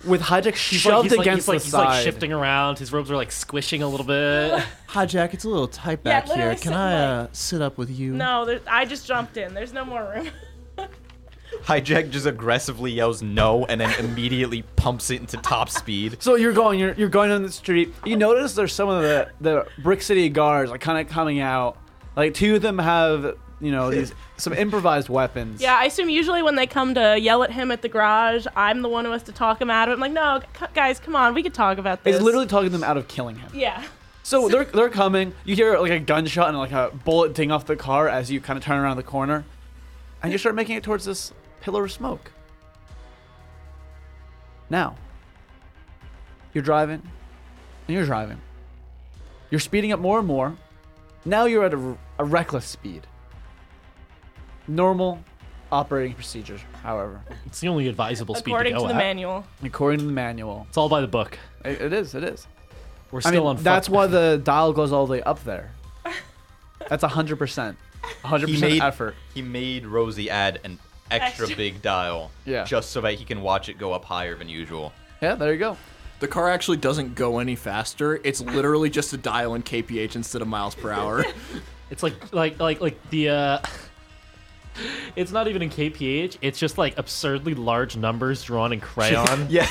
Speaker 2: with Hijack
Speaker 1: He's like-
Speaker 2: shoved
Speaker 1: he's like-
Speaker 2: against
Speaker 1: he's like,
Speaker 2: the
Speaker 1: he's
Speaker 2: side.
Speaker 1: like shifting around. His robes are like squishing a little bit.
Speaker 7: Hijack, it's a little tight
Speaker 3: Yeah,
Speaker 7: back
Speaker 3: literally
Speaker 7: here. Can
Speaker 3: sit
Speaker 7: I
Speaker 3: like-
Speaker 7: uh, sit up with you?
Speaker 3: No, there, I just jumped in. There's no more room. <laughs>
Speaker 5: Hijack just aggressively yells no and then immediately pumps it into
Speaker 1: <laughs>
Speaker 5: top speed.
Speaker 2: So you're going, you're, you're going down the street. You notice there's some of the the Brick City guards like kind of coming out. Like two of them have you know these
Speaker 3: <laughs>
Speaker 2: some improvised weapons.
Speaker 3: Yeah, I assume usually when they come to yell at him at the garage, I'm the one who has to talk him out of it. I'm like, no, c- guys, come on, we could talk about this.
Speaker 2: He's literally talking them out of killing him.
Speaker 3: Yeah.
Speaker 2: So they're they're coming. You hear like a gunshot and like a bullet ding off the car as you kind of turn around the corner, and you start making it towards this pillar of smoke. Now, you're driving, and you're driving. You're speeding up more and more. Now you're at a, a reckless speed. Normal operating procedures, however,
Speaker 1: It's the only advisable
Speaker 3: <laughs>
Speaker 1: speed to
Speaker 3: According
Speaker 1: go
Speaker 3: to the
Speaker 1: at.
Speaker 3: manual.
Speaker 2: according to the manual.
Speaker 1: It's all by the book.
Speaker 2: It- it is. It is.
Speaker 1: We're
Speaker 2: I
Speaker 1: still
Speaker 2: mean,
Speaker 1: on.
Speaker 2: that's
Speaker 1: fuck-
Speaker 2: why the dial goes all the way up there. That's hundred percent, hundred
Speaker 5: He
Speaker 2: percent
Speaker 5: made
Speaker 2: effort.
Speaker 5: He made Rosie add an extra
Speaker 3: Extra.
Speaker 5: big dial.
Speaker 2: Yeah.
Speaker 5: Just so that he can watch it go up higher than usual.
Speaker 2: Yeah, there you go.
Speaker 4: The car actually doesn't go any faster. It's literally just a dial in KPH instead of miles per hour.
Speaker 1: It's like like like like the. uh <laughs> It's not even in KPH. It's just like absurdly large numbers drawn in crayon.
Speaker 5: <laughs> Yeah.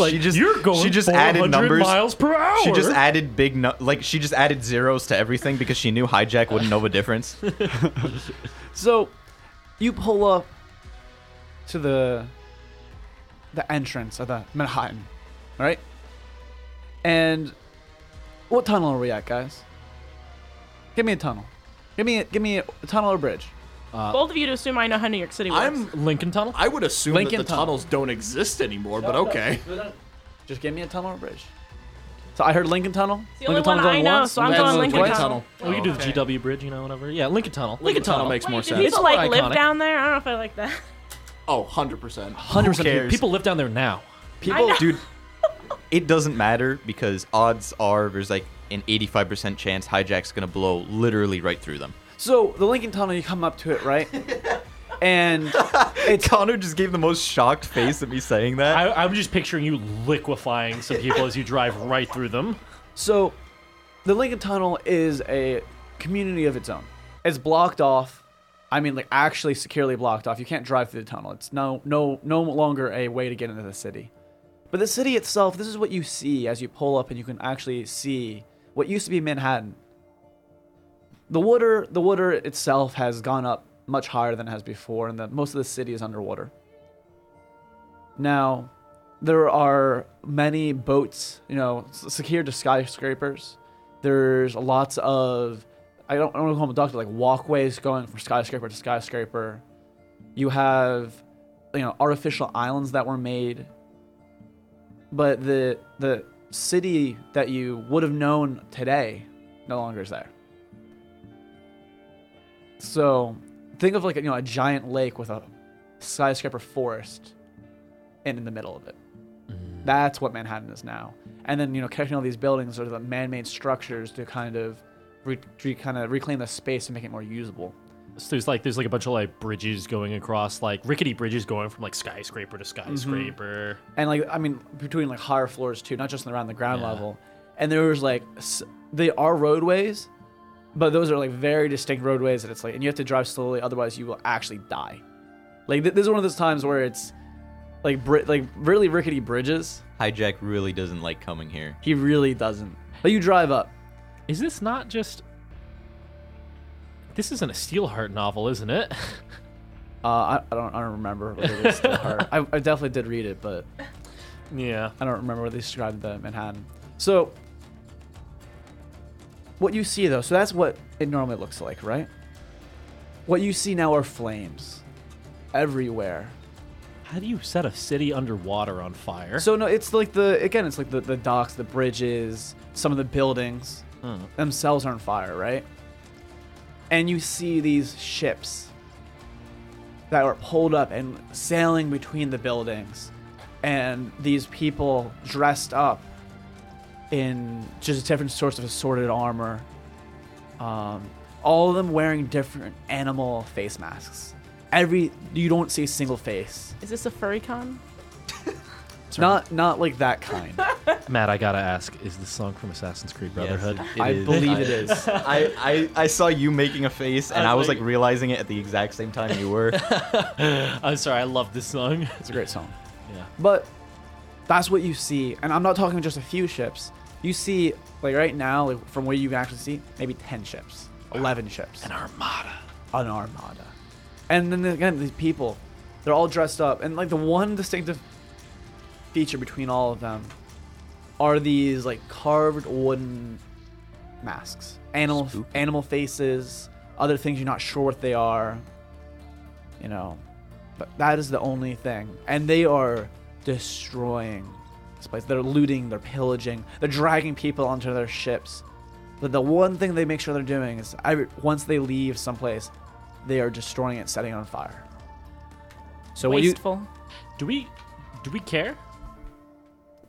Speaker 1: Like,
Speaker 5: she just
Speaker 1: you're going
Speaker 5: she just
Speaker 1: 400
Speaker 5: added numbers.
Speaker 1: miles per hour.
Speaker 5: She just added big nu- like she just added zeros to everything because she knew Hijack wouldn't know the difference.
Speaker 2: So, you pull up to the the entrance of the Manhattan, right? And what tunnel are we at, guys? Give me a tunnel. Give me a, give me a tunnel or bridge.
Speaker 3: Both of you to assume I know how New York City works.
Speaker 4: I'm
Speaker 1: Lincoln Tunnel.
Speaker 4: I would assume
Speaker 2: Lincoln
Speaker 4: that the
Speaker 2: Tunnel.
Speaker 4: tunnels don't exist anymore, but okay.
Speaker 2: Just give me a tunnel or bridge. So I heard Lincoln Tunnel.
Speaker 3: the only
Speaker 2: Lincoln Tunnel's
Speaker 3: one I
Speaker 2: going
Speaker 3: know,
Speaker 2: once.
Speaker 3: so I'm
Speaker 4: That's
Speaker 3: going
Speaker 4: the
Speaker 3: Lincoln
Speaker 4: Twin
Speaker 3: Tunnel.
Speaker 1: Oh, you do the GW bridge, you know, whatever. Yeah, Lincoln Tunnel. Lincoln,
Speaker 4: Tunnel makes more
Speaker 3: Wait, do
Speaker 4: sense.
Speaker 3: people
Speaker 1: It's
Speaker 3: like
Speaker 1: more iconic.
Speaker 3: live down there? I don't know if I like that.
Speaker 4: Oh,
Speaker 2: Hundred
Speaker 4: 100%.
Speaker 5: Who
Speaker 2: percent.
Speaker 5: cares?
Speaker 1: People live down there now.
Speaker 5: People, dude, it doesn't matter because odds are there's like an 85% chance Hijack's gonna blow literally right through them.
Speaker 2: So the Lincoln Tunnel, you come up to it, right? and it's
Speaker 5: <laughs> Connor just gave the most shocked face at me saying that.
Speaker 1: I, I'm just picturing you liquefying
Speaker 5: <laughs>
Speaker 1: some people as you drive right through them.
Speaker 2: so the Lincoln Tunnel is a community of its own. It's blocked off. I mean, like actually securely blocked off. You can't drive through the tunnel. It's no no no longer a way to get into the city. But the city itself, this is what you see as you pull up and you can actually see what used to be Manhattan. The water, the water itself has gone up much higher than it has before and the, most of the city is underwater. Now, there are many boats, you know, s- secured to skyscrapers. There's lots of, I don't, I don't want to call them doctor, like walkways going from skyscraper to skyscraper. You have, you know, artificial islands that were made. But the the city that you would have known today no longer is there. So, think of like you know a giant lake with a skyscraper forest and in the middle of it. That's what Manhattan is now. And then you know, connecting all these buildings are the man-made structures to kind of re- re- kind of reclaim the space to make it more usable.
Speaker 1: So there's like there's like a bunch of like bridges going across, like rickety bridges going from like skyscraper to skyscraper.
Speaker 2: And like I mean, between like higher floors too, not just around the ground
Speaker 1: Yeah.
Speaker 2: level. And there was like s- they are roadways, but those are like very distinct roadways that it's like, and you have to drive slowly, otherwise you will actually die. Like th- this is one of those times where it's like bri- like really rickety bridges.
Speaker 5: Hijack really doesn't like coming here.
Speaker 2: He really doesn't. But you drive up.
Speaker 1: Is this not just? This isn't a Steelheart novel, isn't it? <laughs>
Speaker 2: Uh, I, I don't I don't remember whether they still are. I, I definitely did read it, but
Speaker 1: yeah.
Speaker 2: I don't remember what they described the Manhattan. So what you see though, so that's what it normally looks like, right? What you see now are flames everywhere.
Speaker 1: How do you set a city underwater on fire?
Speaker 2: So no, it's like the again, it's like the, the docks, the bridges, some of the buildings themselves are on fire, right? And you see these ships that are pulled up and sailing between the buildings, and these people dressed up in just different sorts of assorted armor. Um, all of them wearing different animal face masks. Every you don't see a single face.
Speaker 3: Is this a furry con?
Speaker 2: Not not like that kind.
Speaker 1: Matt, I gotta ask: Is this song from Assassin's Creed Brotherhood? <laughs>
Speaker 5: Yes,
Speaker 2: I
Speaker 5: is.
Speaker 2: believe
Speaker 5: I-
Speaker 2: it is.
Speaker 5: <laughs> I, I, I saw you making a face, and I was like realizing it at the exact same time you were.
Speaker 1: I'm sorry, I love this song. <laughs>
Speaker 2: It's a great song.
Speaker 1: Yeah.
Speaker 2: But that's what you see, and I'm not talking just a few ships. You see, like right now, like, from where you can actually see, maybe ten ships, eleven ships, an
Speaker 1: Armada.
Speaker 2: an armada. And then again, these people, they're all dressed up, and like the one distinctive feature between all of them are these like carved wooden masks, animal animal faces, other things you're not sure what they are. You know, but that is the only thing, and they are destroying this place. They're looting, they're pillaging, they're dragging people onto their ships. But the one thing they make sure they're doing is every, once they leave someplace, they are destroying it, setting it on fire. So what you
Speaker 3: Wasteful.
Speaker 1: Do we? Do we care?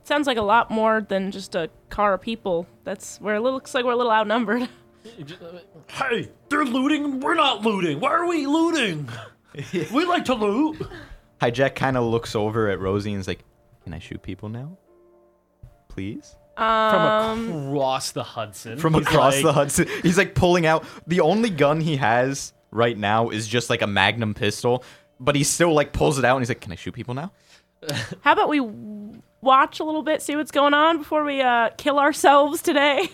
Speaker 3: Sounds like a lot more than just a car of people. That's where it looks like we're a little outnumbered. <laughs>
Speaker 1: Hey, they're looting. We're not looting. Why are we <laughs> looting? we like to loot.
Speaker 5: Hijack kind of looks over at Rosie and is like, "Can I shoot people now, please?" Um,
Speaker 1: From across the Hudson.
Speaker 5: From
Speaker 1: He's
Speaker 5: across
Speaker 1: like,
Speaker 5: the Hudson, <laughs> he's like pulling out. The only gun he has right now is just like a Magnum pistol, but he still like pulls it out and he's like, "Can I shoot people now?"
Speaker 3: How about we w- watch a little bit, see what's going on before we uh, kill ourselves today?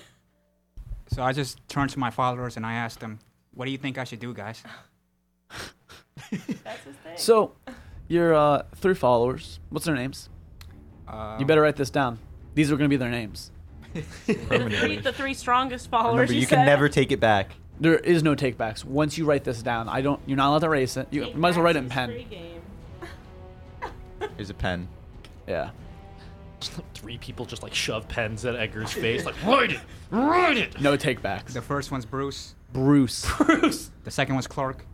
Speaker 6: So I just turned to my followers and I asked them, "What do you think I should do, guys?"
Speaker 2: so your uh, three followers. What's their names?
Speaker 6: Uh,
Speaker 2: You better write this down. These are going to be their names.
Speaker 3: the, three, the three strongest followers.
Speaker 5: Remember, you,
Speaker 3: you
Speaker 5: can
Speaker 3: said?
Speaker 5: never take it back.
Speaker 2: There is no takebacks. Once you write this down, I don't. You're not allowed to erase it. You might as well write it in pen.
Speaker 5: Here's a pen.
Speaker 2: Yeah.
Speaker 1: Three people just like shove pens at Edgar's face. <laughs> Like, write it, write it.
Speaker 2: No takebacks.
Speaker 6: The first one's Bruce.
Speaker 2: Bruce.
Speaker 6: The second one's Clark.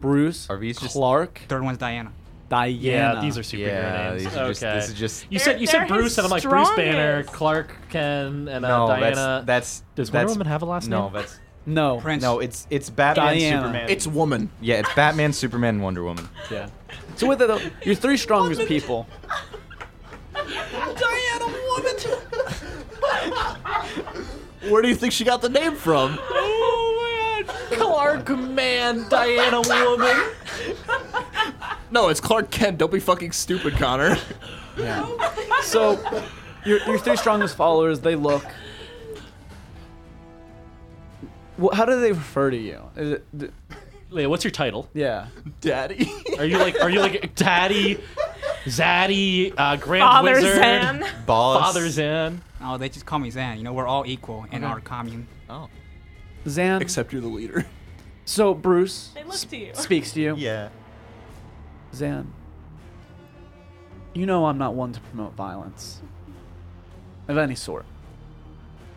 Speaker 2: Bruce.
Speaker 5: Are these just-
Speaker 2: Clark.
Speaker 6: Third one's Diana.
Speaker 2: Diana.
Speaker 1: Yeah, these are superhero
Speaker 5: Yeah,
Speaker 1: names.
Speaker 5: these are
Speaker 1: okay.
Speaker 5: just- this is just-
Speaker 1: You
Speaker 3: They're-
Speaker 1: said you
Speaker 3: they're
Speaker 1: said
Speaker 3: his
Speaker 1: Bruce, and I'm like Bruce Banner,
Speaker 3: strongest.
Speaker 1: Clark, Ken, and uh,
Speaker 5: No,
Speaker 1: Diana.
Speaker 5: that's that's.
Speaker 1: Does Wonder
Speaker 5: that's,
Speaker 1: Woman have a last
Speaker 5: no,
Speaker 1: name?
Speaker 5: that's
Speaker 2: no.
Speaker 6: Prince.
Speaker 5: no. It's it's Batman,
Speaker 2: Diana.
Speaker 5: Superman.
Speaker 4: It's woman.
Speaker 5: yeah, it's Batman, Superman, Wonder Woman.
Speaker 2: Yeah. So with that, though, your three strongest people.
Speaker 4: Diana Woman. Where do you think she got the name from?
Speaker 1: Oh, Clark Man, Diana Woman.
Speaker 4: No, it's Clark Kent. Don't be fucking stupid, Connor.
Speaker 2: So, your, your three strongest followers, they look. Well, how do they refer to you? Is it, d-
Speaker 1: Leia, what's your title?
Speaker 2: yeah.
Speaker 4: Daddy.
Speaker 1: Are you like are you
Speaker 3: <laughs>
Speaker 1: like Daddy, Zaddy, uh, Grand
Speaker 3: Father
Speaker 1: Wizard,
Speaker 3: Zan.
Speaker 5: Boss.
Speaker 1: Father Zan?
Speaker 6: Oh, they just call me Zan. You know, we're all equal in our commune.
Speaker 5: Oh.
Speaker 2: Zan.
Speaker 4: Except you're the leader.
Speaker 2: so, Bruce
Speaker 3: They look to you.
Speaker 2: speaks to
Speaker 5: <laughs>
Speaker 2: you.
Speaker 5: Yeah.
Speaker 2: Zan, you know I'm not one to promote violence of any sort.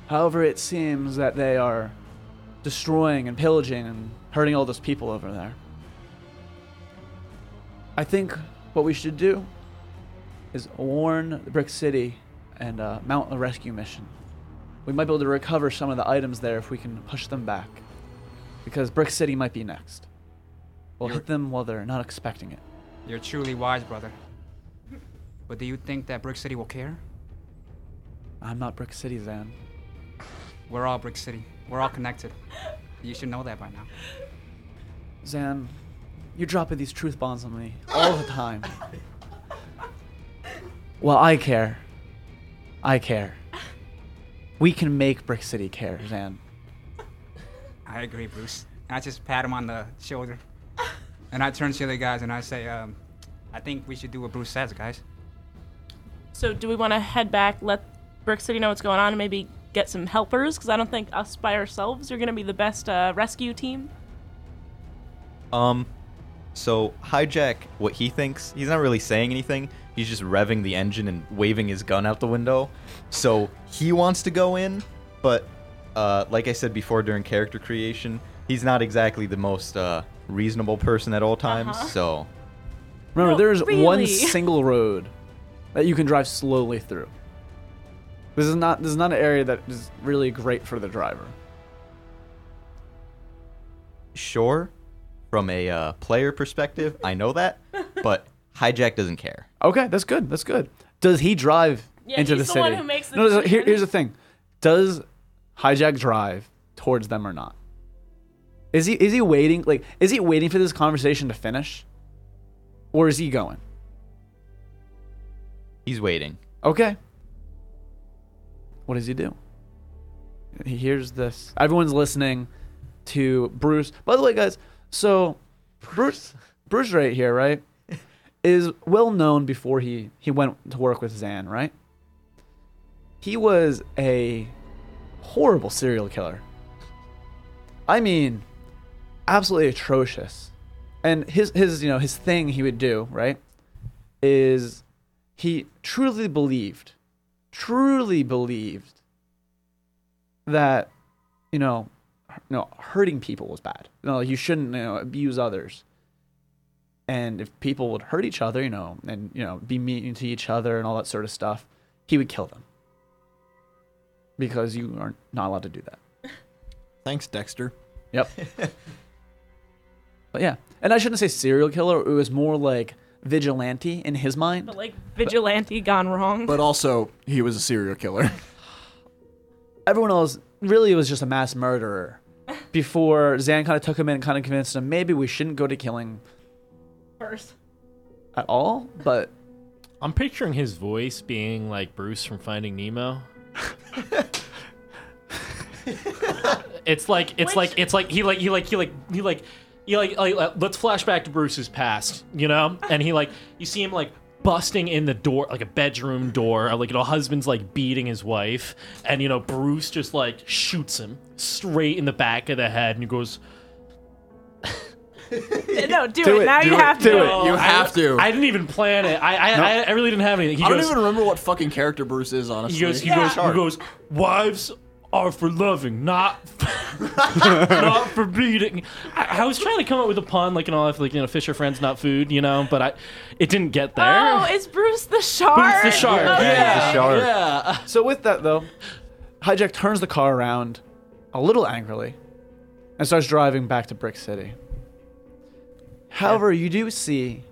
Speaker 2: However, it seems that they are destroying and pillaging and hurting all those people over there. I think what we should do is warn the Brick City and uh, mount a rescue mission. We might be able to recover some of the items there if we can push them back, because Brick City might be next. We'll hit them while they're not expecting it.
Speaker 6: You're truly wise, brother. But do you think that Brick City will care?
Speaker 2: I'm not Brick City, Zan.
Speaker 6: We're all Brick City. We're all connected. You should know that by now.
Speaker 2: Zan, you're dropping these truth bombs on me all the time. well, I care. I care. We can make Brick City care, Zan.
Speaker 6: I agree, Bruce. I just pat him on the shoulder. And I turn to the other guys and I say, um, I think we should do what Bruce says, guys.
Speaker 3: So do we want to head back, let Brick City know what's going on, and maybe get some helpers? Because I don't think us by ourselves are going to be the best uh, rescue team.
Speaker 5: Um, so hijack what he thinks. He's not really saying anything. He's just revving the engine and waving his gun out the window. So he wants to go in, but uh, like I said before during character creation, he's not exactly the most uh, reasonable person at all times. So
Speaker 2: Remember,
Speaker 3: No,
Speaker 2: there is one
Speaker 3: really.
Speaker 2: single road that you can drive slowly through. This is not this is not an area that is really great for the driver.
Speaker 5: sure, from a uh, player perspective, I know that, but hijack doesn't care.
Speaker 2: Okay, that's good. That's good. Does he drive
Speaker 3: Yeah,
Speaker 2: into
Speaker 3: he's
Speaker 2: the
Speaker 3: the
Speaker 2: city?
Speaker 3: one who makes the
Speaker 2: no, no, here,
Speaker 3: decision.
Speaker 2: here's the thing: Does hijack drive towards them or not? Is he is he waiting? Like, is he waiting for this conversation to finish, or is he going?
Speaker 5: He's waiting.
Speaker 2: Okay. What does he do? He hears this. Everyone's listening to Bruce. By the way, guys, so Bruce Bruce right here, right? Is well known before he he went to work with Zan, right? He was a horrible serial killer. I mean, absolutely atrocious. And his his, you know, his thing he would do, right? Is he truly believed, truly believed that, you know, h- you know, hurting people was bad. You know, you shouldn't, you know, abuse others. And if people would hurt each other, you know, and you know, be mean to each other and all that sort of stuff, he would kill them. Because you are not allowed to do that.
Speaker 4: <laughs> Thanks, Dexter. <laughs>
Speaker 2: Yep. but yeah, and I shouldn't say serial killer. It was more like vigilante in his mind.
Speaker 3: But like vigilante gone wrong.
Speaker 4: But also, he was a serial killer.
Speaker 2: everyone else really was just a mass murderer before Zan kind of took him in and kind of convinced him maybe we shouldn't go to killing
Speaker 3: first. <laughs>
Speaker 2: at all, but
Speaker 1: I'm picturing his voice being like Bruce from Finding Nemo. it's like it's like it's like he like he like he like he like he like, like uh, let's flash back to Bruce's past, you know? And he like you see him like busting in the door like a bedroom door, or, like you know husband's like beating his wife and you know Bruce just like shoots him straight in the back of the head and he goes
Speaker 3: No, do,
Speaker 2: Do
Speaker 3: it.
Speaker 2: it,
Speaker 3: Now
Speaker 2: do
Speaker 3: you
Speaker 2: it,
Speaker 3: have
Speaker 2: do
Speaker 3: to.
Speaker 2: it.
Speaker 1: "Oh,
Speaker 4: You
Speaker 1: I-
Speaker 4: have to."
Speaker 1: I didn't even plan it. I I, I, I really didn't have anything. He
Speaker 4: I don't
Speaker 1: goes,
Speaker 4: even remember what fucking character Bruce is, honestly.
Speaker 1: He goes, he goes,
Speaker 3: Yeah.
Speaker 1: he goes, wives are for loving, not <laughs> not for beating. I, I was trying to come up with a pun, like, you know, if, like, you know, fish are friends, not food, you know, but I, it didn't get there.
Speaker 3: Oh, it's Bruce the Shark. Oh,
Speaker 1: Bruce the shark.
Speaker 3: Okay.
Speaker 5: Yeah, he's a shark.
Speaker 2: so with that though, Hijack turns the car around a little angrily and starts driving back to Brick City. However, you do see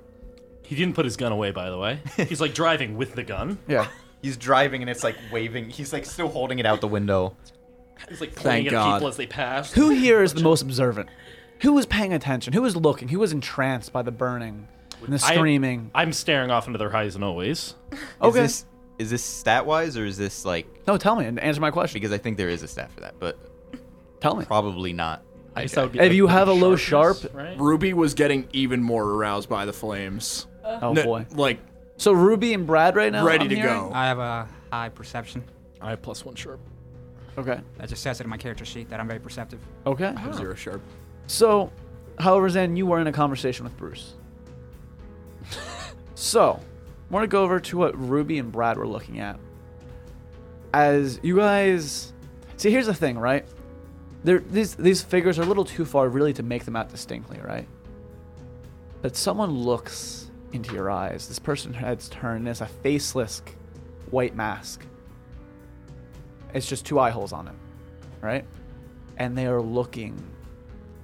Speaker 1: He didn't put his gun away, by the
Speaker 2: <laughs>
Speaker 1: way. He's like driving with the gun.
Speaker 2: yeah.
Speaker 5: He's driving and it's like waving. He's like still holding it out the window.
Speaker 1: He's like pointing
Speaker 4: Thank
Speaker 1: at
Speaker 4: God.
Speaker 1: people as they pass.
Speaker 2: Who here is the most observant? Who was paying attention? Who was looking? Who was entranced by the burning? And the
Speaker 1: I-
Speaker 2: screaming.
Speaker 1: I'm staring off into their horizon always.
Speaker 2: Okay.
Speaker 5: Is this, is this stat wise or is this like
Speaker 2: no, tell me and answer my question.
Speaker 5: because I think there is a stat for that, but
Speaker 2: Tell me.
Speaker 5: probably not.
Speaker 1: I guess
Speaker 5: hijack.
Speaker 1: that would be,
Speaker 2: If you have a low
Speaker 1: sharpness,
Speaker 2: sharp-
Speaker 1: right?
Speaker 4: Ruby was getting even more aroused by the flames.
Speaker 2: Oh
Speaker 4: No,
Speaker 2: boy.
Speaker 4: Like
Speaker 2: So Ruby and Brad right now.
Speaker 4: ready
Speaker 2: I'm
Speaker 4: to
Speaker 2: hearing?
Speaker 4: go.
Speaker 6: I have a high perception.
Speaker 1: I have plus one sharp.
Speaker 2: Okay.
Speaker 6: That just says it in my character sheet that I'm very perceptive.
Speaker 2: Okay.
Speaker 4: I have Zero sharp.
Speaker 2: So, however, Zan, you were in a conversation with Bruce. so, we're gonna go over to what Ruby and Brad were looking at. As you guys see, here's the thing, right? They're, these these figures are a little too far, really, to make them out distinctly, right? But someone looks into your eyes. This person heads turned. It's a faceless white mask. It's just two eye holes on it, right? And they are looking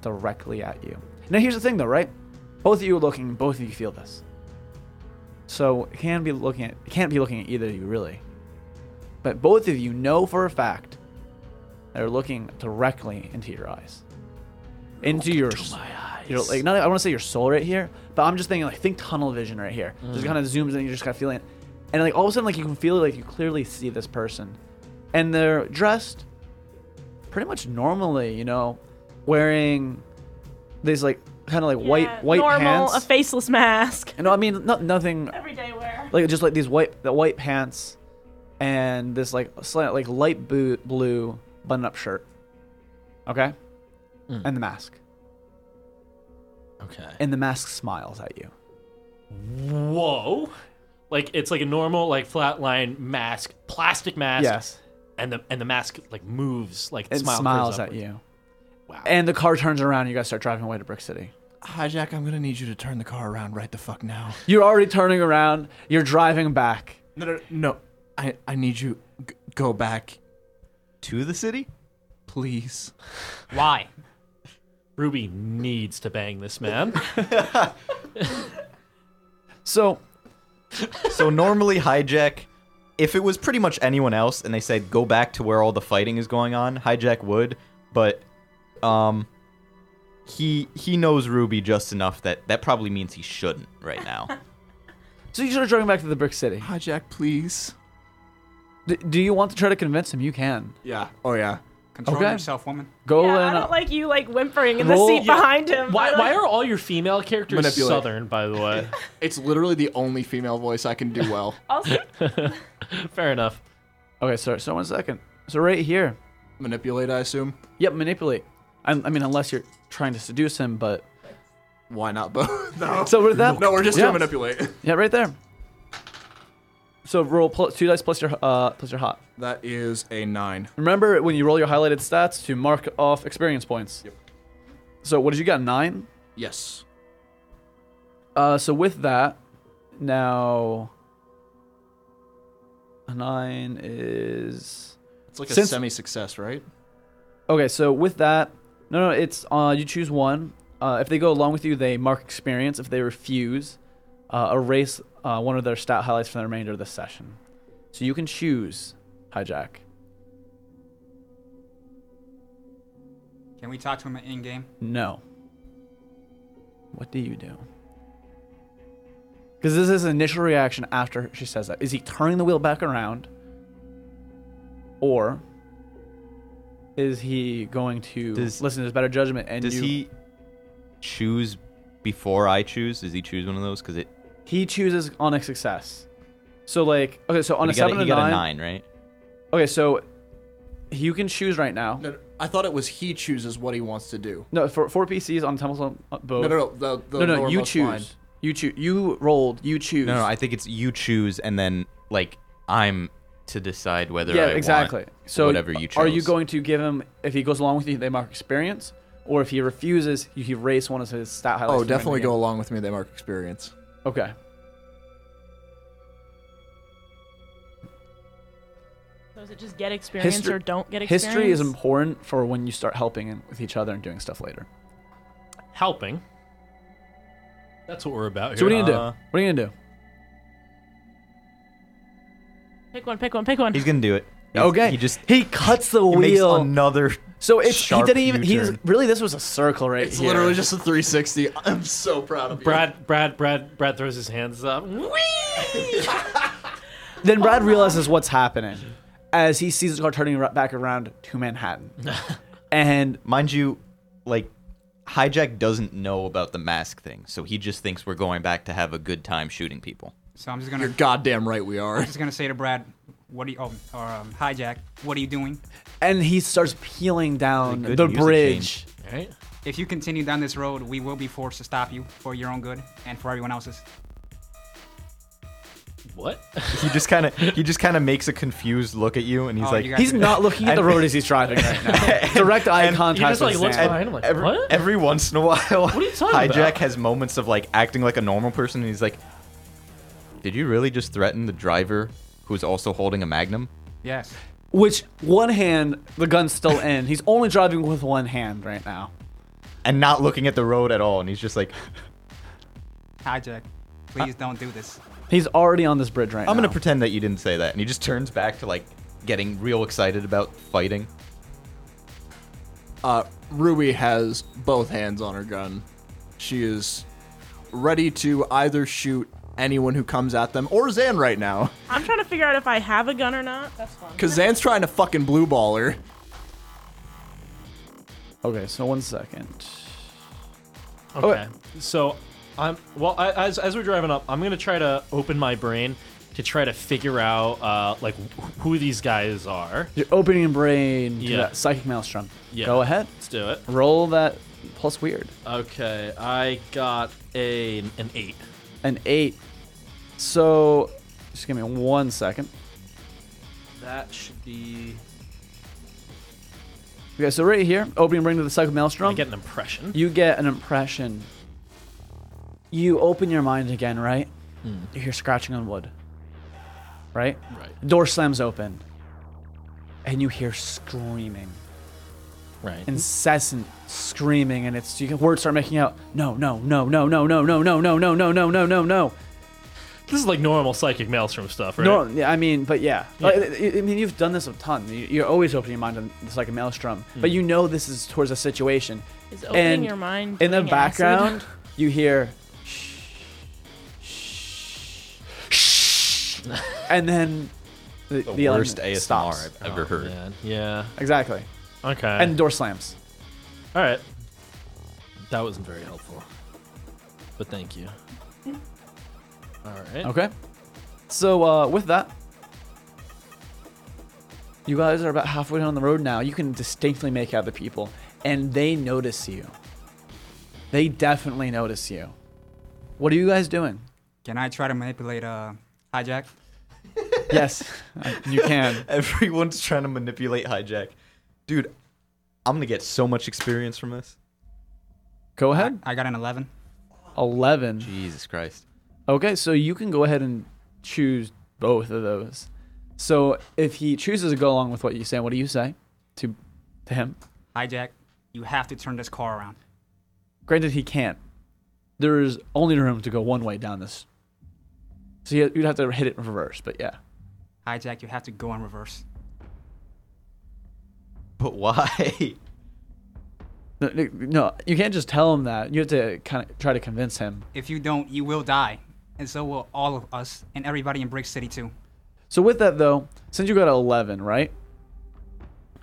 Speaker 2: directly at you. Now, here's the thing, though, right? Both of you are looking. Both of you feel this. So it can be looking at. It can't be looking at either of you, really. But both of you know for a fact they're looking directly into your eyes, into your. You know, like not. I want to say your soul right here, but I'm just thinking like think tunnel vision right here. Just kind of zooms in. You just kind of feeling it, and like all of a sudden like you can feel like you clearly see this person, and they're dressed pretty much normally. You know, wearing these like kind of like
Speaker 3: Yeah,
Speaker 2: white white
Speaker 3: normal,
Speaker 2: pants.
Speaker 3: a faceless mask.
Speaker 2: no, I mean no, nothing
Speaker 3: Everyday wear.
Speaker 2: like just like these white the white pants and this like slight like light blue, blue button up shirt. Okay? And the mask.
Speaker 1: Okay.
Speaker 2: And the mask smiles at you.
Speaker 1: Whoa. Like it's like a normal like flatline mask, plastic mask.
Speaker 2: Yes.
Speaker 1: And the and the mask like moves like the
Speaker 2: It
Speaker 1: smile curves
Speaker 2: smiles at
Speaker 1: upward.
Speaker 2: you.
Speaker 1: Wow.
Speaker 2: And the car turns around and you guys start driving away to Brick City.
Speaker 7: Hijack, I'm gonna need you to turn the car around right the fuck now.
Speaker 2: You're already turning around, you're driving back.
Speaker 7: No, no, no. I, I need you. G- go back,
Speaker 5: to the city.
Speaker 7: please.
Speaker 6: Why?
Speaker 1: Ruby needs to bang this man.
Speaker 2: So
Speaker 5: so normally hijack, if it was pretty much anyone else, and they said go back to where all the fighting is going on, hijack would. But, um, he he knows Ruby just enough that that probably means he shouldn't right now.
Speaker 2: so you start driving back to the Brick City.
Speaker 7: Hijack, please.
Speaker 2: D- do you want to try to convince him? You can.
Speaker 4: Yeah. Oh yeah.
Speaker 6: Control
Speaker 2: Okay.
Speaker 6: yourself, woman.
Speaker 2: Go
Speaker 3: yeah, I
Speaker 2: and
Speaker 3: don't like you like whimpering in the
Speaker 2: Roll-
Speaker 3: seat
Speaker 1: Yeah.
Speaker 3: behind him.
Speaker 1: Why,
Speaker 3: I
Speaker 1: why
Speaker 3: like-
Speaker 1: are all your female characters
Speaker 4: Manipulate.
Speaker 1: southern, by the
Speaker 2: <laughs>
Speaker 1: way?
Speaker 4: It's literally the only female voice I can do well. <laughs>
Speaker 2: <laughs>
Speaker 3: also
Speaker 1: Fair enough.
Speaker 2: Okay, sorry, so one second. So right here.
Speaker 4: Manipulate, I assume.
Speaker 2: Yep, manipulate. I, I mean, unless you're trying to seduce him, but
Speaker 4: Why not both? <laughs> no.
Speaker 2: so with that,
Speaker 4: no, we're just
Speaker 2: yeah,
Speaker 4: gonna manipulate.
Speaker 2: Yeah, right there. So roll plus, two dice plus your uh, plus your hot.
Speaker 4: That is a nine.
Speaker 2: Remember when you roll your highlighted stats to mark off experience points.
Speaker 4: Yep.
Speaker 2: So what did you got? Nine.
Speaker 4: Yes.
Speaker 2: Uh, so with that, now a nine is
Speaker 4: It's like a
Speaker 2: Since-
Speaker 4: semi-success, right?
Speaker 2: okay. So with that, no, no, it's uh, you choose one. Uh, if they go along with you, they mark experience. If they refuse, uh, erase uh, one of their stat highlights for the remainder of the session. So you can choose hijack.
Speaker 6: Can we talk to him in game?
Speaker 2: No. What do you do? Because this is initial reaction after she says that. Is he turning the wheel back around? Or is he going to
Speaker 5: Does-
Speaker 2: listen to his better judgment <laughs> and
Speaker 5: Does
Speaker 2: you-
Speaker 5: he choose before I choose? Does he choose one of those? Because it
Speaker 2: he chooses on a success. So like okay, so on
Speaker 5: he
Speaker 2: a
Speaker 5: got,
Speaker 2: seven
Speaker 5: a, he
Speaker 2: and
Speaker 5: got
Speaker 2: nine,
Speaker 5: a nine, right?
Speaker 2: Okay, so you can choose right now. No,
Speaker 4: No, no, I thought it was he chooses what he wants to do.
Speaker 2: for four PCs on Temple uh, both.
Speaker 4: No, no, no. The, the
Speaker 2: no, no, you
Speaker 4: lowermost
Speaker 2: choose.
Speaker 4: line.
Speaker 2: You choose. You rolled. You choose.
Speaker 5: No, no, I think it's you choose, and then like I'm to decide whether
Speaker 2: yeah,
Speaker 5: I want
Speaker 2: exactly. so
Speaker 5: whatever you
Speaker 2: Are you
Speaker 5: chose.
Speaker 2: going to give him if he goes along with you, they mark experience, or if he refuses, you erase one of his stat highlights?
Speaker 4: Oh,
Speaker 2: from the
Speaker 4: definitely
Speaker 2: end
Speaker 4: go
Speaker 2: of
Speaker 4: along with me. They mark experience.
Speaker 2: the game? Okay.
Speaker 3: So is it just get experience
Speaker 2: History-
Speaker 3: or don't get experience?
Speaker 2: History is important for when you start helping in- with each other and doing stuff later.
Speaker 1: Helping. That's what we're about here.
Speaker 2: So what are you gonna
Speaker 1: Uh,
Speaker 2: do? What are you gonna do?
Speaker 3: Pick one, pick one, pick one.
Speaker 5: He's gonna do it. He's-
Speaker 2: okay.
Speaker 5: He just
Speaker 2: he cuts the
Speaker 5: he makes
Speaker 2: wheel.
Speaker 5: another
Speaker 2: So it's
Speaker 7: Sharp
Speaker 2: he didn't even. He's
Speaker 7: U-turn.
Speaker 2: really this was a circle right
Speaker 4: It's
Speaker 2: here.
Speaker 4: literally just a 360. <laughs> I'm so proud of you.
Speaker 1: Brad, Brad, Brad, Brad throws his hands up. <laughs>
Speaker 2: Then Brad realizes what's happening as he sees the car turning ra- back around to
Speaker 5: <laughs>
Speaker 2: Manhattan, and
Speaker 5: Mind you, like, Hijack doesn't know about the mask thing, so he just thinks we're going back to have a good time shooting people.
Speaker 6: So I'm just gonna
Speaker 4: You're goddamn right we are. <laughs>
Speaker 6: just gonna say to Brad, what are you? Oh, or um, hijack. What are you doing?
Speaker 2: and he starts peeling down
Speaker 5: Good
Speaker 2: the
Speaker 5: music
Speaker 2: bridge.
Speaker 1: All right.
Speaker 6: If you continue down this road, we will be forced to stop you for your own good and for everyone else's.
Speaker 1: What?
Speaker 5: He just kind of he just kind of makes a confused look at you, and he's
Speaker 6: Oh,
Speaker 5: like,
Speaker 6: you guys
Speaker 2: He's not looking
Speaker 1: <laughs>
Speaker 2: at the road as he's driving right now. Direct eye
Speaker 1: He
Speaker 2: contact.
Speaker 1: just like
Speaker 2: with
Speaker 1: looks
Speaker 2: Sam.
Speaker 1: behind him like
Speaker 5: every,
Speaker 1: what?
Speaker 5: every once in a while,
Speaker 1: <laughs>
Speaker 5: what
Speaker 1: are you talking
Speaker 5: Hijack
Speaker 1: about?
Speaker 5: has moments of like acting like a normal person, and he's like, "Did you really just threaten the driver who's also holding a Magnum?"
Speaker 6: Yes.
Speaker 2: Which one hand the gun's still in. He's only driving with one hand right now.
Speaker 5: And not looking at the road at all, and he's just like,
Speaker 6: Hijack. Please don't do this.
Speaker 2: He's already on this bridge right now.
Speaker 5: "I'm gonna pretend that you didn't say that," and he just turns back to like getting real excited about fighting.
Speaker 4: Uh, Rui has both hands on her gun. She is ready to either shoot anyone who comes at them or Zan right now. <laughs>
Speaker 3: I'm trying to figure out if I have a gun or not. That's fun.
Speaker 4: Because Zan's trying to fucking blue ball her.
Speaker 2: Okay, so one second.
Speaker 1: Okay. So I'm well I, as as we're driving up, I'm gonna try to open my brain to try to figure out uh like wh- who these guys are.
Speaker 2: You're opening your brain to
Speaker 1: Yeah.
Speaker 2: that psychic maelstrom.
Speaker 1: Yeah.
Speaker 2: Go ahead.
Speaker 1: Let's do it.
Speaker 2: Roll that plus weird.
Speaker 1: Okay, I got a an eight.
Speaker 2: An eight. So just give me one second.
Speaker 1: That should be.
Speaker 2: Okay, so right here, opening brain to the psychic maelstrom.
Speaker 1: I get an impression.
Speaker 2: you get an impression. You open your mind again, right?
Speaker 1: Hmm.
Speaker 2: You hear scratching on wood. Right?
Speaker 1: Right.
Speaker 2: Door slams open. And you hear screaming.
Speaker 1: Right.
Speaker 2: Incessant screaming. And it's you can words start making out no, no, no, no, no, no, no, no, no, no, no, no, no, no, no.
Speaker 1: this is like normal psychic maelstrom stuff, right?
Speaker 2: No, yeah, I mean, but yeah.
Speaker 1: Yeah.
Speaker 2: Like, I I mean, you've done this a ton. You- You're always opening your mind on this like a maelstrom,
Speaker 1: Hmm.
Speaker 2: but you know this is towards a situation.
Speaker 3: Is opening
Speaker 2: And
Speaker 3: your mind
Speaker 2: In the
Speaker 3: doing acid?
Speaker 2: background, you hear, shh, shh, shh, and then the,
Speaker 5: The,
Speaker 2: the element
Speaker 5: worst ASMR
Speaker 2: stops.
Speaker 5: I've ever heard.
Speaker 1: Man, Oh, yeah.
Speaker 2: Exactly,
Speaker 1: Okay.
Speaker 2: and the door slams.
Speaker 1: all right. That wasn't very helpful, but thank you. All right.
Speaker 2: Okay, so uh, with that. You guys are about halfway down the road now. You can distinctly make out the people, and they notice you. They definitely notice you. What are you guys doing?
Speaker 6: Can I try to manipulate uh, hijack?
Speaker 2: yes, you can.
Speaker 5: Everyone's trying to manipulate Hijack, dude. I'm gonna get so much experience from this.
Speaker 2: Go ahead.
Speaker 6: I got an 11.
Speaker 2: 11.
Speaker 5: Jesus Christ.
Speaker 2: Okay, so you can go ahead and choose both of those. So if he chooses to go along with what you say, what do you say to to him?
Speaker 6: Hijack, you have to turn this car around.
Speaker 2: Granted, he can't. There is only room to go one way down this. So you- you'd have to hit it in reverse, but yeah.
Speaker 6: Hijack, you have to go in reverse.
Speaker 5: But why? <laughs>
Speaker 2: No, No, no, you can't just tell him that. You have to kind of try to convince him.
Speaker 6: If you don't, you will die. And so will all of us and everybody in Brick City, too.
Speaker 2: So with that though, since you got to eleven, right?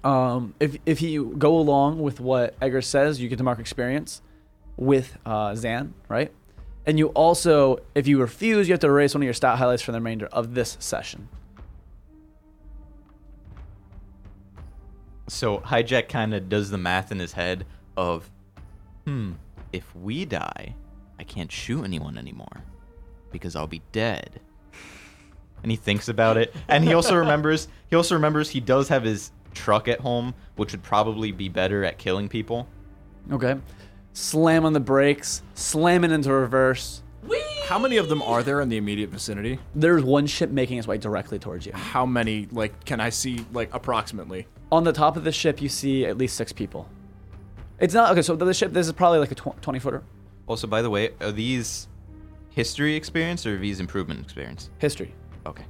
Speaker 2: Um, if if you go along with what Edgar says, you get to mark experience with uh, Zan, right? And you also, if you refuse, you have to erase one of your stat highlights for the remainder of this session.
Speaker 5: So Hijack kind of does the math in his head of, hmm, if we die, I can't shoot anyone anymore because I'll be dead. And he thinks about it, and he also remembers. He also remembers he does have his truck at home, which would probably be better at killing people.
Speaker 2: Okay. Slam on the brakes, slamming into reverse.
Speaker 4: How many of them are there in the immediate vicinity?
Speaker 2: There's one ship making its way directly towards you.
Speaker 4: How many, like, can I see, like, approximately?
Speaker 2: On the top of the ship, you see at least six people. It's not okay. So the ship, this is probably like a tw- twenty footer.
Speaker 5: Also, by the way, are these history experience or are these improvement experience?
Speaker 2: History.
Speaker 5: Okay.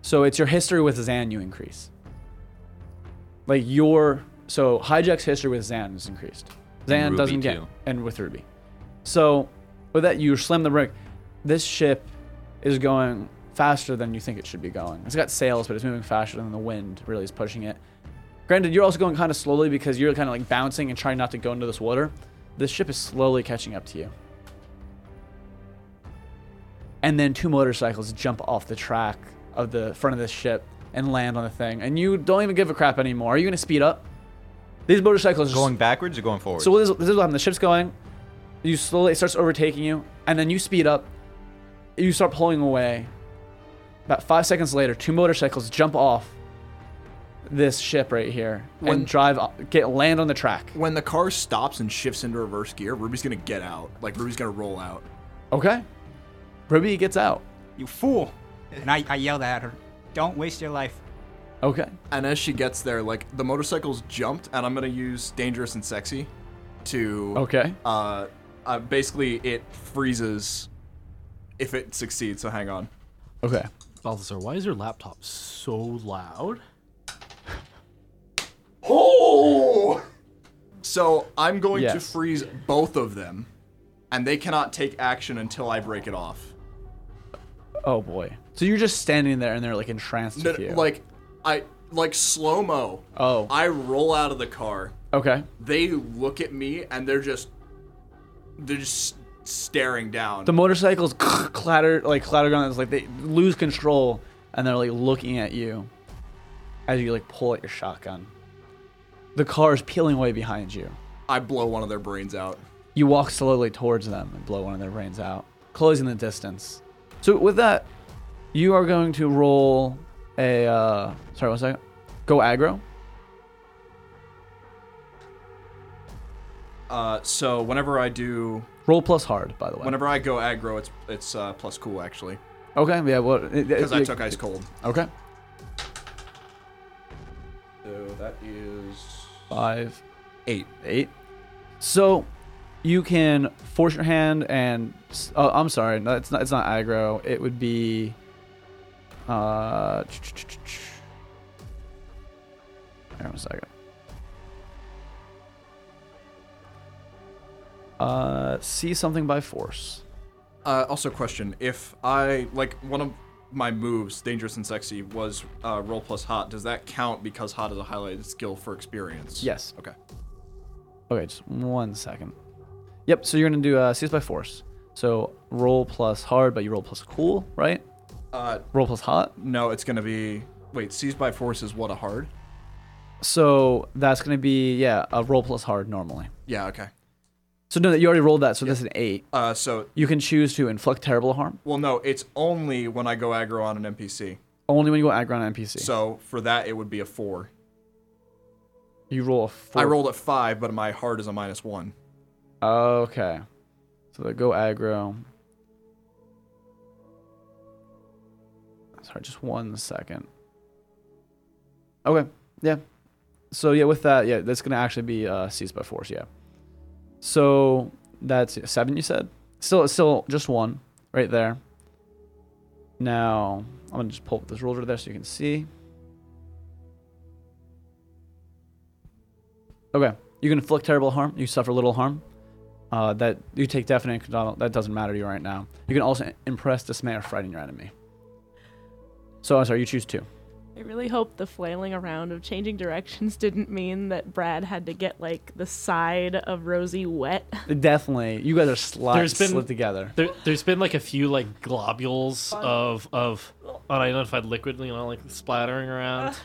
Speaker 2: So it's your history with Zan you increase. Like your So Hijack's history with Xan is increased. Xan
Speaker 5: Ruby,
Speaker 2: doesn't get
Speaker 5: too.
Speaker 2: and with Ruby. So with that you slam the brake. This ship is going faster than you think it should be going. It's got sails, but it's moving faster than the wind really is pushing it. Granted, you're also going kind of slowly because you're kind of like bouncing and trying not to go into this water. This ship is slowly catching up to you. And then two motorcycles jump off the track of the front of this ship and land on the thing. And you don't even give a crap anymore. Are you going to speed up? These motorcycles are just-
Speaker 5: Going backwards or going forwards?
Speaker 2: so this, this is what happened. The ship's going. You slowly it starts overtaking you, and then you speed up. You start pulling away. About five seconds later, two motorcycles jump off this ship right here
Speaker 4: When-
Speaker 2: and drive uh, get land on the track.
Speaker 4: When the car stops and shifts into reverse gear, Ruby's gonna get out. Like Ruby's gonna roll out.
Speaker 2: Okay. Ruby gets out.
Speaker 6: You fool! And I, I yelled at her, don't waste your life.
Speaker 2: Okay.
Speaker 4: And as she gets there, like the motorcycle's jumped, and I'm gonna use dangerous and sexy to
Speaker 2: Okay.
Speaker 4: uh, uh basically it freezes if it succeeds. So hang on.
Speaker 2: Okay.
Speaker 1: Balthazar, why is your laptop so loud?
Speaker 4: Oh! So I'm going to
Speaker 2: Yes.
Speaker 4: freeze both of them, and they cannot take action until I break it off.
Speaker 2: Oh boy. So you're just standing there and they're like entranced
Speaker 4: No,
Speaker 2: with you.
Speaker 4: Like I like slow mo.
Speaker 2: Oh.
Speaker 4: I roll out of the car.
Speaker 2: okay.
Speaker 4: They look at me and they're just they're just staring down.
Speaker 2: The motorcycles <laughs> clatter like clatter down. It's like they lose control and they're like looking at you as you like pull at your shotgun. The car is peeling away behind you.
Speaker 4: I blow one of their brains out.
Speaker 2: You walk slowly towards them and blow one of their brains out, closing the distance. So with that, you are going to roll a uh, sorry one second. Go aggro.
Speaker 4: Uh, so whenever I do,
Speaker 2: Roll plus hard, by the way.
Speaker 4: whenever I go aggro, it's it's uh, plus cool actually
Speaker 2: okay, yeah, well,
Speaker 4: because I took ice cold.
Speaker 2: Okay,
Speaker 4: So that is
Speaker 2: five,
Speaker 4: eight.
Speaker 2: eight. So you can force your hand and oh, I'm sorry, no, it's not. It's not aggro. It would be. Uh, hang on a second. Uh, see something by force.
Speaker 4: Uh, also, question: If I like one of my moves, dangerous and sexy, was uh, roll plus hot. Does that count because hot is a highlighted skill for experience?
Speaker 2: Yes.
Speaker 4: Okay.
Speaker 2: Okay, just one second. Yep. So you're gonna do uh, seize by force. So roll plus hard, but you roll plus cool, right?
Speaker 4: Uh,
Speaker 2: Roll plus hot.
Speaker 4: no, it's gonna be wait. Seized by force is what a hard.
Speaker 2: So that's gonna be yeah a roll plus hard normally.
Speaker 4: Yeah. Okay.
Speaker 2: So no, you already rolled that. So that's an eight.
Speaker 4: Uh, so
Speaker 2: You can choose to inflict terrible harm
Speaker 4: well, no, it's only when I go aggro on an NPC.
Speaker 2: only when you go aggro on NPC.
Speaker 4: So for that, it would be a four.
Speaker 2: you roll a four.
Speaker 4: I rolled a five, but my hard is a minus one.
Speaker 2: Okay. So they go aggro. Sorry, just one second. Okay. Yeah. So yeah, with that, yeah, that's gonna actually be uh, seized by force. Yeah. So that's seven. You said still, still just one right there. Now I'm gonna just pull up this ruler there so you can see. Okay, you can inflict terrible harm. You suffer little harm. Uh, that you take deafening and condone. That doesn't matter to you right now. You can also impress, dismay, or frighten your enemy. So I'm sorry, you choose two.
Speaker 3: I really hope the flailing around of changing directions didn't mean that Brad had to get like the side of Rosie wet.
Speaker 2: Definitely, you guys are sli-
Speaker 1: There's been-
Speaker 2: slid together.
Speaker 1: There, there's been like a few like globules of of unidentified liquid, you know, like splattering around.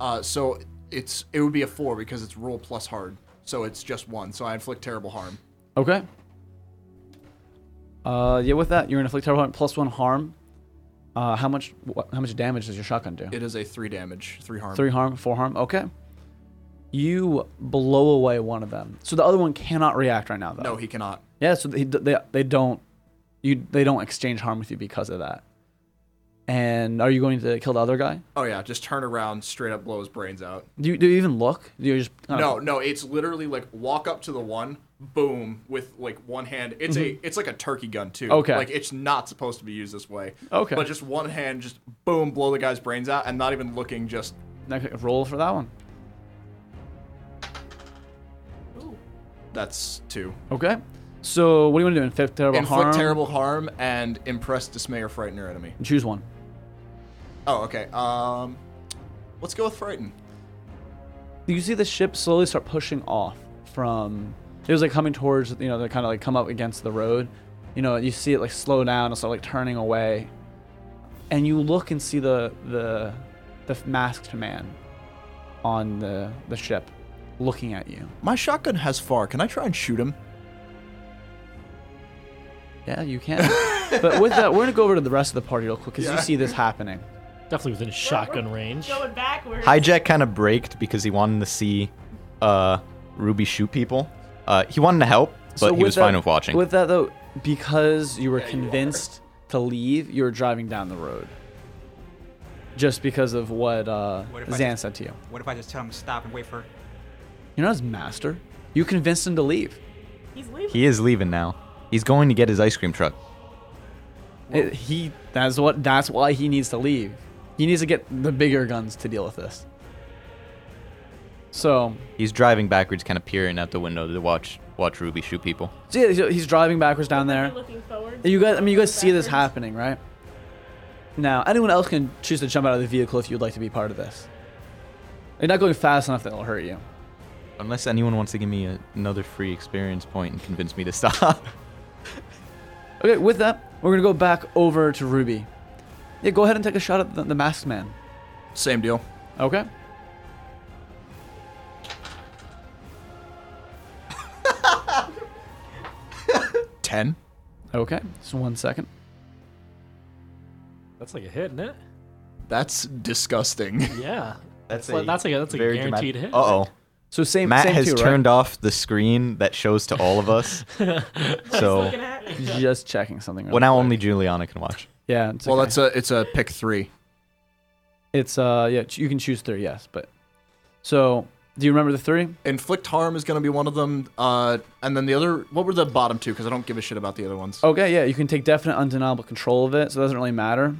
Speaker 4: Uh, so it's it would be a four because it's roll plus hard. So it's just one. So I inflict terrible harm.
Speaker 2: Okay. Uh, yeah. With that, you're gonna inflict terrible harm plus one harm. Uh, how much? What, how much damage does your shotgun do?
Speaker 4: It is a three damage, three harm.
Speaker 2: Three harm, four harm. Okay. You blow away one of them, so the other one cannot react right now. Though.
Speaker 4: No, he cannot.
Speaker 2: Yeah, so they, they they don't you they don't exchange harm with you because of that. And are you going to kill the other guy?
Speaker 4: Oh yeah, just turn around, straight up blow his brains out.
Speaker 2: Do you, do you even look? Do you just kind
Speaker 4: No,
Speaker 2: of-
Speaker 4: no, it's literally like walk up to the one, boom, with like one hand. It's a it's like a turkey gun too.
Speaker 2: Mm-hmm. Okay.
Speaker 4: Like it's not supposed to be used this way.
Speaker 2: oh, Okay.
Speaker 4: But just one hand, just boom, blow the guy's brains out and not even looking, just
Speaker 2: Okay, roll for that one.
Speaker 4: That's two.
Speaker 2: Okay. So what do you want to do? Inflict terrible
Speaker 4: Inflict
Speaker 2: harm.
Speaker 4: terrible harm and impress, dismay, or frighten your enemy.
Speaker 2: Choose one.
Speaker 4: Oh, okay. Um, let's go with frighten.
Speaker 2: You see the ship slowly start pushing off from. It was like coming towards, you know, they kind of like come up against the road. You know, you see it like slow down and start like turning away, and you look and see the the the masked man on the the ship looking at you.
Speaker 4: My shotgun has far. Can I try and shoot him?
Speaker 2: Yeah, you can. <laughs> but with that, we're gonna go over to the rest of the party real quick because you see this happening.
Speaker 1: Definitely within shotgun range.
Speaker 3: Going backwards.
Speaker 5: Hijack kind of braked because he wanted to see uh, Ruby shoot people. Uh, he wanted to help, but he was
Speaker 2: that,
Speaker 5: fine with watching.
Speaker 2: With that though, because you were convinced to leave, you were driving down the road. Just because of what, uh,
Speaker 6: What if I
Speaker 2: Zan
Speaker 6: just-
Speaker 2: said to you.
Speaker 6: What if I just tell him to stop and wait for?
Speaker 2: You're not his master. You convinced him to leave.
Speaker 3: He's leaving.
Speaker 5: he is leaving now. He's going to get his ice cream truck.
Speaker 2: It- he that's what that's why he needs to leave. He needs to get the bigger guns to deal with this. So
Speaker 5: He's driving backwards, kind of peering out the window to watch watch Ruby shoot people.
Speaker 2: so yeah, he's- he's driving backwards down there.
Speaker 3: You're looking forward.
Speaker 2: You guys, I mean, you guys see this
Speaker 3: Backwards.
Speaker 2: happening, right? Now, anyone else can choose to jump out of the vehicle if you would like to be part of this. You're not going fast enough that it'll hurt you.
Speaker 5: Unless anyone wants to give me a, another free experience point and convince me to stop. <laughs>
Speaker 2: Okay, with that, we're gonna go back over to Ruby. Yeah, go ahead and take a shot at the, the masked man.
Speaker 4: Same deal.
Speaker 2: Okay.
Speaker 4: Ten.
Speaker 2: Okay. Just one second.
Speaker 1: That's like a hit, isn't it?
Speaker 4: That's disgusting. <laughs>
Speaker 1: Yeah.
Speaker 5: That's
Speaker 1: Well, that's like a- that's like a guaranteed hit.
Speaker 5: Uh oh.
Speaker 2: So same.
Speaker 5: Matt
Speaker 2: same
Speaker 5: has
Speaker 2: two, right?
Speaker 5: turned off the screen that shows to all of
Speaker 2: <laughs>
Speaker 5: us. so
Speaker 3: Looking at me.
Speaker 2: Just checking something.
Speaker 5: well,
Speaker 2: really
Speaker 5: now
Speaker 2: quick.
Speaker 5: only Juliana can watch.
Speaker 2: Yeah. It's
Speaker 4: Well,
Speaker 2: okay.
Speaker 4: that's a it's a pick three.
Speaker 2: It's uh yeah. You can choose three. Yes, but so do you remember the three?
Speaker 4: Inflict harm is going to be one of them. Uh, and then the other. What were the bottom two? Because I don't give a shit about the other ones.
Speaker 2: Okay, yeah, you can take definite, undeniable control of it, so it doesn't really matter.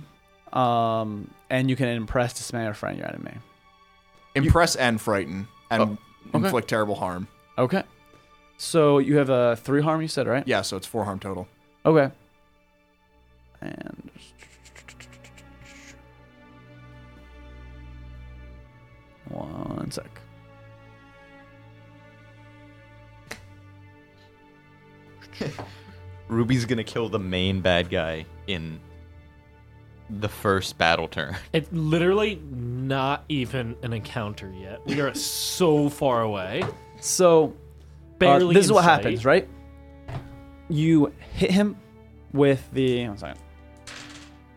Speaker 2: Um, and you can impress, dismay, or frighten your enemy.
Speaker 4: Impress and frighten and
Speaker 2: Oh, okay.
Speaker 4: inflict terrible harm.
Speaker 2: Okay. So you have a three harm, you said, right?
Speaker 4: Yeah, so it's four harm total.
Speaker 2: Okay. And one sec.
Speaker 5: Ruby's gonna kill the main bad guy in the first battle <laughs> turn.
Speaker 1: It's literally not even an encounter yet. We are so far away.
Speaker 2: So uh,
Speaker 1: Barely.
Speaker 2: this is
Speaker 1: in
Speaker 2: what
Speaker 1: sight.
Speaker 2: happens, right? You hit him with the. One second.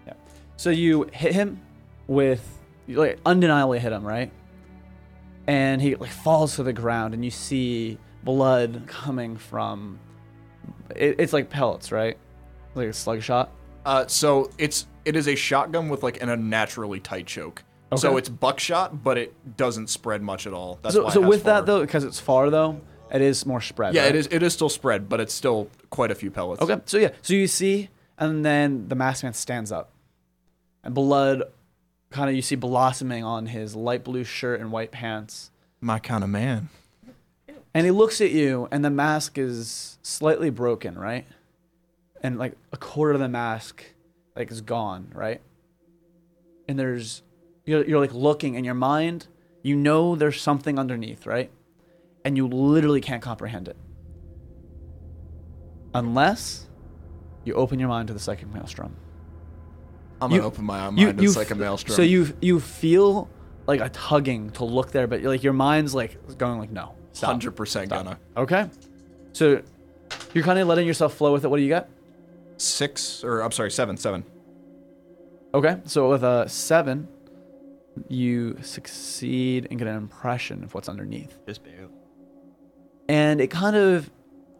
Speaker 2: Yeah. So you hit him with, you, like, undeniably hit him, right? And he like falls to the ground, and you see blood coming from. It, it's like pellets, right? Like a slug shot.
Speaker 4: Uh, so it's it is a shotgun with like an unnaturally tight choke. So
Speaker 2: Okay.
Speaker 4: it's buckshot, but it doesn't spread much at all. That's
Speaker 2: So,
Speaker 4: why it
Speaker 2: so
Speaker 4: has
Speaker 2: with that
Speaker 4: forward.
Speaker 2: though, because it's far though, it is more spread.
Speaker 4: yeah,
Speaker 2: right?
Speaker 4: it is it is still spread, but it's still quite a few pellets.
Speaker 2: Okay, so yeah, so you see, and then the masked man stands up, and blood, kind of you see blossoming on his light blue shirt and white pants,
Speaker 4: my kind of man.
Speaker 2: and he looks at you, and the mask is slightly broken, right, and like a quarter of the mask, like is gone, right, and there's, you're, you're like looking in your mind, you know there's something underneath, right, and you literally can't comprehend it, unless. You open your mind to the psychic maelstrom.
Speaker 4: I'm
Speaker 2: You-
Speaker 4: gonna open my mind.
Speaker 2: you, you
Speaker 4: it's like a
Speaker 2: f-
Speaker 4: maelstrom.
Speaker 2: So you you feel like a tugging to look there, but like your mind's like going like no.
Speaker 4: hundred percent gonna
Speaker 2: Okay. So you're kind of letting yourself flow with it. What do you got?
Speaker 4: six or I'm sorry seven seven.
Speaker 2: Okay. So with a seven, you succeed and get an impression of what's underneath.
Speaker 5: Just barely.
Speaker 2: and it kind of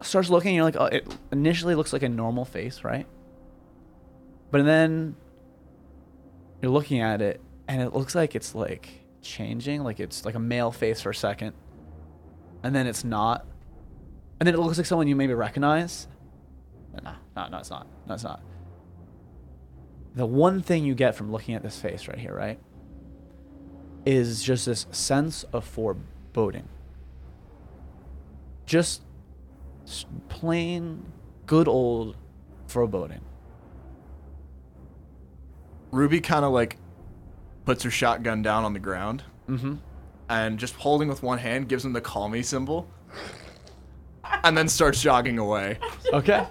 Speaker 2: starts looking. You're like, oh, it initially looks like a normal face, right? But then you're looking at it, and it looks like it's like changing, like it's like a male face for a second, and then it's not, and then it looks like someone you maybe recognize. No, no, no, it's not. No, it's not. The one thing you get from looking at this face right here, right, is just this sense of foreboding just s- plain, good old foreboding.
Speaker 4: Ruby kind of like puts her shotgun down on the ground and just holding with one hand gives him the call me symbol and then starts jogging away.
Speaker 2: Okay.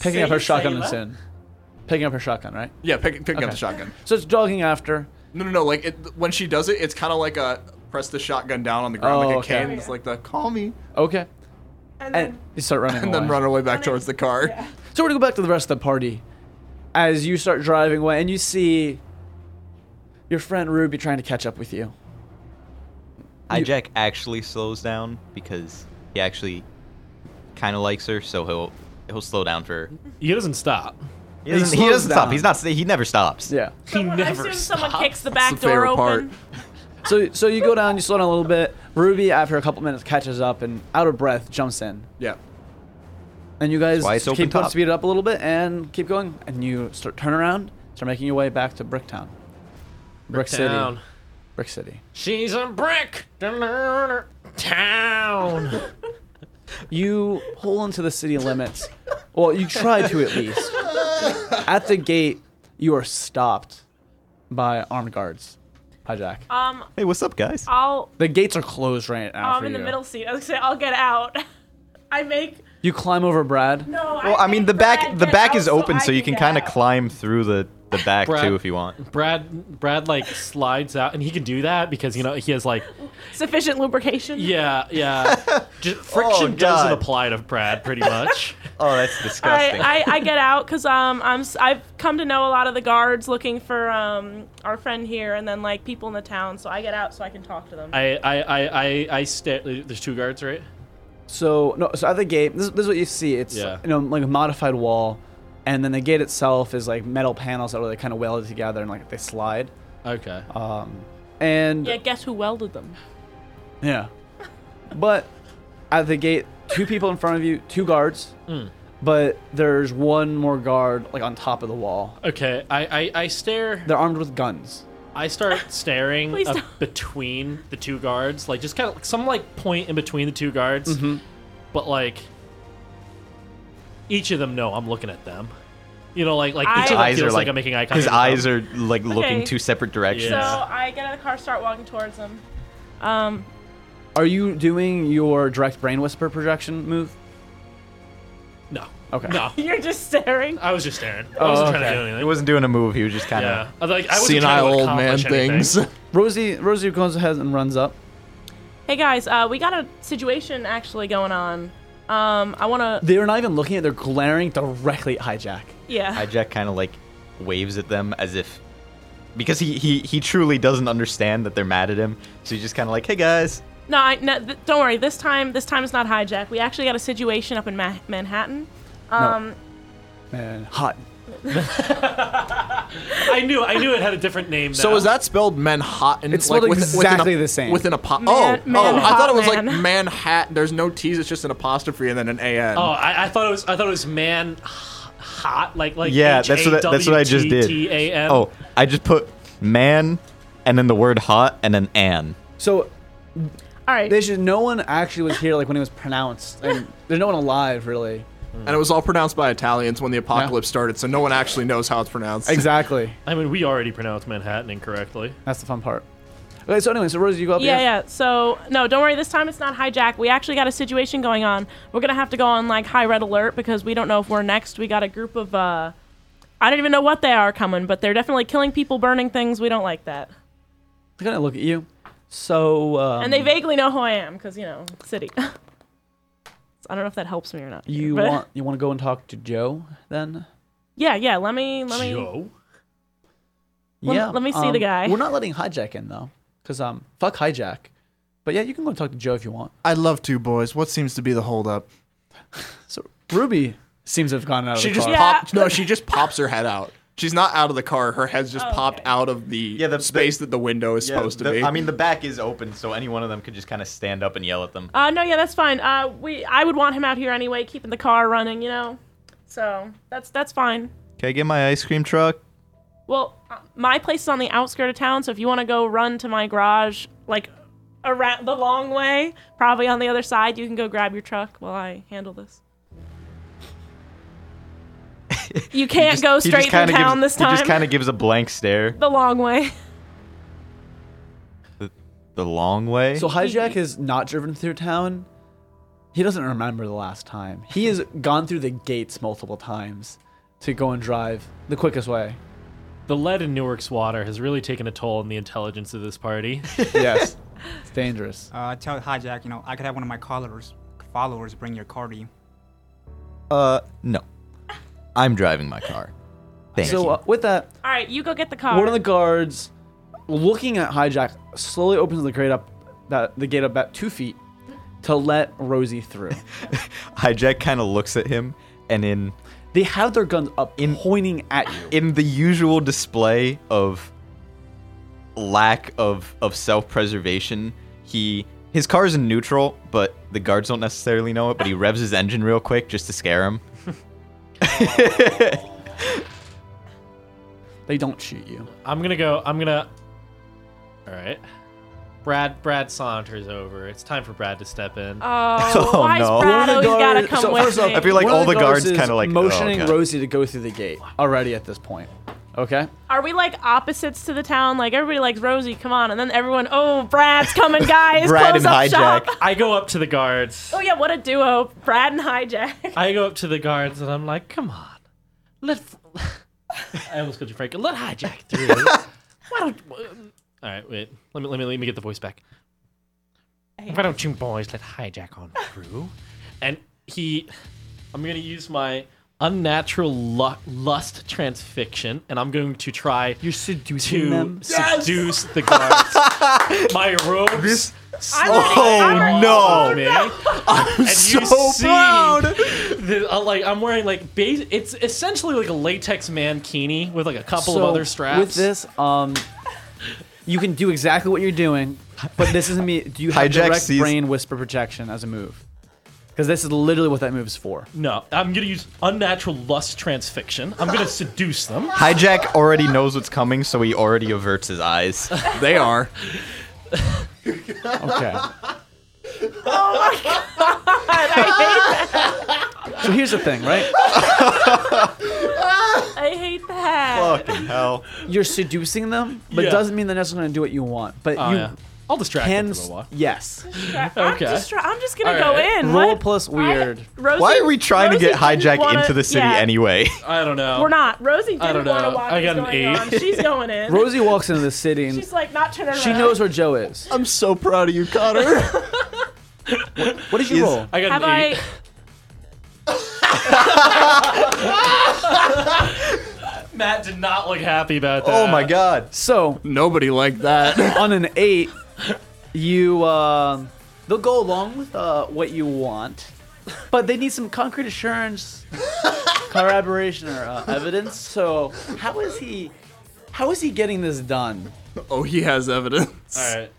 Speaker 2: Picking up
Speaker 3: Say
Speaker 2: her shotgun and
Speaker 3: Sayla.
Speaker 2: sin. Picking up her shotgun, right?
Speaker 4: Yeah, pick, picking up
Speaker 2: Okay.
Speaker 4: the shotgun.
Speaker 2: So it's jogging after.
Speaker 4: No, no, no. Like it, when she does it, it's kind of like a press the shotgun down on the ground
Speaker 2: Oh,
Speaker 4: like a
Speaker 2: okay.
Speaker 4: can. It's like the call me
Speaker 2: Okay.
Speaker 3: And then
Speaker 2: And you start running
Speaker 4: <laughs> and then
Speaker 2: away.
Speaker 4: run her way back towards the car.
Speaker 2: So we're gonna go back to the rest of the party. As you start driving away and you see your friend Ruby trying to catch up with you.
Speaker 5: Hijack actually slows down because he actually kind of likes her, so he'll he'll slow down for. her.
Speaker 1: He doesn't stop.
Speaker 5: He doesn't, he
Speaker 2: slows
Speaker 5: doesn't stop.
Speaker 2: down.
Speaker 5: He's not. He never stops.
Speaker 2: Yeah.
Speaker 3: someone, I
Speaker 1: never
Speaker 3: assume
Speaker 1: stops.
Speaker 3: someone kicks the
Speaker 4: That's
Speaker 3: back
Speaker 4: the
Speaker 3: door
Speaker 4: favorite part.
Speaker 3: open.
Speaker 2: So so you go down, you slow down a little bit. Ruby, after a couple minutes, catches up and out of breath jumps in.
Speaker 4: Yeah.
Speaker 2: And you guys
Speaker 5: That's why it's open
Speaker 2: keep going,
Speaker 5: top.
Speaker 2: speed it up a little bit and keep going. And you start turn around, start making your way back to Bricktown. Brick
Speaker 1: Town.
Speaker 2: City. Brick City.
Speaker 1: She's a brick. Town.
Speaker 2: You pull into the city
Speaker 3: <laughs>
Speaker 2: limits. well, you try to at least. At the gate, you are stopped by armed guards. Hijack.
Speaker 3: Um,
Speaker 5: Hey, what's up, guys?
Speaker 3: I'll.
Speaker 2: The gates are closed right now.
Speaker 3: I'm
Speaker 2: for
Speaker 3: in the
Speaker 2: you.
Speaker 3: middle seat. I was gonna say I'll get out. <laughs> I make
Speaker 2: You climb over Brad.
Speaker 3: no.
Speaker 5: Well, I mean the back
Speaker 3: Brad
Speaker 5: the
Speaker 3: get
Speaker 5: back
Speaker 3: out
Speaker 5: is open, so
Speaker 3: I
Speaker 5: you can
Speaker 3: get
Speaker 5: kind of
Speaker 3: out.
Speaker 5: climb through the the back
Speaker 1: Brad.
Speaker 5: too if you want.
Speaker 1: Brad Brad like slides out and he can do that because you know he has like
Speaker 3: Sufficient lubrication.
Speaker 1: yeah,
Speaker 3: <laughs>
Speaker 1: yeah. Just, friction
Speaker 3: Oh,
Speaker 5: God.
Speaker 1: doesn't apply to Brad pretty much.
Speaker 5: <laughs> Oh, that's disgusting.
Speaker 3: I, I, I get out because um I'm s- I've come to know a lot of the guards looking for um our friend here and then like people in the town so I get out so I can talk to them.
Speaker 1: I I I I, I stare there's two guards, right?
Speaker 2: So no, so at the gate, this, this is what you see. It's
Speaker 1: Yeah.
Speaker 2: you know like a modified wall, and then the gate itself is like metal panels that are like kind of welded together and like they slide.
Speaker 1: Okay.
Speaker 2: Um, and
Speaker 3: yeah, guess who welded them?
Speaker 2: Yeah. But at the gate, two people in front of you, two guards. But there's one more guard like on top of the wall.
Speaker 1: Okay. I I, I stare
Speaker 2: They're armed with guns.
Speaker 1: I
Speaker 3: <laughs>
Speaker 1: start staring
Speaker 3: Please
Speaker 1: up
Speaker 3: don't.
Speaker 1: between the two guards, like just kind of like some like point in between the two guards, but like each of them know I'm looking at them. You know, like like
Speaker 3: I-
Speaker 1: each
Speaker 3: His
Speaker 1: of them
Speaker 5: eyes are
Speaker 1: feels like,
Speaker 5: like
Speaker 1: I'm making eye contact.
Speaker 5: his
Speaker 1: with
Speaker 5: eyes
Speaker 1: them.
Speaker 5: are like looking
Speaker 3: Okay.
Speaker 5: two separate directions.
Speaker 1: Yeah.
Speaker 3: So I get out of the car, start walking towards them. <laughs> Um,
Speaker 2: Are you doing your direct brain whisper projection move?
Speaker 1: no,
Speaker 2: Okay.
Speaker 1: no.
Speaker 3: you're just staring.
Speaker 1: I was just staring. I wasn't trying to do anything.
Speaker 5: He wasn't doing a move. He was just kind of.
Speaker 1: yeah, I was like I wasn't
Speaker 4: Senile
Speaker 1: trying to
Speaker 4: old man
Speaker 1: accomplish anything.
Speaker 4: things.
Speaker 2: Rosie Rosie goes ahead and runs up.
Speaker 3: Hey guys, uh, we got a situation actually going on. Um, I wanna
Speaker 2: They're not even looking at they're glaring directly at hijack.
Speaker 3: yeah.
Speaker 5: Hijack kind of like waves at them as if because he he he truly doesn't understand that they're mad at him. So he's just kind of like, "Hey guys."
Speaker 3: No, I, no th- don't worry. This time, this time it's not hijack. We actually got a situation up in Ma- Manhattan. Um,
Speaker 2: Man, hot.
Speaker 1: I knew I knew it had a different name.
Speaker 4: So
Speaker 1: now.
Speaker 4: is that spelled Manhattan?
Speaker 2: It's spelled exactly
Speaker 4: within a,
Speaker 2: the same.
Speaker 4: Within a po-
Speaker 3: Man-
Speaker 4: oh,
Speaker 3: man-
Speaker 4: oh, I thought it was like
Speaker 3: Hotman.
Speaker 4: Manhattan. There's no T's. It's just an apostrophe and then an A N.
Speaker 1: Oh, I, I thought it was I thought it was man h- hot like like
Speaker 5: Yeah, that's what I- that's what I just did.
Speaker 1: H-A-W-T-T-A-N.
Speaker 5: Oh, I just put man, and then the word hot, and then an.
Speaker 2: So
Speaker 3: all right.
Speaker 2: they should no one actually was here like when it was pronounced. And there's no one alive really.
Speaker 4: And it was all pronounced by Italians when the apocalypse started, so no one actually knows how it's pronounced.
Speaker 2: Exactly.
Speaker 1: I mean, we already pronounced Manhattan incorrectly.
Speaker 2: That's the fun part. Okay, so anyway, so Rosie you go up
Speaker 3: yeah,
Speaker 2: here?
Speaker 3: yeah. So no, don't worry. This time it's not hijack. We actually got a situation going on. We're gonna have to go on like high red alert because we don't know if we're next. We got a group of uh, I don't even know what they are coming, but they're definitely killing people, burning things. We don't like that.
Speaker 2: They're gonna look at you. So um,
Speaker 3: And they vaguely know who I am because you know city. <laughs> I don't know if that helps me or not. <laughs>
Speaker 2: you
Speaker 3: but-
Speaker 2: want you want to go and talk to Joe then?
Speaker 3: Yeah, yeah. Let me, let me.
Speaker 1: Joe.
Speaker 3: Lem- let me see the
Speaker 2: um,
Speaker 3: guy.
Speaker 2: We're not letting hijack in though, because um, fuck hijack. But yeah, you can go and talk to Joe if you want.
Speaker 7: I'd love to, boys. What seems to be the holdup?
Speaker 2: So Ruby seems to have gone out of
Speaker 4: She
Speaker 2: the
Speaker 4: just
Speaker 2: car.
Speaker 3: Yeah.
Speaker 4: popped. No, she just pops her head out. She's not out of the car. Her head's just
Speaker 3: Oh,
Speaker 4: popped
Speaker 3: okay.
Speaker 4: out of the,
Speaker 5: Yeah, the-
Speaker 4: space that the window is supposed to be.
Speaker 5: I mean, the back is open, so any one of them could just kind of stand up and yell at them.
Speaker 3: Uh, no, yeah, that's fine. Uh, we, I would want him out here anyway, keeping the car running, you know. So that's that's fine.
Speaker 5: Can I get my ice cream truck?
Speaker 3: Well, uh, my place is on the outskirt of town, so if you want to go run to my garage, like around the long way, probably on the other side. You can go grab your truck while I handle
Speaker 5: <laughs>
Speaker 3: this. You can't go
Speaker 5: He just
Speaker 3: straight through
Speaker 5: kinda
Speaker 3: town
Speaker 5: gives-
Speaker 3: this time.
Speaker 5: He just kind of gives a blank stare.
Speaker 3: the long way. <laughs>
Speaker 5: The long way. <laughs>
Speaker 2: So Hijack has not driven through town. He doesn't remember the last time. He has gone through the gates multiple times to go and drive the quickest way.
Speaker 1: The lead in Newark's water has really taken a toll on the intelligence of this <laughs> party.
Speaker 2: Yes. it's dangerous.
Speaker 6: Uh, I tell Hijack, you know, I could have one of my callers, followers bring your car to you.
Speaker 5: uh, no. I'm driving my car. Thank
Speaker 2: so
Speaker 5: you.
Speaker 2: uh, with that,
Speaker 3: All right, you go get the car.
Speaker 2: one of the guards, looking at Hijack, slowly opens the gate up, that the gate up about two feet, to let Rosie
Speaker 5: <laughs>
Speaker 2: through.
Speaker 5: Hijack kind of looks at him, and in
Speaker 2: they have their guns up, pointing at you.
Speaker 5: in the usual display of lack of of self-preservation, he his car's in neutral, but the guards don't necessarily know it. But he revs his engine real quick just to scare him.
Speaker 2: They don't shoot you.
Speaker 1: I'm gonna go. I'm gonna. All right. Brad. Brad saunters over. It's time for Brad to step in.
Speaker 2: <laughs>
Speaker 3: oh,
Speaker 5: Oh,
Speaker 3: why's
Speaker 5: no.
Speaker 2: One of
Speaker 3: Brad always
Speaker 2: the
Speaker 3: gotta
Speaker 2: guards-
Speaker 3: come
Speaker 2: so
Speaker 3: with
Speaker 2: first off,
Speaker 3: me?
Speaker 5: I feel like
Speaker 2: One
Speaker 5: all
Speaker 2: the
Speaker 5: the guards
Speaker 2: is
Speaker 5: kinda like, oh,
Speaker 2: motioning
Speaker 5: God.
Speaker 2: Rosie to go through the gate already at this point. Okay.
Speaker 3: Are we like opposites to the town? Like everybody likes Rosie, come on, and then everyone, oh, Brad's coming, guys,
Speaker 5: Brad
Speaker 3: close
Speaker 5: and
Speaker 3: up shop.
Speaker 5: Hijack.
Speaker 1: I go up to the guards.
Speaker 3: Oh yeah, what a duo, Brad and Hijack.
Speaker 5: <laughs>
Speaker 1: I go up to the guards and I'm like, "Come on, let." <laughs> I almost called you Frank. Let hijack through. Why don't? uh, All right, wait. Let me let me let me get the voice back. Why don't you boys let hijack on through? And he, I'm gonna use my unnatural lu- lust transfixion, and I'm going to try
Speaker 2: You're seducing
Speaker 1: to
Speaker 2: them.
Speaker 1: seduce the guards. my robes.
Speaker 3: I'm ready, I'm ready.
Speaker 5: Oh,
Speaker 3: <laughs>
Speaker 5: no.
Speaker 1: me. Oh, and so you see <laughs> The, uh, like I'm wearing like base. It's essentially like a latex mankini with like a couple of
Speaker 2: So,
Speaker 1: other straps.
Speaker 2: With this, um, you can do exactly what you're doing, but this isn't me. Do you have
Speaker 5: Hijack
Speaker 2: direct
Speaker 5: sees-
Speaker 2: brain whisper projection as a move? Because this is literally what that move is for.
Speaker 1: no, I'm gonna use unnatural lust transfiction. I'm gonna seduce them.
Speaker 5: <laughs> Hijack already knows what's coming, so he already averts his eyes.
Speaker 4: <laughs> They are.
Speaker 2: Okay.
Speaker 3: Oh
Speaker 2: so here's the thing, right?
Speaker 3: I hate that.
Speaker 5: Fucking hell.
Speaker 2: You're seducing them, but
Speaker 1: Yeah.
Speaker 2: it doesn't mean they're necessarily going to do what you want. But
Speaker 1: Oh,
Speaker 2: you
Speaker 1: yeah. I'll distract
Speaker 2: can.
Speaker 1: them for a
Speaker 2: s-
Speaker 1: little while.
Speaker 2: Yes.
Speaker 3: I'm
Speaker 1: Okay.
Speaker 3: just, try- I'm just gonna go
Speaker 1: All right.
Speaker 3: in.
Speaker 2: Roll
Speaker 3: What?
Speaker 2: plus weird.
Speaker 3: Rosie,
Speaker 5: Why are we trying
Speaker 3: Rosie
Speaker 5: to get
Speaker 3: didn't
Speaker 5: hijack
Speaker 3: wanna-
Speaker 5: into the city
Speaker 3: yeah,
Speaker 5: anyway?
Speaker 1: I don't know.
Speaker 3: We're not. Rosie
Speaker 1: I
Speaker 3: didn't
Speaker 1: don't
Speaker 3: want to
Speaker 1: know.
Speaker 3: watch
Speaker 1: I got an
Speaker 3: what's
Speaker 1: eight.
Speaker 3: going on. She's going in.
Speaker 2: Rosie walks into the city and
Speaker 3: She's like not turning around.
Speaker 2: she knows where Joe is.
Speaker 5: I'm so proud of you, Connor.
Speaker 2: What did you roll?
Speaker 1: I got
Speaker 3: Have
Speaker 1: an eight.
Speaker 3: I?
Speaker 1: Matt did not look happy about that.
Speaker 5: oh my god.
Speaker 2: So
Speaker 4: <laughs> Nobody liked that.
Speaker 2: Uh, on an eight, you um they'll go along with uh, what you want, but they need some concrete assurance, corroboration, or uh, evidence. So how is he? How is he getting this done?
Speaker 4: oh, he has evidence.
Speaker 1: All right.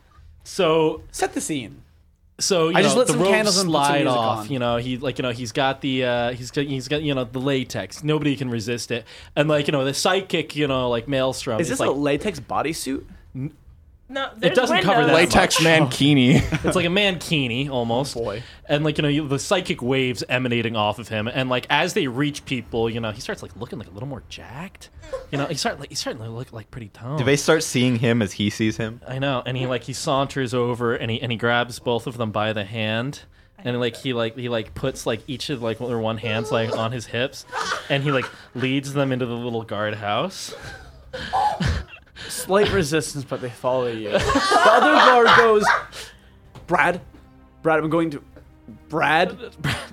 Speaker 1: So
Speaker 2: Set the scene.
Speaker 1: So you know,
Speaker 2: I just lit
Speaker 1: the
Speaker 2: some
Speaker 1: ropes
Speaker 2: candles and put some
Speaker 1: slide
Speaker 2: music
Speaker 1: off.
Speaker 2: on.
Speaker 1: You know, he like you know he's got the uh, he's got he's got you know the latex. Nobody can resist it. And like you know the psychic, you know like maelstrom.
Speaker 2: Is
Speaker 1: it's
Speaker 2: this
Speaker 1: like
Speaker 2: a latex bodysuit?
Speaker 3: No, there's
Speaker 1: doesn't cover that
Speaker 3: windows.
Speaker 4: <laughs>
Speaker 5: <laughs>
Speaker 4: Latex mankini.
Speaker 1: it's like a mankini almost.
Speaker 2: Oh, boy.
Speaker 1: And like you know you- the psychic waves emanating off of him. And like as they reach people, you know he starts like looking like a little more jacked. You know he start like he's starting to look like pretty toned.
Speaker 5: Do they start seeing him as he sees him?
Speaker 1: I know, and he like he saunters over and he and he grabs both of them by the hand, and like he like he like puts like each of like their one hands like on his hips, and he like leads them into the little guardhouse.
Speaker 2: Slight resistance, but they follow you. The other guard goes, Brad, Brad, I'm going to. Brad,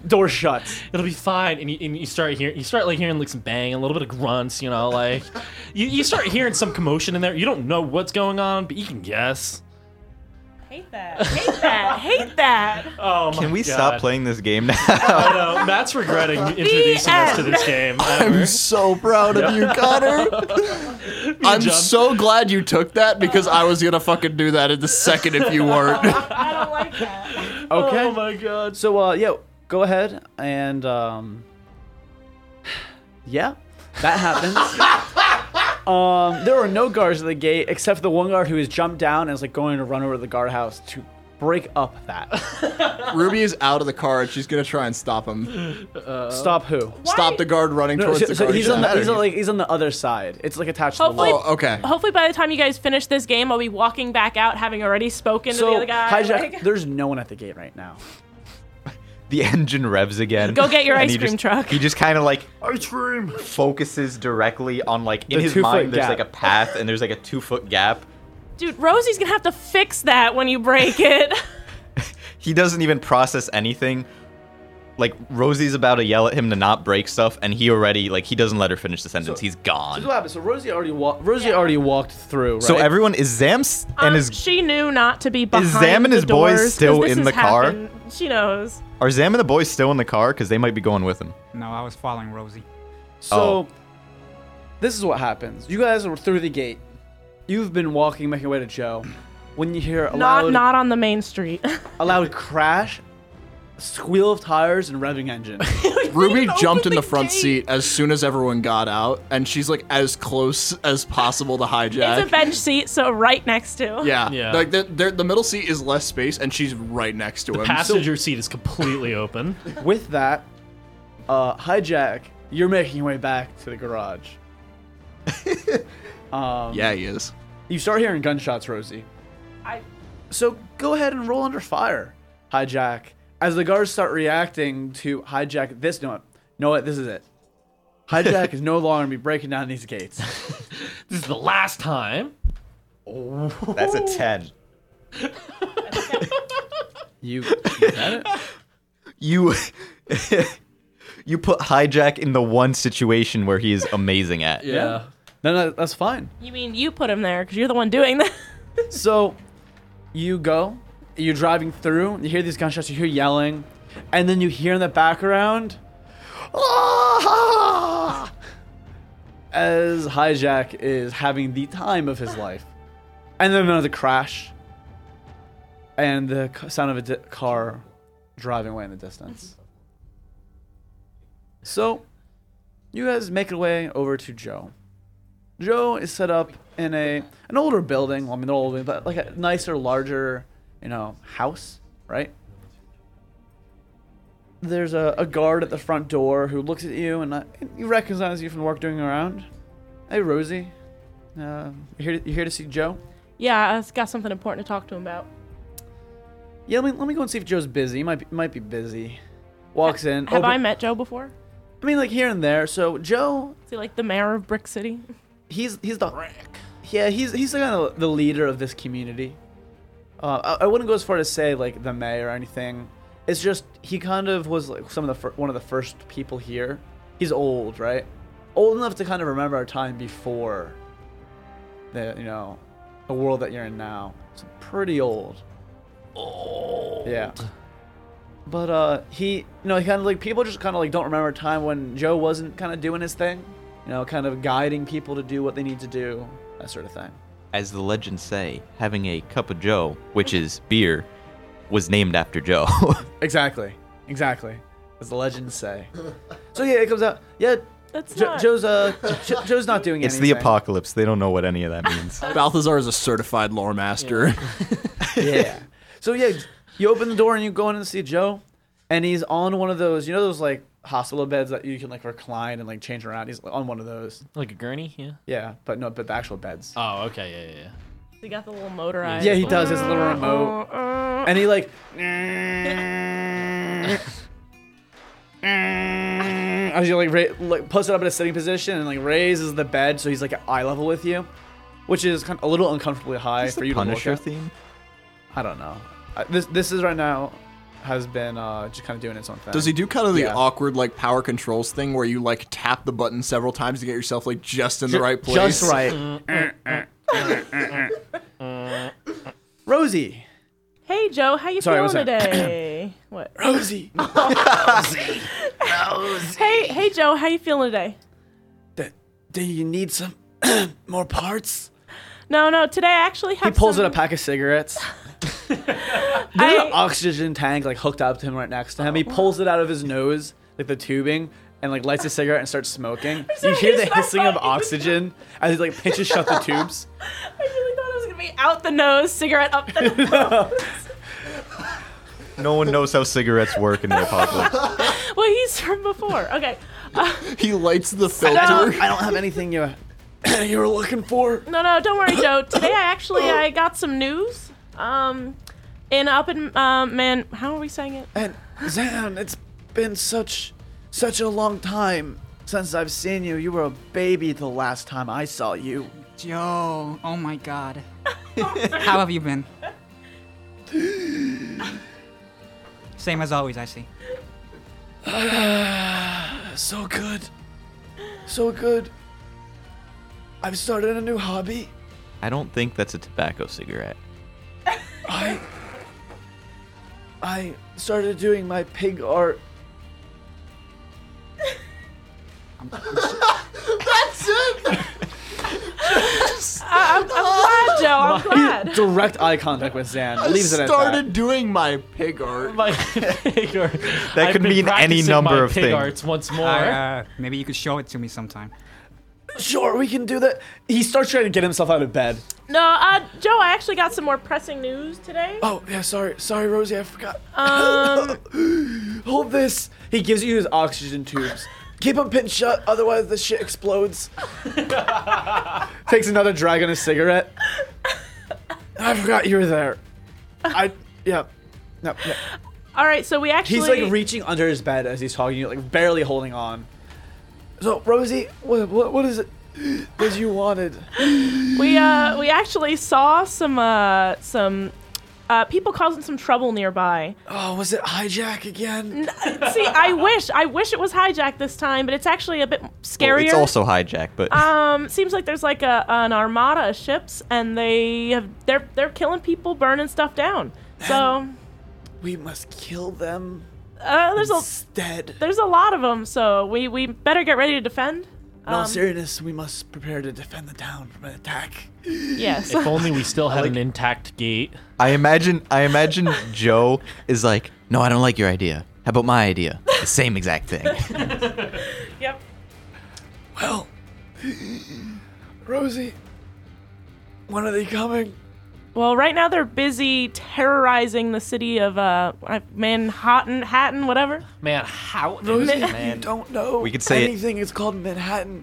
Speaker 2: door shuts.
Speaker 1: It'll be fine, and you, and you start hearing you start like hearing like some bang, a little bit of grunts, you know, like you, you start hearing some commotion in there. You don't know what's going on, but you can guess.
Speaker 3: Hate that. Hate that. Hate that.
Speaker 1: Oh my
Speaker 5: Can we stop
Speaker 1: God.
Speaker 5: playing this game now? <laughs>
Speaker 1: I know Matt's <laughs> regretting introducing us to
Speaker 3: end.
Speaker 1: this <laughs> game. ever.
Speaker 4: so proud of you,
Speaker 2: <laughs>
Speaker 4: Connor. I'm
Speaker 1: John.
Speaker 4: so glad you took that because I was gonna fucking do that in the second if you weren't.
Speaker 2: <laughs>
Speaker 3: I don't like that.
Speaker 2: Okay.
Speaker 1: Oh my God.
Speaker 2: So uh yeah, go ahead and um <sighs> Yeah, that
Speaker 3: <laughs>
Speaker 2: happens. um there were no guards at the gate except for the one guard who has jumped down and is like going to run over to the guardhouse to break up that.
Speaker 3: <laughs>
Speaker 4: Ruby is out of the car and she's gonna try and stop him.
Speaker 2: Stop who?
Speaker 4: Stop the guard running
Speaker 2: No,
Speaker 4: towards
Speaker 2: so-
Speaker 4: the
Speaker 2: so
Speaker 4: guard.
Speaker 2: he's on the,
Speaker 4: Doesn't
Speaker 2: he's
Speaker 4: matter.
Speaker 2: on, like he's on the other side. It's like attached to
Speaker 3: Hopefully-
Speaker 2: the wall.
Speaker 4: oh, okay.
Speaker 3: Hopefully, by the time you guys finish this game, I'll be walking back out having already spoken to the
Speaker 2: So
Speaker 3: other guy.
Speaker 2: hijack.
Speaker 3: like,
Speaker 2: There's no one at the gate right now.
Speaker 5: The <laughs> engine revs again.
Speaker 3: Go get your
Speaker 5: and he
Speaker 3: ice cream
Speaker 5: just-
Speaker 3: truck.
Speaker 5: He just kind of like ice cream focuses directly on like in
Speaker 2: The
Speaker 5: his
Speaker 2: two-foot
Speaker 5: mind. There's
Speaker 2: gap.
Speaker 5: like a path and there's like a two foot gap.
Speaker 3: Dude, Rosie's gonna have to fix that when you break it.
Speaker 5: He doesn't even process anything. Like Rosie's about to yell at him to not break stuff, and he already like he doesn't let her finish the sentence. He's
Speaker 2: So
Speaker 5: gone.
Speaker 2: what happened? So Rosie already walked. Rosie already walked through. Right?
Speaker 5: So everyone is Zam's
Speaker 3: Um,
Speaker 5: and is
Speaker 3: she knew not to be behind
Speaker 5: Zam and
Speaker 3: the
Speaker 5: his boys
Speaker 3: doors, 'cause
Speaker 5: still
Speaker 3: this
Speaker 5: in
Speaker 3: has
Speaker 5: the car?
Speaker 3: happened. She knows.
Speaker 5: are Zam and the boys still in the car because they might be going with him.
Speaker 6: No, I was following Rosie.
Speaker 2: So
Speaker 5: Oh.
Speaker 2: this is what happens. You guys are through the gate. You've been walking, making your way to Joe. When you hear a
Speaker 3: Not
Speaker 2: loud,
Speaker 3: not on the main street. <laughs>
Speaker 2: a loud crash, squeal of tires, and revving engine.
Speaker 4: Ruby
Speaker 3: Open
Speaker 4: jumped in
Speaker 3: the
Speaker 4: the front
Speaker 3: gate.
Speaker 4: seat as soon as everyone got out, and she's like as close as possible to hijack.
Speaker 3: it's a bench seat, so right next to.
Speaker 4: yeah,
Speaker 1: Yeah.
Speaker 4: Like the, the the middle seat is less space, and she's right next to him.
Speaker 1: Passenger seat is completely open.
Speaker 2: With that, uh, hijack. You're making your way back to the garage.
Speaker 4: So- yeah, he is.
Speaker 2: You start hearing gunshots, Rosie.
Speaker 3: I-
Speaker 2: So go ahead and roll under fire, hijack. As the guards start reacting to hijack, this no, no, what this is it. Hijack is no longer gonna be breaking down these gates.
Speaker 1: This is the last time.
Speaker 5: That's a ten.
Speaker 2: You,
Speaker 5: You <laughs> you put hijack in the one situation where he is amazing at.
Speaker 2: Yeah. no, no, that's fine.
Speaker 3: You mean you put him there because you're the one doing that? <laughs>
Speaker 2: So you go, you're driving through, you hear these gunshots, you hear yelling, and then you hear in the background, "Ah!" as Hijack is having the time of his life. And then another crash, and the c- sound of a di- car driving away in the distance. So you guys make your way over to Joe. Joe is set up in a an older building. Well, I mean, not older, but like a nicer, larger, you know, house, right? There's a, a guard at the front door who looks at you and uh, he recognizes you from the work doing around. Hey, Rosie. Uh, you here? You here to see Joe?
Speaker 3: yeah, I've got something important to talk to him about.
Speaker 2: Yeah, let me, let me go and see if Joe's busy. He might be, might be busy. Walks in.
Speaker 3: Have
Speaker 2: open-
Speaker 3: I met Joe before?
Speaker 2: I mean, like here and there. So Joe,
Speaker 3: Is he like the mayor of Brick City? <laughs>
Speaker 2: he's he's the yeah he's he's the kind of the leader of this community. Uh, I, I wouldn't go as far to say like the mayor or anything. It's just he kind of was like some of the fir- one of the first people here. He's old, right? Old enough to kind of remember our time before the you know the world that you're in now. So pretty old. Old. Yeah. But uh, he, you know, he kind of like people just kind of like don't remember a time when Joe wasn't kind of doing his thing, you know, kind of guiding people to do what they need to do, that sort of thing.
Speaker 5: As the legends say, having a cup of Joe, which is beer, was named after Joe. <laughs>
Speaker 2: Exactly, exactly, as the legends say. so yeah, it comes out. Yeah,
Speaker 3: That's
Speaker 2: Jo-
Speaker 3: not.
Speaker 2: Joe's uh, Jo- Joe's not doing
Speaker 5: it's
Speaker 2: anything.
Speaker 5: the apocalypse. They don't know what any of
Speaker 2: <laughs>
Speaker 5: that means.
Speaker 4: Balthazar is a certified lore master.
Speaker 2: yeah. So yeah, you open the door and you go in and see Joe, and he's on one of those, you know, those like hospital beds that you can like recline and like change around. He's on one of those.
Speaker 1: Like a gurney, yeah.
Speaker 2: Yeah, but no, but the actual beds.
Speaker 1: Oh, okay, yeah, yeah, yeah.
Speaker 3: he got the little motorized.
Speaker 2: Yeah, he does his little remote. and he <laughs> like as you like, ra- like puts it up in a sitting position and like raises the bed so he's like at eye level with you which is kind of a little uncomfortably high
Speaker 5: It's
Speaker 2: for
Speaker 5: the
Speaker 2: you to look
Speaker 5: Punisher
Speaker 2: at.
Speaker 5: theme.
Speaker 2: I don't know I, this this is right now has been uh just kind of doing its own thing
Speaker 4: Does he do kind of the
Speaker 2: Yeah.
Speaker 4: awkward like power controls thing where you like tap the button several times to get yourself like just in the right place?
Speaker 2: just right Rosie
Speaker 3: Hey Joe, how you
Speaker 2: Sorry,
Speaker 3: feeling
Speaker 2: what's that?
Speaker 3: today? what?
Speaker 2: Rosie
Speaker 4: Ah!
Speaker 3: Hey, hey Joe, how you feeling today?
Speaker 2: do, do you need some <clears throat> more parts
Speaker 3: No, no, today I actually
Speaker 2: he
Speaker 3: have.
Speaker 2: pulls
Speaker 3: some,
Speaker 2: out a pack of cigarettes There's
Speaker 3: <laughs>
Speaker 2: an
Speaker 3: I,
Speaker 2: oxygen tank like hooked up to him right next to him. He pulls it out of his nose, like the tubing, and like lights a cigarette and starts smoking.
Speaker 3: sorry,
Speaker 2: You hear the
Speaker 3: it's not
Speaker 2: hissing of
Speaker 3: funny.
Speaker 2: oxygen as he like pinches shut the tubes. <laughs>
Speaker 3: I really thought it was gonna be out the nose, cigarette up the.
Speaker 5: No one knows how cigarettes work in the apocalypse.
Speaker 3: Well, he's from before. Okay.
Speaker 4: <laughs> He lights the filter.
Speaker 2: I don't have anything you <clears throat> you were looking for.
Speaker 3: No, no, don't worry, Joe. Today I actually I got some news. Um, in up in um, man, how are we saying it?
Speaker 2: And Zan, it's been such such a long time since I've seen you. You were a baby the last time I saw you.
Speaker 6: Joe, oh
Speaker 2: <laughs>
Speaker 6: my god. How have you been? Same as always, I see.
Speaker 2: So good. So good. I've started a new hobby.
Speaker 5: <laughs> I don't think that's a tobacco cigarette.
Speaker 2: I I started doing my pig art.
Speaker 3: I'm,
Speaker 2: <laughs>
Speaker 3: I'm glad, Ah, Joe. I'm glad.
Speaker 2: Direct eye contact with Zan. Leaves it at
Speaker 4: started doing my pig
Speaker 1: <laughs>
Speaker 4: art.
Speaker 1: My
Speaker 5: <laughs>
Speaker 1: pig art.
Speaker 5: That
Speaker 1: I've
Speaker 5: could
Speaker 1: been
Speaker 5: mean any
Speaker 1: practicing
Speaker 5: number
Speaker 1: my
Speaker 5: of
Speaker 1: pig
Speaker 5: things.
Speaker 1: arts once more.
Speaker 6: Uh, maybe you could show it to me sometime.
Speaker 2: that. Sure, we can do that. He starts trying to get himself out of bed.
Speaker 3: No, uh, Joe, I actually got some more pressing news today.
Speaker 2: Oh yeah, sorry, sorry, Rosie, I forgot.
Speaker 3: Um,
Speaker 2: <laughs> Hold this. He gives you his oxygen tubes. Keep them pinned shut, otherwise the shit explodes. <laughs> Takes another drag on his cigarette. I forgot you were there. I yeah. No, yeah.
Speaker 3: all right, so we actually
Speaker 2: He's like reaching under his bed as he's talking, to you, like barely holding on. So Rosie, what, what, what is it that you wanted?
Speaker 3: we uh we actually saw some uh some uh people causing some trouble nearby.
Speaker 2: Oh, was it hijack again?
Speaker 3: See, I wish I wish it was hijacked this time, but it's actually a bit
Speaker 5: Well,
Speaker 3: scarier.
Speaker 5: it's also hijack, but
Speaker 3: Um, seems like there's like a an armada of ships, and they have they're they're killing people, burning stuff down. So
Speaker 2: We must kill them
Speaker 3: uh, there's a
Speaker 2: instead.
Speaker 3: there's a lot of them. So we we better get ready to defend.
Speaker 2: In all seriousness, we must prepare to defend the town from an attack.
Speaker 5: <laughs>
Speaker 3: Yes.
Speaker 1: If only we still had an intact gate.
Speaker 5: <laughs> I imagine I imagine Joe is like, no, I don't like your idea. How about my idea? The same exact thing. <laughs>
Speaker 3: yep.
Speaker 2: Well, Rosie, when are they coming?
Speaker 3: Well, right now they're busy terrorizing the city of uh Manhattan, Hatton,
Speaker 5: <laughs>
Speaker 3: whatever.
Speaker 1: Man, how?
Speaker 2: Rosie, you
Speaker 1: man.
Speaker 2: don't know
Speaker 5: We could say it-
Speaker 2: anything. It's called Manhattan.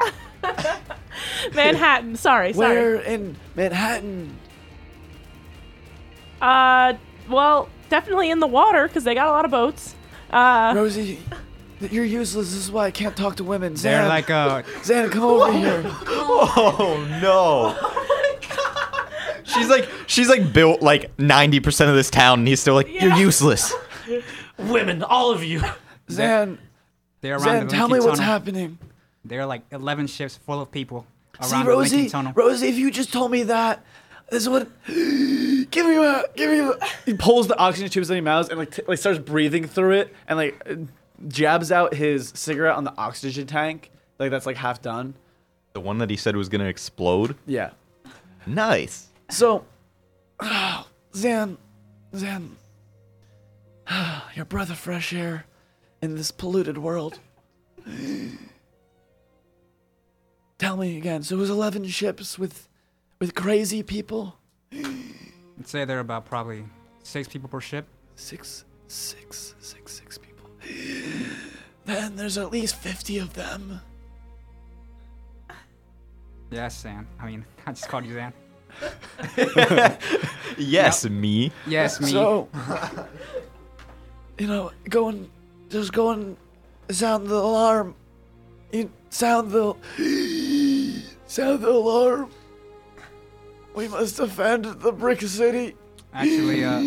Speaker 3: Manhattan. Sorry.
Speaker 2: Where
Speaker 3: Sorry.
Speaker 2: in Manhattan?
Speaker 3: Uh, well, definitely in the water because they got a lot of boats. Uh,
Speaker 2: Rosie, th- you're useless. This is why I can't talk to women. Zan,
Speaker 6: They're like uh, a
Speaker 2: Zan, come over here.
Speaker 5: Oh no. She's like she's like built like 90% of this town and he's still like you're useless.
Speaker 1: Women, all of you. <laughs>
Speaker 2: Zan,
Speaker 6: they're around
Speaker 2: Zan,
Speaker 6: the
Speaker 2: tell me
Speaker 6: Lincoln
Speaker 2: what's
Speaker 6: tunnel.
Speaker 2: happening.
Speaker 6: There are like 11 ships full of people around
Speaker 2: See,
Speaker 6: the Lincoln
Speaker 2: Rosie,
Speaker 6: tunnel.
Speaker 2: Rosie, if you just told me that, this would <gasps> give me a, give me. A. He pulls the oxygen tubes in his mouth and like, t- like starts breathing through it and like uh, jabs out his cigarette on the oxygen tank, like that's like half done.
Speaker 5: The one that he said was going to explode.
Speaker 2: Yeah.
Speaker 5: Nice.
Speaker 2: So, <sighs> Zan, Zan, <sighs> your breath of fresh air in this polluted world. <gasps> Tell me again. So it was eleven ships with, with crazy people.
Speaker 6: I'd say there are about probably six people per ship.
Speaker 2: Six, six, six, six people. <gasps> Then there's at least 50 of them.
Speaker 6: Yes, Sam. I mean, <laughs> I just called you Sam.
Speaker 5: Yes, me. <laughs>
Speaker 6: Yes, me.
Speaker 2: So, you know, go and just go and sound the alarm. You sound the <gasps> sound the alarm. We must defend the brick city.
Speaker 6: Actually, uh,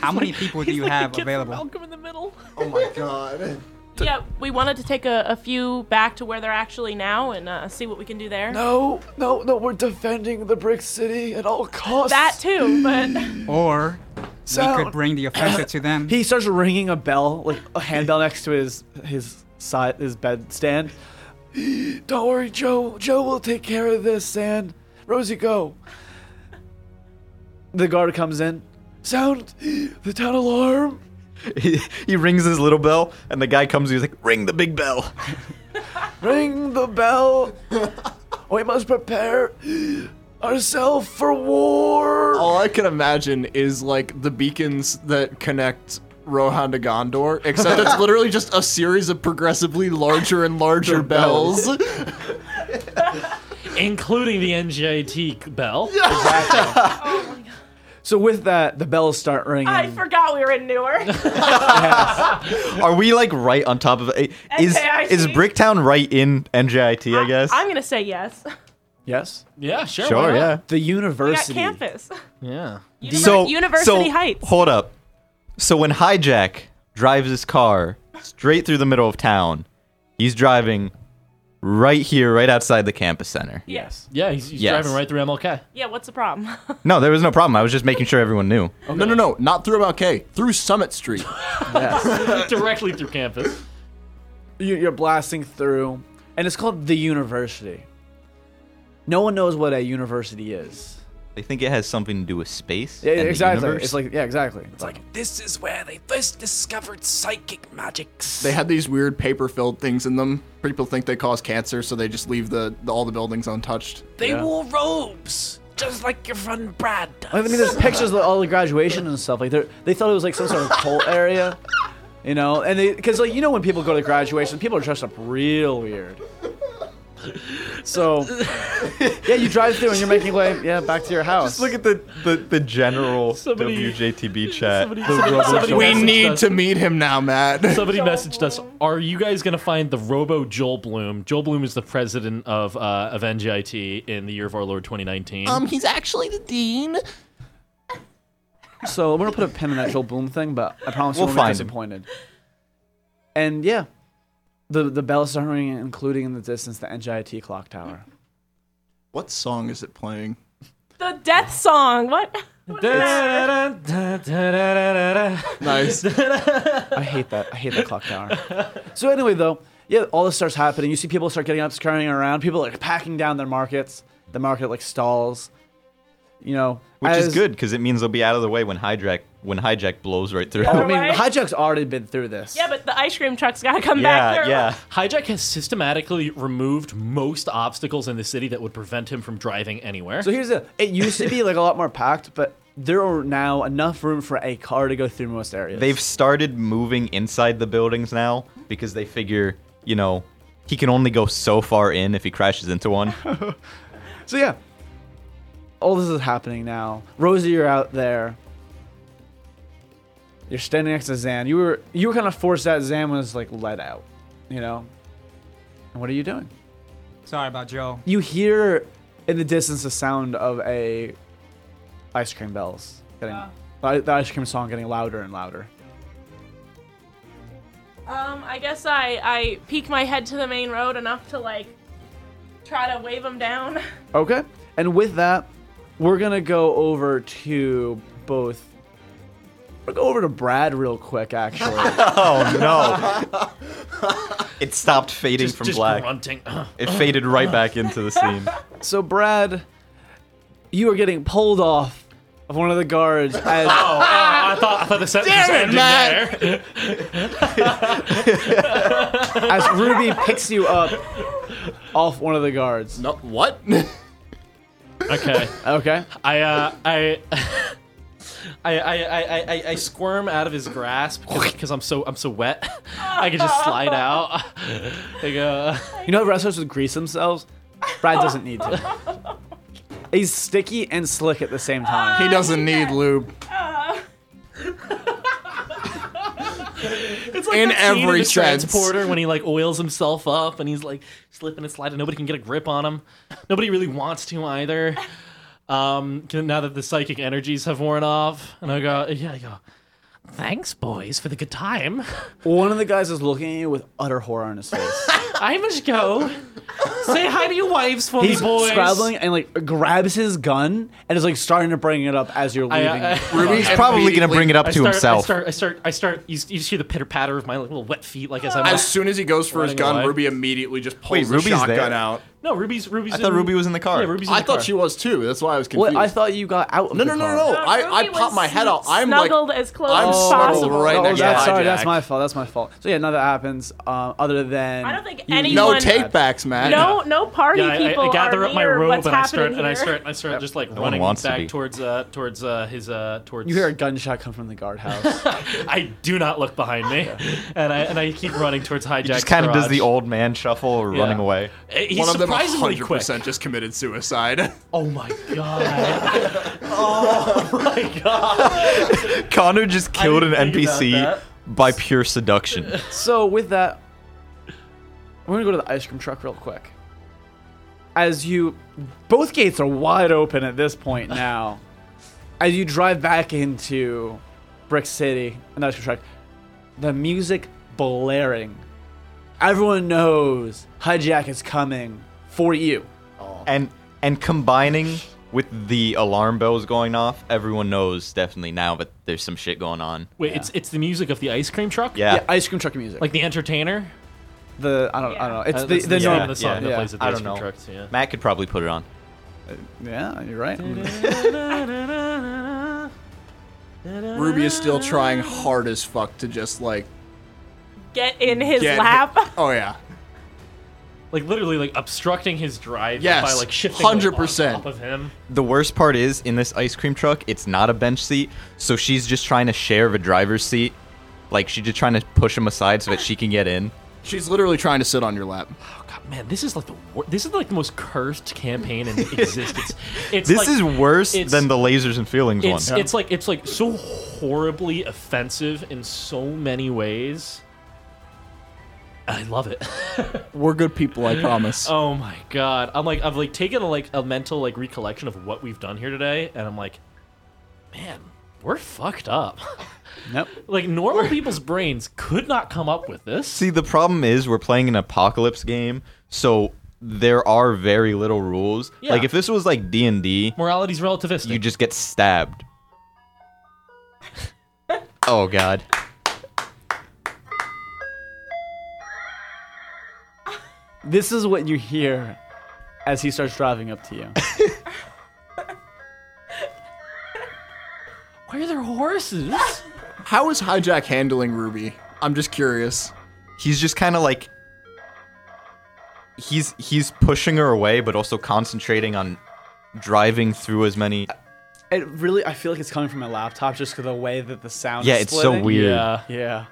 Speaker 6: how many people
Speaker 3: <laughs>
Speaker 6: do you have available?
Speaker 3: Malcolm in the middle.
Speaker 4: Oh my god.
Speaker 3: <laughs> Yeah, we wanted to take a, a few back to where they're actually now and uh, see what we can do there.
Speaker 2: No, no, no. We're defending the brick city at all costs.
Speaker 3: That too, but <laughs>
Speaker 6: Or we
Speaker 2: Sound.
Speaker 6: could bring the offensive to them.
Speaker 2: He starts ringing a bell, like a handbell next to his his side his bed stand. Don't worry, Joe. Joe will take care of this, San. Rosie, go. The guard comes in. Sound the town alarm.
Speaker 5: He, he rings his little bell and the guy comes he's like ring the
Speaker 2: <laughs>
Speaker 5: big bell.
Speaker 2: Ring the bell. we must prepare ourselves for war.
Speaker 4: All I can imagine is like the beacons that connect Rohan to Gondor, except <laughs> it's literally just a series of progressively larger and larger bells.
Speaker 1: including the NJT bell.
Speaker 2: So with that, the bells start ringing.
Speaker 3: I forgot we were in Newark.
Speaker 5: Are we like right on top of it? Is
Speaker 3: NJIT?
Speaker 5: is Bricktown right in NJIT? <laughs> I guess.
Speaker 3: I'm gonna say yes.
Speaker 2: yes.
Speaker 1: Yeah, sure. why
Speaker 5: sure.
Speaker 1: not?
Speaker 5: Yeah.
Speaker 2: The
Speaker 3: We got
Speaker 2: university.
Speaker 3: campus.
Speaker 1: Yeah.
Speaker 3: Univer-
Speaker 5: so
Speaker 3: University
Speaker 5: so,
Speaker 3: Heights.
Speaker 5: Hold up. So when Hijack drives his car straight through the middle of town, he's driving right here, right outside the campus center.
Speaker 3: yes.
Speaker 1: Yeah, he's, he's
Speaker 5: Yes.
Speaker 1: driving right through
Speaker 5: <laughs>
Speaker 1: MLK.
Speaker 3: Yeah. What's the problem? <laughs>
Speaker 5: No, there was no problem. I was just making sure everyone knew.
Speaker 4: No, no, no, not through MLK, through Summit Street.
Speaker 1: Directly through campus.
Speaker 2: You- You're blasting through, and it's called the university. No one knows what a university is.
Speaker 5: They think it has something to do with space.
Speaker 2: Yeah,
Speaker 5: and the
Speaker 2: exactly.
Speaker 5: universe.
Speaker 2: It's like yeah, exactly. It's like
Speaker 7: This is where they first discovered psychic magics.
Speaker 4: They had these weird paper-filled things in them. People think they cause cancer, so they just leave the, the all the buildings untouched.
Speaker 7: They wore robes, just like your friend Brad does.
Speaker 2: I mean, there's pictures of all the graduation and stuff. Like they they thought it was like some sort of cult area, you know. And they because like you know when people go to graduation, people are dressed up real weird. So yeah, you drive through and you're making way yeah back to your house.
Speaker 5: Look at the the, the general
Speaker 1: Somebody-
Speaker 5: WJTB chat.
Speaker 1: <laughs> Somebody, somebody, somebody
Speaker 4: We
Speaker 1: messaged
Speaker 4: need
Speaker 1: us-
Speaker 4: to meet him now, Matt.
Speaker 1: Somebody messaged us. Are you guys gonna find the Robo Joel Bloom? Joel Bloom is the president of uh, of NGIT in the year of our Lord 2019.
Speaker 4: he's actually the dean.
Speaker 2: So we're gonna put a pin in that Joel Bloom thing, but I promise you
Speaker 5: We'll
Speaker 2: we'll not be
Speaker 5: find him.
Speaker 2: disappointed. And yeah, the the bells are ringing, including in the distance the NJIT clock tower.
Speaker 4: <laughs> What song is it playing?
Speaker 3: the death song. What? <laughs> What's that?
Speaker 4: <laughs> Nice.
Speaker 2: I hate that. I hate that clock tower. So anyway, though, yeah, all this starts happening. You see people start getting up, scurrying around. People are packing down their markets. The market like stalls. You know,
Speaker 5: Which
Speaker 2: as-
Speaker 5: is good because it means they'll be out of the way when hijack when hijack blows right through.
Speaker 1: Oh,
Speaker 2: I mean,
Speaker 3: Right.
Speaker 2: hijack's already been through this.
Speaker 3: Yeah, but the ice cream truck's gotta come back
Speaker 5: <laughs> yeah,
Speaker 3: through.
Speaker 5: yeah.
Speaker 1: Hijack has systematically removed most obstacles in the city that would prevent him from driving anywhere.
Speaker 2: So here's the. It used to be like a lot more packed, but there are now enough room for a car to go through most areas.
Speaker 5: They've started moving inside the buildings now because they figure, you know, he can only go so far in if he crashes
Speaker 1: <laughs>
Speaker 5: into one.
Speaker 2: So yeah, all this is happening now. Rosie, you're out there. You're standing next to Zan. You were you were kind of forced out. Zan was like let out, you know. And what are you doing?
Speaker 6: Sorry about Joe.
Speaker 2: You hear in the distance the sound of a ice cream bells getting the the ice cream song getting louder and louder.
Speaker 3: Um, I guess I I peek my head to the main road enough to like try to wave them down. <laughs>
Speaker 2: Okay. And with that, we're gonna go over to both. We'll go over to Brad real quick, actually.
Speaker 5: oh no. It stopped fading
Speaker 1: just,
Speaker 5: from
Speaker 1: just
Speaker 5: black. <laughs>
Speaker 1: grunting. <laughs>
Speaker 5: It faded right back into the scene.
Speaker 2: So, Brad, you are getting pulled off of one of the guards. As,
Speaker 1: I thought I thought the sentence was ending there.
Speaker 2: as Ruby picks you up off one of the guards.
Speaker 4: no, what?
Speaker 5: <laughs>
Speaker 1: Okay.
Speaker 2: Okay.
Speaker 1: I uh, I. <laughs> I, I, I, I- I, I squirm out of his grasp because I'm so I'm so wet. <laughs> I can just slide out. <laughs> I go,
Speaker 2: You know how wrestlers would grease themselves? Brad doesn't need to. He's sticky and slick at the same time.
Speaker 4: he doesn't need lube.
Speaker 1: it's like
Speaker 4: In
Speaker 1: that scene
Speaker 4: every
Speaker 1: the
Speaker 4: sense.
Speaker 1: transporter when he like oils himself up and he's like slipping and sliding. Nobody can get a grip on him. Nobody really wants to either. Um, now that the psychic energies have worn off, and I go, yeah, I go. Thanks, boys, for the good time.
Speaker 2: One of the guys is looking at you with utter horror on his
Speaker 1: <laughs>
Speaker 2: face.
Speaker 1: I must go. Say hi to your wives for
Speaker 2: He's
Speaker 1: me, boys.
Speaker 2: scrabbling and like grabs his gun and is like starting to bring it up as you're
Speaker 1: I, uh,
Speaker 2: leaving.
Speaker 1: I, <laughs>
Speaker 5: He's probably gonna bring it up
Speaker 1: I
Speaker 5: to
Speaker 1: start, I
Speaker 5: himself.
Speaker 1: start. I start. I start. You, you just hear the pitter patter of my little wet feet, like as I'm.
Speaker 4: As soon as he goes for his
Speaker 1: Running
Speaker 4: gun,
Speaker 1: away.
Speaker 4: Ruby immediately just pulls
Speaker 5: Wait,
Speaker 4: the
Speaker 5: Ruby's
Speaker 4: shotgun
Speaker 5: there?
Speaker 4: out.
Speaker 1: No, Ruby's Ruby's.
Speaker 5: I thought
Speaker 1: in-
Speaker 5: Ruby was in the car.
Speaker 1: Yeah, Ruby's in
Speaker 4: I
Speaker 1: the
Speaker 4: thought
Speaker 1: car.
Speaker 4: she was too. That's why I was confused.
Speaker 2: What? I thought you got out. Of
Speaker 4: No,
Speaker 2: the
Speaker 4: no, no,
Speaker 2: car.
Speaker 4: no, no. I, I
Speaker 3: Ruby
Speaker 4: popped
Speaker 3: was
Speaker 4: my head out. I'm like,
Speaker 3: snuggled as close
Speaker 4: I'm
Speaker 3: as
Speaker 4: snuggled
Speaker 3: possible.
Speaker 4: right
Speaker 2: Oh,
Speaker 4: next to
Speaker 2: that's, sorry, that's
Speaker 5: Jack.
Speaker 2: my fault. That's my fault. So yeah, now that happens. Um, other than
Speaker 3: I don't think
Speaker 2: you-
Speaker 3: anyone-
Speaker 4: no
Speaker 3: Anyone-
Speaker 4: take backs, Matt.
Speaker 3: No, no party
Speaker 1: Yeah, I,
Speaker 3: people
Speaker 1: I, I gather
Speaker 3: are
Speaker 1: up my
Speaker 3: near
Speaker 1: robe
Speaker 3: what's
Speaker 1: and I
Speaker 3: happening
Speaker 1: start and I
Speaker 3: here.
Speaker 1: start I start just like
Speaker 5: one
Speaker 1: running
Speaker 5: wants to
Speaker 1: back
Speaker 5: be.
Speaker 1: towards uh towards uh his uh towards.
Speaker 2: you hear a gunshot come from the guardhouse.
Speaker 1: I do not look behind
Speaker 5: <laughs>
Speaker 1: me, and I and I keep running towards hijack.
Speaker 5: Just kind of does the old man shuffle, running away.
Speaker 1: He's
Speaker 4: One of them
Speaker 1: surprisingly
Speaker 4: 100%
Speaker 1: quick.
Speaker 4: just committed suicide.
Speaker 1: Oh my god! oh my god!
Speaker 5: Connor just killed an
Speaker 1: didn't think about
Speaker 5: NPC
Speaker 1: that.
Speaker 5: by
Speaker 1: <laughs>
Speaker 5: pure seduction.
Speaker 2: so with that, we're gonna go to the ice cream truck real quick. As you, both gates are wide open at this <laughs> point now. As you drive back into Brick City and the ice cream truck, the music blaring. Everyone knows Hijack is coming for you.
Speaker 5: and and combining with the alarm bells going off, everyone knows definitely now that there's some shit going on.
Speaker 1: Wait, it's it's the music of the ice cream truck.
Speaker 5: Yeah.
Speaker 2: Yeah, ice cream truck music.
Speaker 1: like the entertainer.
Speaker 2: The I don't I don't know. It's
Speaker 1: Uh,
Speaker 2: the,
Speaker 1: that's
Speaker 2: the,
Speaker 1: the,
Speaker 5: yeah,
Speaker 1: song,
Speaker 2: norm-
Speaker 1: the song
Speaker 5: yeah,
Speaker 1: that
Speaker 2: yeah.
Speaker 1: plays at the
Speaker 5: I
Speaker 1: ice
Speaker 5: don't
Speaker 1: cream
Speaker 5: know.
Speaker 1: trucks. Yeah.
Speaker 5: Matt could probably put it on.
Speaker 2: yeah, you're right. <laughs>
Speaker 4: Ruby is still trying hard as fuck to just like
Speaker 3: Get in his
Speaker 1: <laughs>
Speaker 4: get-
Speaker 3: lap.
Speaker 4: Oh yeah,
Speaker 1: Like literally, like obstructing his drive
Speaker 4: Yes,
Speaker 1: by like shifting like, on
Speaker 4: 100%.
Speaker 1: top of him.
Speaker 5: The worst part is in this ice cream truck, it's not a bench seat, so she's just trying to share the driver's seat. Like she's just trying to push him aside so that she can get in.
Speaker 4: she's literally trying to sit on your lap.
Speaker 1: Oh, God, man, this is like the wor- this is like the most cursed campaign
Speaker 5: <laughs>
Speaker 1: in existence. It's
Speaker 5: This
Speaker 1: like-
Speaker 5: is worse
Speaker 1: it's-
Speaker 5: than the lasers and feelings one.
Speaker 1: It's it's like it's like so horribly offensive in so many ways. I love it. <laughs>
Speaker 4: We're good people, I promise.
Speaker 1: Oh my god. I'm like I've like taken like a mental like recollection of what we've done here today and I'm like man, we're fucked up. <laughs>
Speaker 2: Nope.
Speaker 1: like normal people's brains could not come up with this.
Speaker 5: See, the problem is we're playing an apocalypse game, so there are very little rules.
Speaker 1: Yeah.
Speaker 5: Like if this was like D and D,
Speaker 1: Morality's relativistic.
Speaker 5: you just get stabbed. <laughs> oh god.
Speaker 2: This is what you hear as he starts driving up to
Speaker 5: <laughs>
Speaker 2: you.
Speaker 1: Where are their horses?
Speaker 4: How is Hijack handling Ruby? I'm just curious.
Speaker 5: He's just kind of like he's he's pushing her away but also concentrating on driving through as many
Speaker 2: It really, I feel like it's coming from my laptop just because the way that the sound.
Speaker 5: Yeah,
Speaker 2: is
Speaker 5: it's so
Speaker 2: splitting.
Speaker 5: weird.
Speaker 1: yeah.
Speaker 2: Yeah.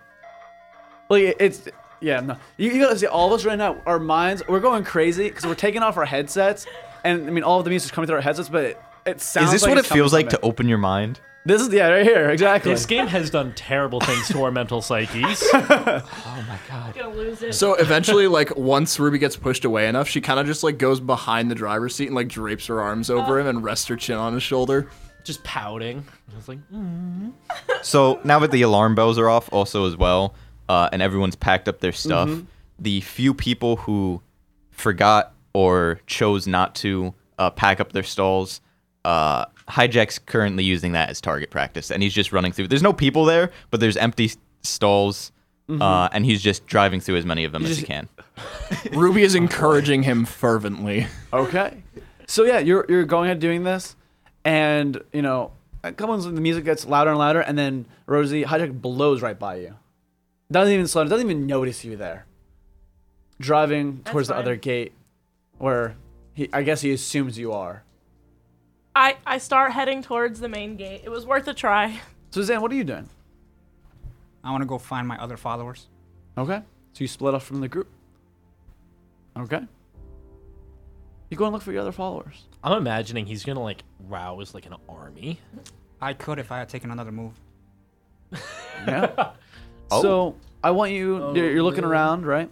Speaker 2: Like it- it's yeah no. You, you gotta see all of us right now. Our minds we're going crazy because we're taking off our headsets and I mean all of the music's coming through our headsets, but it, it sounds.
Speaker 5: Is this
Speaker 2: like
Speaker 5: what it
Speaker 2: it's coming
Speaker 5: feels
Speaker 2: from
Speaker 5: like to
Speaker 2: it.
Speaker 5: open your mind?
Speaker 2: This is yeah right here exactly.
Speaker 1: This game has done terrible things to our mental <laughs> psyches.
Speaker 3: gonna lose it.
Speaker 4: So eventually, like once Ruby gets pushed away enough, she kind of just like goes behind the driver's seat and like drapes her arms over him and rests her chin on his shoulder.
Speaker 1: Just pouting. It's like mm.
Speaker 5: So now that the alarm bells are off, also as well, uh, and everyone's packed up their
Speaker 1: Mm-hmm.
Speaker 5: stuff, the few people who forgot or chose not to uh, pack up their stalls, uh, Hijack's currently using that as target practice, and he's just running through. There's no people there, but there's empty s- stalls,
Speaker 1: Mm-hmm.
Speaker 5: uh, and he's just driving through as many of them as he can.
Speaker 4: Ruby
Speaker 7: <laughs>
Speaker 4: is encouraging him fervently.
Speaker 2: Okay. So yeah, you're you're going at doing this, and you know, it comes when the music gets louder and louder, and then Rosie Hijack blows right by you. Doesn't even slow. Doesn't even notice you there. Driving towards
Speaker 3: fine.
Speaker 2: the other gate, where he I guess he assumes you are.
Speaker 3: I, I start heading towards the main gate. It was worth a try.
Speaker 2: Suzanne, what are you doing?
Speaker 6: I want to go find my other followers.
Speaker 2: Okay. So you split off from the group. Okay. You go and look for your other followers.
Speaker 1: I'm imagining he's gonna like rouse like an army.
Speaker 6: I could if I had taken another move.
Speaker 2: Yeah. So I want you. you're, you're looking around, right?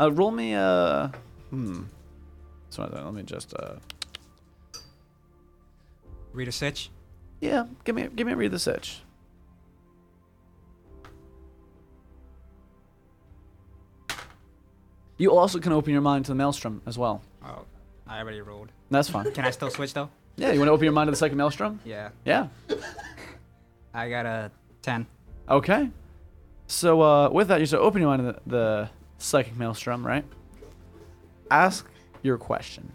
Speaker 2: Uh, roll me a. Hmm. So uh, let me just. Uh,
Speaker 6: Read a sitch.
Speaker 2: yeah, give me give me a read the sitch. You also can open your mind to the maelstrom as well.
Speaker 6: Oh, I already rolled.
Speaker 2: That's <laughs> fine.
Speaker 6: Can I still switch though?
Speaker 2: yeah, you want to open your mind to the second maelstrom?
Speaker 6: Yeah.
Speaker 2: Yeah.
Speaker 6: I got a 10.
Speaker 2: Okay. So uh, with that, you should open your mind to the, the psychic maelstrom, right? Ask your question.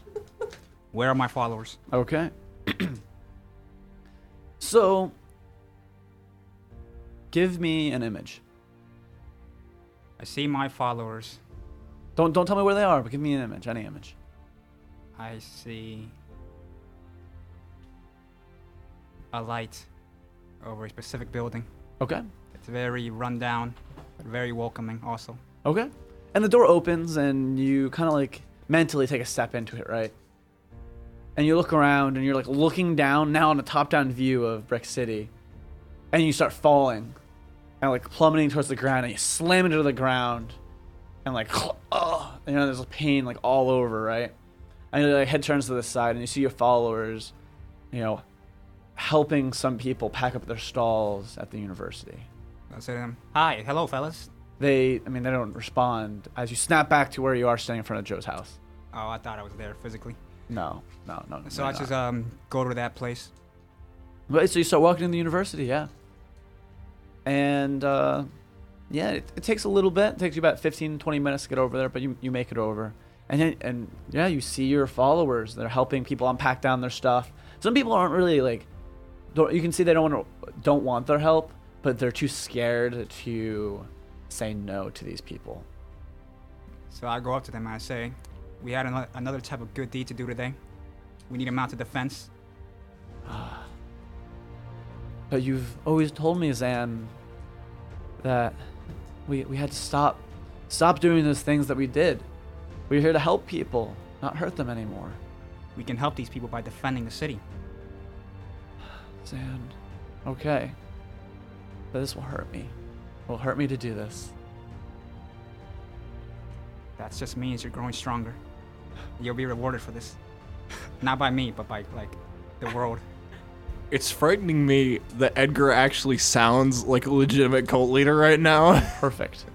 Speaker 6: Where are my followers?
Speaker 2: Okay. <clears throat> so, give me an image.
Speaker 6: I see my followers.
Speaker 2: Don't don't tell me where they are, but give me an image, any image.
Speaker 6: I see a light over a specific building.
Speaker 2: Okay.
Speaker 6: It's very rundown, but very welcoming also.
Speaker 2: Okay. And the door opens, and you kind of like mentally take a step into it, right? And you look around, and you're like looking down now on a top down view of Brick City. And you start falling and like plummeting towards the ground, and you slam into the ground. And like, <laughs> oh, you know, there's a pain like all over, right? And your like, head turns to the side, and you see your followers, you know, helping some people pack up their stalls at the university
Speaker 6: I say to them, Hi, hello, fellas.
Speaker 2: they i mean they don't respond as you snap back to where you are standing in front of joe's house
Speaker 6: Oh, I thought I was there physically.
Speaker 2: no no no no
Speaker 6: So I
Speaker 2: no.
Speaker 6: just um go to that place.
Speaker 2: Right, so you start walking to the university yeah and uh yeah it, it takes a little bit it takes you about 15 20 minutes to get over there but you, you make it over and then, and yeah you see your followers they're helping people unpack down their stuff some people aren't really like don't, you can see they don't want to, don't want their help but they're too scared to say no to these people
Speaker 6: So I go up to them and I say, We had ano- another type of good deed to do today. We need a mounted defense.
Speaker 2: But you've always told me, Zan, that we, we had to stop stop doing those things that we did. We're here to help people, not hurt them anymore.
Speaker 6: We can help these people by defending the city.
Speaker 2: Zan, okay. But this will hurt me. It will hurt me to do this.
Speaker 6: That just means you're growing stronger. You'll be rewarded for this. <laughs> Not by me, but by like the world.
Speaker 7: It's frightening me that Edgar actually sounds like a legitimate cult leader right now. <laughs>
Speaker 2: Perfect.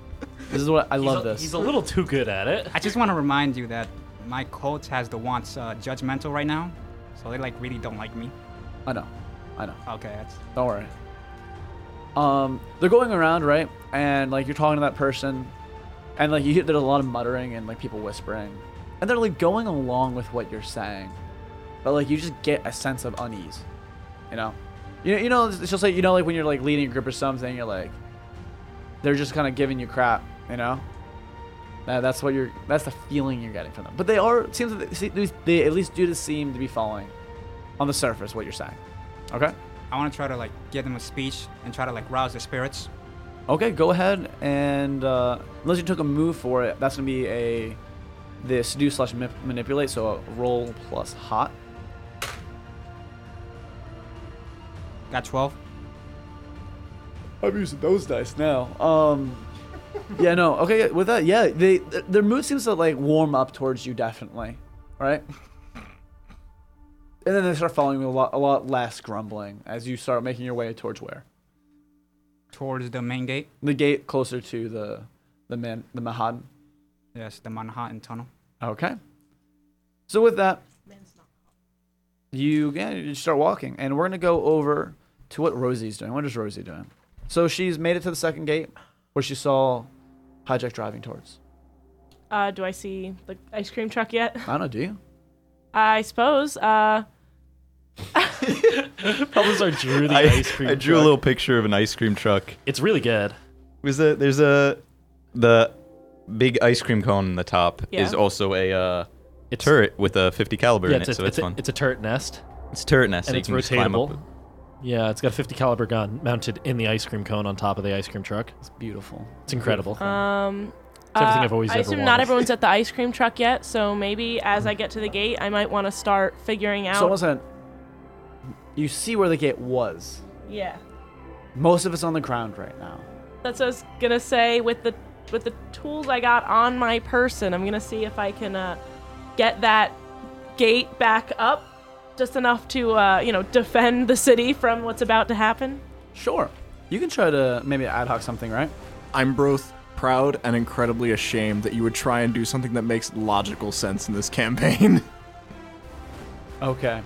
Speaker 2: This is what I love
Speaker 1: he's a,
Speaker 2: this.
Speaker 1: Oh, He's a little too good at <laughs> it.
Speaker 6: I just want to remind you that my cult has the wants uh, judgmental right now, so they like really don't like me.
Speaker 2: I know. I know.
Speaker 6: Okay, that's
Speaker 2: Don't worry. Um, they're going around, right? And like you're talking to that person, and like you hear there's a lot of muttering and like people whispering, and they're like going along with what you're saying, but like you just get a sense of unease, you know? You you know it's just like you know like when you're like leading a group or something, you're like, they're just kind of giving you crap, you know? That- that's what you're. That's the feeling you're getting from them. But they are it seems that they, they at least do seem to be following, on the surface, what you're saying. Okay.
Speaker 6: I want to try to like give them a speech and try to like rouse their spirits.
Speaker 2: Okay, go ahead and uh, unless you took a move for it, that's gonna be a the seduce slash ma- manipulate. So a roll plus hot.
Speaker 6: Got 12.
Speaker 2: I'm using those dice now. Um, yeah, no. Okay, with that, yeah, they th- their mood seems to like warm up towards you definitely, right? And then they start following you a lot, a lot less grumbling as you start making your way towards where
Speaker 6: Towards the main gate.
Speaker 2: the gate closer to the the man the Mahad.
Speaker 6: Yes, the Manhattan Tunnel.
Speaker 2: Okay. So with that, you yeah, you start walking, and we're gonna go over to what Rosie's doing. What is Rosie doing? So she's made it to the second gate, where she saw Hijack driving towards.
Speaker 3: Uh, do I see the ice cream truck yet?
Speaker 2: I don't know. Do you?
Speaker 3: I suppose. Uh,
Speaker 1: Publisher drew the
Speaker 5: <laughs> I,
Speaker 1: ice cream.
Speaker 5: I drew a
Speaker 1: truck.
Speaker 5: little picture of an ice cream truck.
Speaker 1: It's really good.
Speaker 5: Was a there's a the big ice cream cone in the top is
Speaker 3: Yeah.
Speaker 5: also a uh, turret with a 50 caliber
Speaker 1: Yeah,
Speaker 5: in
Speaker 1: it's
Speaker 5: it,
Speaker 1: a,
Speaker 5: so
Speaker 1: it's,
Speaker 5: it's,
Speaker 1: a,
Speaker 5: fun.
Speaker 1: it's a turret nest,
Speaker 5: it's a turret nest, so
Speaker 1: and
Speaker 5: you
Speaker 1: it's
Speaker 5: can just climb up
Speaker 1: rotatable. Yeah, it's got a 50 caliber gun mounted in the ice cream cone on top of the ice cream truck.
Speaker 2: It's beautiful.
Speaker 1: It's incredible. Uh,
Speaker 3: um,
Speaker 1: It's everything
Speaker 3: uh,
Speaker 1: I've always
Speaker 3: I
Speaker 1: ever
Speaker 3: assume not
Speaker 1: wanted. <laughs>
Speaker 3: everyone's at the ice cream truck yet, so maybe as I get to the gate, I might want to start figuring out.
Speaker 2: So once I, you see where the gate was.
Speaker 3: yeah,
Speaker 2: Most of it's on the ground right now.
Speaker 3: that's what I was gonna say. With the with the tools I got on my person, I'm gonna see if I can uh, get that gate back up just enough to uh, you know defend the city from what's about to happen.
Speaker 2: Sure. You can try to maybe ad hoc something, right?
Speaker 4: I'm both proud and incredibly ashamed that you would try and do something that makes logical sense in this campaign. <laughs>
Speaker 2: Okay.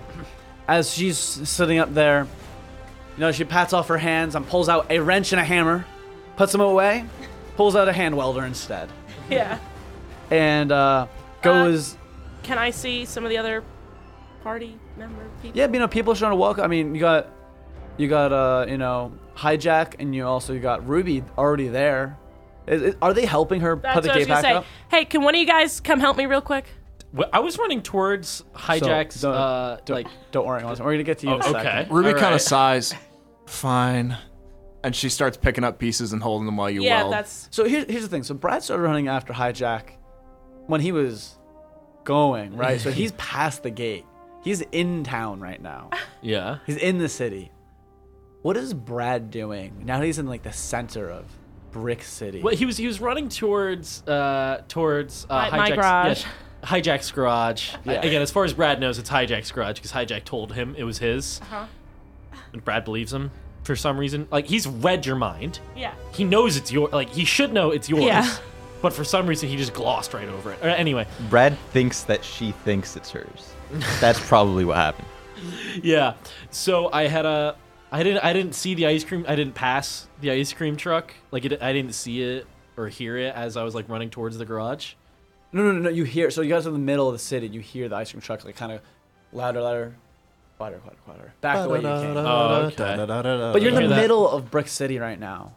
Speaker 2: As she's sitting up there, you know, she pats off her hands and pulls out a wrench and a hammer, puts them away, pulls out a hand welder instead,
Speaker 3: Yeah.
Speaker 2: and uh, goes
Speaker 3: Can I see some of the other party member people?
Speaker 2: Yeah, but, you know, people trying to walk. I mean, you got, you got, uh, you know, hijack, and you also you got Ruby already there. Is, is- are they helping her
Speaker 3: That's
Speaker 2: put
Speaker 3: what
Speaker 2: the
Speaker 3: I was
Speaker 2: gate
Speaker 3: gonna
Speaker 2: back
Speaker 3: say.
Speaker 2: up?
Speaker 3: Hey, can one of you guys come help me real quick?
Speaker 1: Well, I was running towards hijack's
Speaker 2: don't-
Speaker 1: uh, like.
Speaker 2: Don't worry, Austin, we're gonna get to you
Speaker 1: Oh,
Speaker 2: in a second.
Speaker 1: okay.
Speaker 4: Ruby
Speaker 1: All
Speaker 4: kind
Speaker 1: right.
Speaker 4: of sighs. Fine. And she starts picking up pieces and holding them while you
Speaker 3: Yeah,
Speaker 4: weld.
Speaker 3: that's
Speaker 2: So here, here's the thing. So Brad started running after Hijack when he was going right. so he's past the gate. He's in town right now.
Speaker 1: Yeah.
Speaker 2: He's in the city. What is Brad doing now? He's in like the center of Brick City.
Speaker 1: Well, he was he was running towards uh towards uh,
Speaker 3: My- my
Speaker 1: hijack's,
Speaker 3: garage.
Speaker 1: yeah, hijack's garage.
Speaker 2: Yeah.
Speaker 1: Again, as far as Brad knows, it's hijack's garage because hijack told him it was his,
Speaker 3: Uh-huh.
Speaker 1: and Brad believes him for some reason. Like he's read your mind.
Speaker 3: yeah.
Speaker 1: He knows it's your like he should know it's yours.
Speaker 3: Yeah.
Speaker 1: But for some reason, he just glossed right over it. Uh, Anyway,
Speaker 5: Brad thinks that she thinks it's hers. That's probably what <laughs> happened.
Speaker 1: yeah. So I had a, I didn't, I didn't see the ice cream. I didn't pass the ice cream truck. Like it, I didn't see it or hear it as I was like running towards the garage.
Speaker 2: No, no, no, no. You hear. So you guys are in the middle of the city. You hear the ice cream trucks like kind of louder, louder, quieter, quieter, quieter. Back the way you came.
Speaker 1: Oh, okay.
Speaker 2: But you're in the
Speaker 1: hear that.
Speaker 2: middle of Brick City right now.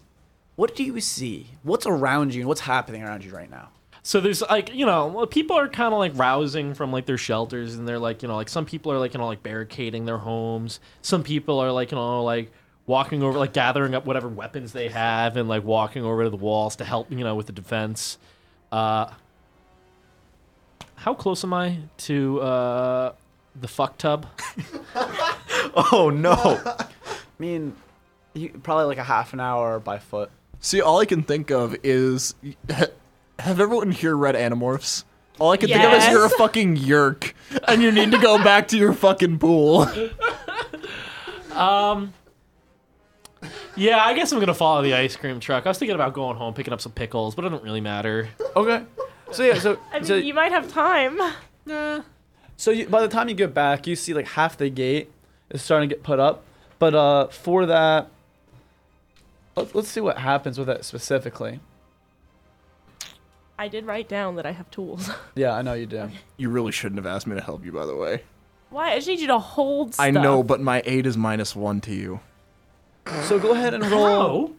Speaker 2: What do you see? What's around you and what's happening around you right now?
Speaker 1: So there's like you know well, people are kind of like rousing from like their shelters and they're like you know like some people are like you know like barricading their homes. Some people are like you know like walking over like gathering up whatever weapons they have and like walking over to the walls to help you know with the defense. Uh, how close am I to uh, the fuck tub?
Speaker 5: Oh no!
Speaker 2: I mean, you, probably like a half an hour by foot.
Speaker 7: See, all I can think of is have everyone here read Animorphs? All I can think of is
Speaker 3: Yes.
Speaker 7: you're a fucking yerk and you need to go back to your fucking pool. <laughs>
Speaker 1: Yeah, I guess I'm gonna follow the ice cream truck. I was thinking about going home picking up some pickles, but it doesn't really matter.
Speaker 2: Okay. So yeah, so
Speaker 3: I mean,
Speaker 2: so,
Speaker 3: you might have time.
Speaker 2: <laughs> so you, by the time you get back, you see like half the gate is starting to get put up. But uh, for that, let's, let's see what happens with that specifically.
Speaker 3: I did write down that I have tools. <laughs>
Speaker 2: Yeah, I know you do.
Speaker 4: you really shouldn't have asked me to help you, by the way.
Speaker 3: Why? I just need you to hold stuff.
Speaker 4: I know, but my aid is minus one to you.
Speaker 2: So go ahead and roll.
Speaker 1: Oh,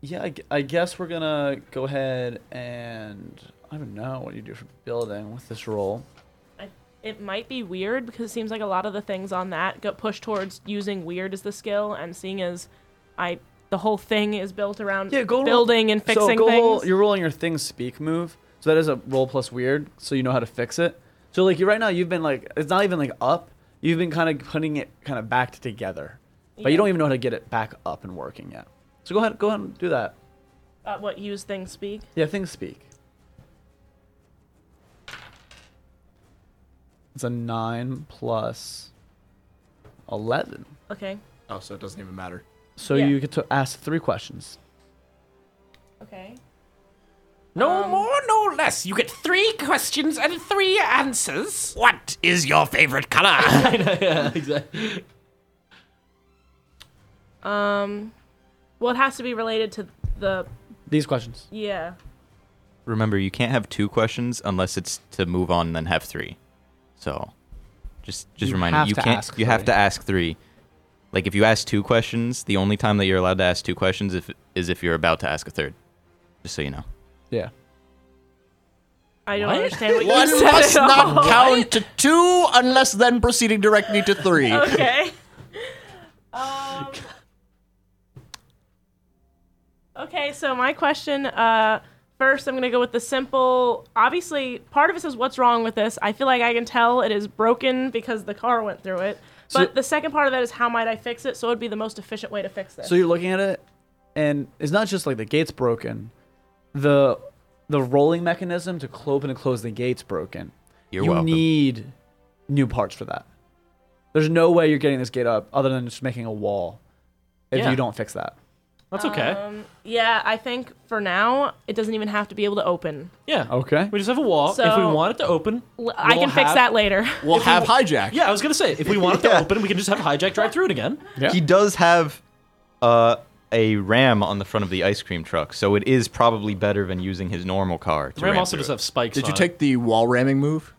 Speaker 2: Yeah, I, gu- I guess we're gonna go ahead and I don't know what you do for building with this roll.
Speaker 3: It might be weird because it seems like a lot of the things on that get pushed towards using weird as the skill, and seeing as I the whole thing is built around
Speaker 2: Yeah, go roll-
Speaker 3: building and fixing
Speaker 2: so go
Speaker 3: things.
Speaker 2: Roll, you're rolling your thing speak move, so that is a roll plus weird, so you know how to fix it. So like you right now, you've been like it's not even like up. You've been kind of putting it kind of back together, but you
Speaker 3: Yeah.
Speaker 2: don't even know how to get it back up and working yet. So go ahead, go ahead and do that.
Speaker 3: uh, what use things speak?
Speaker 2: Yeah, things speak. It's a nine plus eleven.
Speaker 3: Okay.
Speaker 4: Oh, so it doesn't even matter.
Speaker 2: So
Speaker 3: Yeah.
Speaker 2: you get to ask three questions.
Speaker 3: Okay. Um,
Speaker 1: no more, no less. You get three questions and three answers.
Speaker 7: What is your
Speaker 3: <laughs>
Speaker 7: favorite color?
Speaker 1: <laughs> yeah, exactly.
Speaker 3: Um, well, it has to be related to the
Speaker 2: These questions.
Speaker 3: yeah.
Speaker 5: Remember, you can't have two questions unless it's to move on and then have three. So, just just
Speaker 2: You
Speaker 5: remind
Speaker 2: have
Speaker 5: you, you
Speaker 2: to
Speaker 5: can't.
Speaker 2: ask
Speaker 5: You have
Speaker 2: three.
Speaker 5: to ask three. Like if you ask two questions, the only time that you're allowed to ask two questions if, is if you're about to ask a third. Just so you know.
Speaker 2: Yeah.
Speaker 3: I don't
Speaker 1: What?
Speaker 3: understand
Speaker 1: <laughs>
Speaker 3: what
Speaker 7: One
Speaker 3: you said
Speaker 7: must
Speaker 3: at all.
Speaker 7: not count to two unless then proceeding directly to
Speaker 1: <laughs>
Speaker 7: three.
Speaker 3: okay. Um, okay, so my question uh, first, I'm going to go with the simple. Obviously, part of it says, What's wrong with this? I feel like I can tell it is broken because the car went through it. But
Speaker 2: So-
Speaker 3: the second part of that is, How might I fix it? So it would be the most efficient way to fix this.
Speaker 2: So you're looking at it, and it's not just like the gate's broken, the the rolling mechanism to cl- open and close the gate's broken.
Speaker 5: You're
Speaker 2: you
Speaker 5: welcome.
Speaker 2: need new parts for that. There's no way you're getting this gate up other than just making a wall if
Speaker 1: Yeah.
Speaker 2: you don't fix that.
Speaker 1: That's okay.
Speaker 3: Um, yeah, I think for now, it doesn't even have to be able to open.
Speaker 1: yeah.
Speaker 2: Okay.
Speaker 1: We just have a wall. if we
Speaker 3: So-
Speaker 1: want it to open,
Speaker 3: L- I
Speaker 1: we'll
Speaker 3: can fix
Speaker 1: have-
Speaker 3: that later.
Speaker 7: We'll have hijack.
Speaker 1: Yeah, I was gonna say if we want it to open, we can just have hijack drive through it again.
Speaker 2: Yeah.
Speaker 5: He does have uh, a ram on the front of the ice cream truck, so it is probably better than using his normal car. To
Speaker 1: The ram
Speaker 5: ram
Speaker 1: also
Speaker 5: through
Speaker 1: does
Speaker 5: it.
Speaker 1: have spikes.
Speaker 4: Did you
Speaker 1: on
Speaker 4: take the wall ramming move?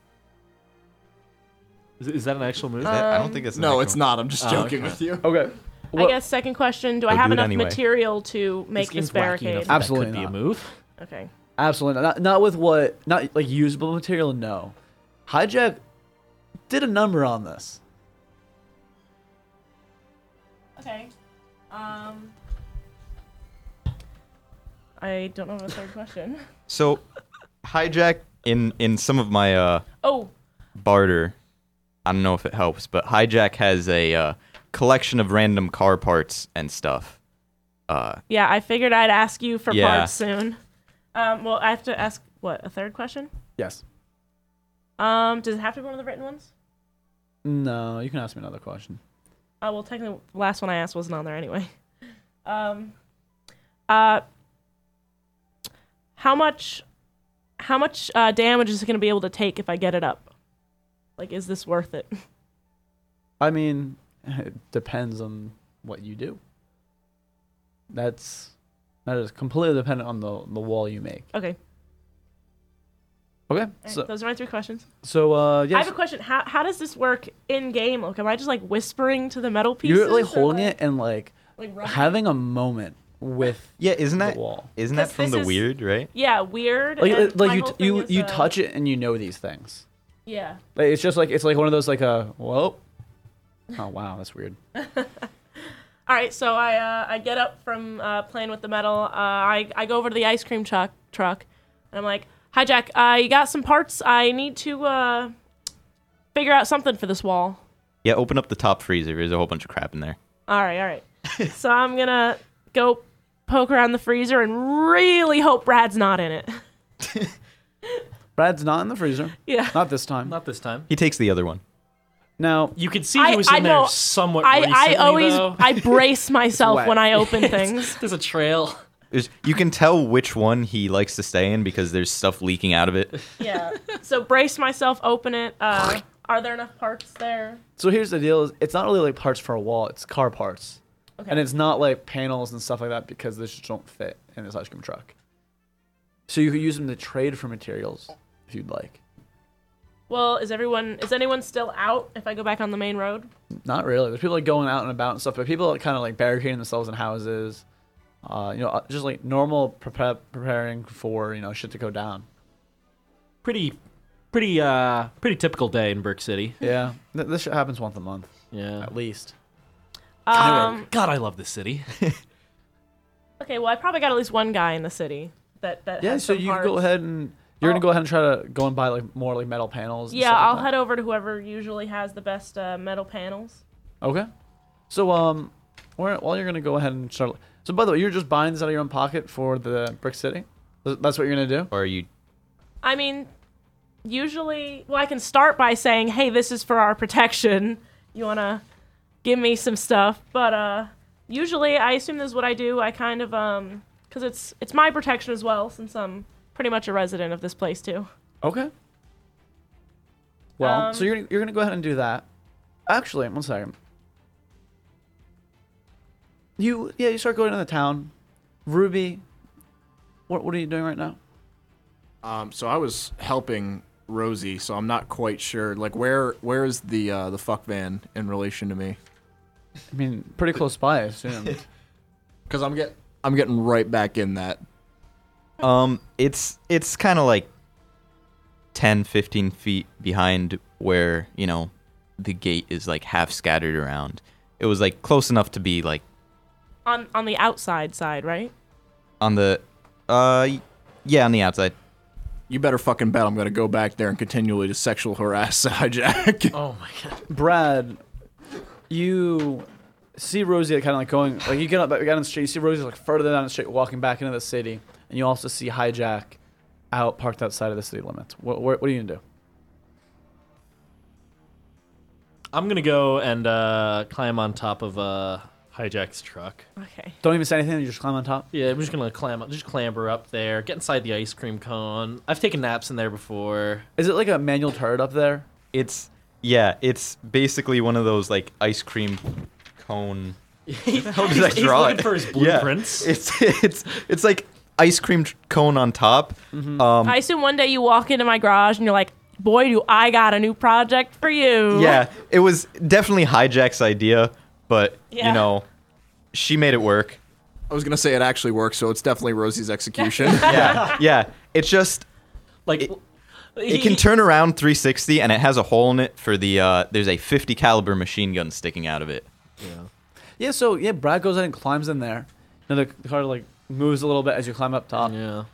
Speaker 1: It. Is, is that an actual move?
Speaker 5: Is that- I don't think that's an
Speaker 4: No,
Speaker 5: actual-
Speaker 4: it's not. I'm just
Speaker 1: okay.
Speaker 4: joking with you.
Speaker 2: Okay.
Speaker 3: I
Speaker 2: Well,
Speaker 3: guess second question: Do I
Speaker 5: Go
Speaker 3: have
Speaker 5: do it
Speaker 3: enough
Speaker 5: anyway.
Speaker 3: material to make
Speaker 1: game's
Speaker 3: this
Speaker 1: wacky
Speaker 3: barricade?
Speaker 1: enough that
Speaker 2: Absolutely
Speaker 1: that could
Speaker 2: not.
Speaker 1: be a move.
Speaker 3: Okay.
Speaker 2: Absolutely not. Not with what, not like usable material. No, hijack did a number on this.
Speaker 3: Okay. Um. I don't know the third question.
Speaker 5: So, hijack in in some of my uh,
Speaker 3: Oh,
Speaker 5: barter. I don't know if it helps, but hijack has a uh, collection of random car parts and stuff. Uh,
Speaker 3: yeah. I figured I'd ask you for
Speaker 5: Yeah.
Speaker 3: parts soon. Um. Well, I have to ask what a third question.
Speaker 2: Yes.
Speaker 3: Um. Does it have to be one of the written ones?
Speaker 2: No, you can ask me another question.
Speaker 3: Uh, well, technically, the last one I asked wasn't on there anyway. <laughs> Um, uh, how much, how much uh, damage is it going to be able to take if I get it up? Like, is this worth it? <laughs>
Speaker 2: I mean, it depends on what you do. That's that is completely dependent on the the wall you make.
Speaker 3: Okay,
Speaker 2: Okay.
Speaker 3: All right,
Speaker 2: So
Speaker 3: those are my three questions.
Speaker 2: so uh
Speaker 3: I
Speaker 2: yes,
Speaker 3: have a question. How how does this work in game? Like, am I just like whispering to the metal pieces?
Speaker 2: you're like
Speaker 3: or,
Speaker 2: holding
Speaker 3: like-
Speaker 2: it and like
Speaker 3: like rubbing?
Speaker 2: having a moment with
Speaker 5: yeah, isn't
Speaker 2: the
Speaker 5: that
Speaker 2: wall.
Speaker 5: isn't that
Speaker 3: 'Cause
Speaker 5: from
Speaker 3: this
Speaker 5: the
Speaker 3: is-
Speaker 5: weird, right?
Speaker 3: Yeah, weird.
Speaker 2: Like
Speaker 3: and my
Speaker 2: like you
Speaker 3: whole
Speaker 2: t-
Speaker 3: thing
Speaker 2: you
Speaker 3: is,
Speaker 2: you
Speaker 3: uh,
Speaker 2: touch it and you know these things.
Speaker 3: Yeah.
Speaker 2: Like, it's just like it's like one of those like uh,
Speaker 3: <laughs>
Speaker 2: whoa. Oh wow, that's weird.
Speaker 3: All right, so I uh, I get up from uh, playing with the metal. Uh, I I go over to the ice cream truck truck, and I'm like, "Hi, Jack. Uh, you got some parts? I need to uh, figure out something for this wall."
Speaker 5: Yeah, open up the top freezer. There's a whole bunch of crap in there.
Speaker 3: All right, all
Speaker 2: <laughs>
Speaker 3: right. so I'm gonna go poke around the freezer and really hope Brad's not in it.
Speaker 2: Brad's not in the freezer.
Speaker 3: Yeah.
Speaker 2: Not this time.
Speaker 1: Not this time.
Speaker 5: He takes the other one.
Speaker 2: Now
Speaker 1: You could see
Speaker 3: I-
Speaker 1: he was
Speaker 3: I
Speaker 1: in there
Speaker 3: know.
Speaker 1: somewhat
Speaker 3: I,
Speaker 1: recently,
Speaker 3: I always <laughs>
Speaker 1: though.
Speaker 3: I brace myself
Speaker 2: wet. <laughs>
Speaker 3: when I open things.
Speaker 1: There's a trail.
Speaker 5: There's, you can tell which one he likes to stay in because there's stuff leaking out of it.
Speaker 3: Yeah. So brace myself, open it. Uh, are there enough parts there?
Speaker 2: So here's the deal: is it's not really like parts for a wall; it's car parts,
Speaker 3: Okay.
Speaker 2: and it's not like panels and stuff like that because they just don't fit in this ice cream truck. So you could use them to trade for materials if you'd like.
Speaker 3: Well, is everyone is anyone still out if I go back on the main road?
Speaker 2: Not really. There's people like going out and about and stuff, but people are kind of like barricading themselves in houses. Uh, you know, uh, just like normal prepar preparing for you know shit to go
Speaker 3: <laughs>
Speaker 2: down.
Speaker 1: Pretty, pretty, uh, pretty typical day in Brick City.
Speaker 2: Yeah, Th- this shit happens once a month
Speaker 1: Yeah.
Speaker 2: at least.
Speaker 3: Um,
Speaker 1: God, I love this city.
Speaker 3: okay, well I probably got at least one guy in the city that that
Speaker 2: Yeah,
Speaker 3: has
Speaker 2: so
Speaker 3: some
Speaker 2: you
Speaker 3: parts.
Speaker 2: go ahead and you're gonna
Speaker 3: I'll-
Speaker 2: go ahead and try to go and buy like more like metal panels. And
Speaker 3: Yeah,
Speaker 2: stuff like
Speaker 3: I'll
Speaker 2: that.
Speaker 3: head over to whoever usually has the best uh, metal panels.
Speaker 2: Okay. So um, where, well, you're gonna go ahead and start. So by the way, you're just buying this out of your own pocket for the brick city. Th- That's what you're gonna do.
Speaker 5: Or are you?
Speaker 3: I mean, usually, well I can start by saying, "Hey, this is for our protection. You wanna give me some stuff?" But uh, usually, I assume this is what I do. I kind of um, because it's it's my protection as well, since I'm pretty much a resident of this place too.
Speaker 2: Okay. Well,
Speaker 3: Um,
Speaker 2: so you're you're gonna go ahead and do that. Actually, one second. You yeah, you start going to the town. Ruby, what what are you doing right now?
Speaker 4: Um, so I was helping Rosie, so I'm not quite sure. Like, where where is the uh, the fuck van in relation to me?
Speaker 2: I mean, pretty close by, I assume.
Speaker 4: Because I'm get I'm getting right back in that.
Speaker 5: Um, it's it's kind of like 10, 15 feet behind where you know the gate is like half scattered around. It was like close enough to be like
Speaker 3: On on the outside side, right?
Speaker 5: on the, uh, yeah, on the outside.
Speaker 4: You better fucking bet I'm gonna go back there and continually just sexual harass <laughs> hijack.
Speaker 1: Oh my god.
Speaker 2: Brad, you see Rosie kind of like going, like you get up, get on the street, you see Rosie like further down the street walking back into the city, and you also see Hijack out parked outside of the city limits. What, what, what are you gonna do?
Speaker 1: I'm gonna go and uh, climb on top of uh, hijack's truck.
Speaker 3: Okay.
Speaker 2: Don't even say anything, you just climb on top.
Speaker 1: Yeah, I'm just gonna climb up, just clamber up there, get inside the ice cream cone. I've taken naps in there before.
Speaker 2: Is it like a manual turret up there?
Speaker 5: It's yeah, it's basically one of those like ice cream cone How did I
Speaker 1: he's
Speaker 5: draw
Speaker 1: looking
Speaker 5: it?
Speaker 1: for his
Speaker 5: Yeah. <laughs>
Speaker 1: blueprints.
Speaker 5: It's it's it's like ice cream tr- cone on top. Um,
Speaker 3: I assume one day you walk into my garage and you're like, boy, do I got a new project for you.
Speaker 5: yeah, it was definitely hijack's idea, but
Speaker 3: Yeah.
Speaker 5: you know, she made it work.
Speaker 4: I was gonna say it actually works, so it's definitely Rosie's execution.
Speaker 5: Yeah, yeah. It's just
Speaker 1: Like
Speaker 5: It-
Speaker 1: he-
Speaker 5: it can turn around 360, and it has a hole in it for the uh, there's a 50 caliber machine gun sticking out of it.
Speaker 2: Yeah, so yeah, Brad goes in and climbs in there. Now the car like moves a little bit as you climb up top.
Speaker 1: Yeah.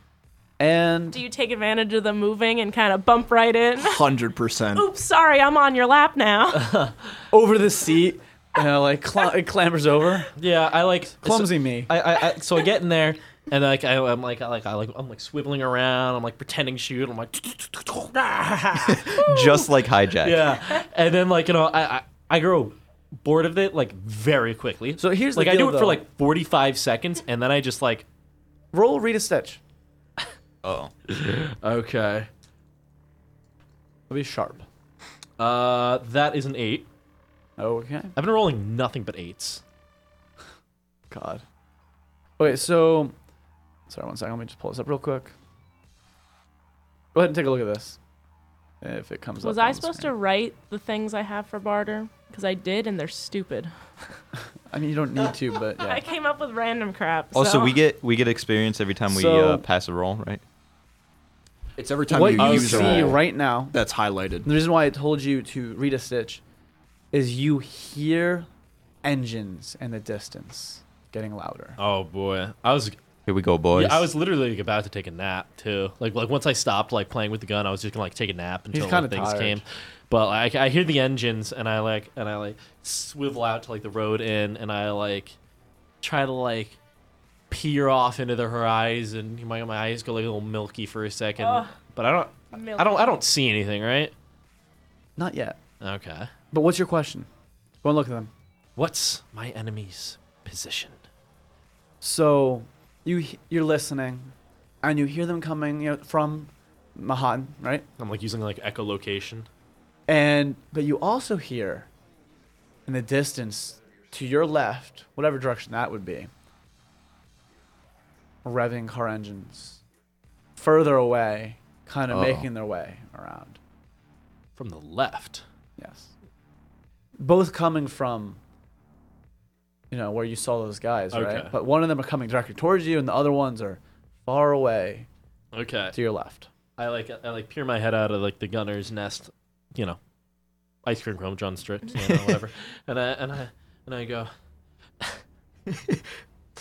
Speaker 2: And
Speaker 3: Do you take advantage of them moving and kind of bump right in? <laughs>
Speaker 4: Hundred percent.
Speaker 3: Oops, sorry, I'm on your lap now.
Speaker 2: over the seat, you know, like cl- it clambers over.
Speaker 1: Yeah, I like
Speaker 2: Clumsy me.
Speaker 1: I, I, I so I get in there and like I, I'm like I like I like I'm like swiveling around. I'm like pretending to shoot. I'm like <laughs>
Speaker 5: Just like hijack.
Speaker 1: yeah, and then like you know I I, I grow bored of it like very quickly.
Speaker 2: So here's the
Speaker 1: like I
Speaker 2: deal,
Speaker 1: do it
Speaker 2: though.
Speaker 1: for like 45 seconds and then I just like
Speaker 2: Roll read a stitch.
Speaker 5: Oh,
Speaker 1: okay.
Speaker 2: It'll be sharp.
Speaker 1: Uh, that is an eight.
Speaker 2: Okay.
Speaker 1: I've been rolling nothing but eights.
Speaker 2: God. Okay, so sorry, one second. Let me just pull this up real quick. Go ahead and take a look at this. If it comes up.
Speaker 3: Was
Speaker 2: on
Speaker 3: I
Speaker 2: the
Speaker 3: supposed to
Speaker 2: screen.
Speaker 3: write the things I have for barter? Because I did, and they're stupid.
Speaker 2: I mean, you don't need to, but yeah.
Speaker 3: <laughs> I came up with random crap.
Speaker 5: also
Speaker 3: so-
Speaker 5: we get we get experience every time we
Speaker 2: So-
Speaker 5: uh, pass a roll, right?
Speaker 4: It's every time
Speaker 2: what
Speaker 4: you
Speaker 2: you
Speaker 4: use a
Speaker 2: see
Speaker 4: roll
Speaker 2: right now
Speaker 4: that's highlighted.
Speaker 2: The reason why I told you to read a stitch is you hear engines in the distance getting louder.
Speaker 1: Oh boy, I was
Speaker 5: Here we go, boys.
Speaker 1: yeah, I was literally about to take a nap too. Like like once I stopped like playing with the gun, I was just gonna like take a nap until
Speaker 2: kinda
Speaker 1: like, things
Speaker 2: tired.
Speaker 1: came. But like, I hear the engines and I like and I like swivel out to like the road in and I like try to like peer off into the horizon. My my eyes go like a little milky for a second,
Speaker 3: Ugh.
Speaker 1: but I don't I don't I don't see anything. Right?
Speaker 2: Not yet.
Speaker 1: Okay.
Speaker 2: But what's your question? Go and look at them.
Speaker 1: What's my enemy's position?
Speaker 2: So you h- you're listening, and you hear them coming you know, from Mahan, right?
Speaker 1: I'm like using like echolocation.
Speaker 2: And but you also hear in the distance to your left, whatever direction that would be, revving car engines further away, kind of
Speaker 5: Uh-oh.
Speaker 2: making their way around.
Speaker 1: from the left.
Speaker 2: Yes. Both coming from, you know, where you saw those guys,
Speaker 1: Okay.
Speaker 2: right? But one of them are coming directly towards you, and the other ones are far away
Speaker 1: Okay.
Speaker 2: to your left.
Speaker 1: I like I like peer my head out of like the gunner's nest, you know, ice cream cone John Strips, you know,
Speaker 2: <laughs>
Speaker 1: whatever. and I and I and I go. <laughs>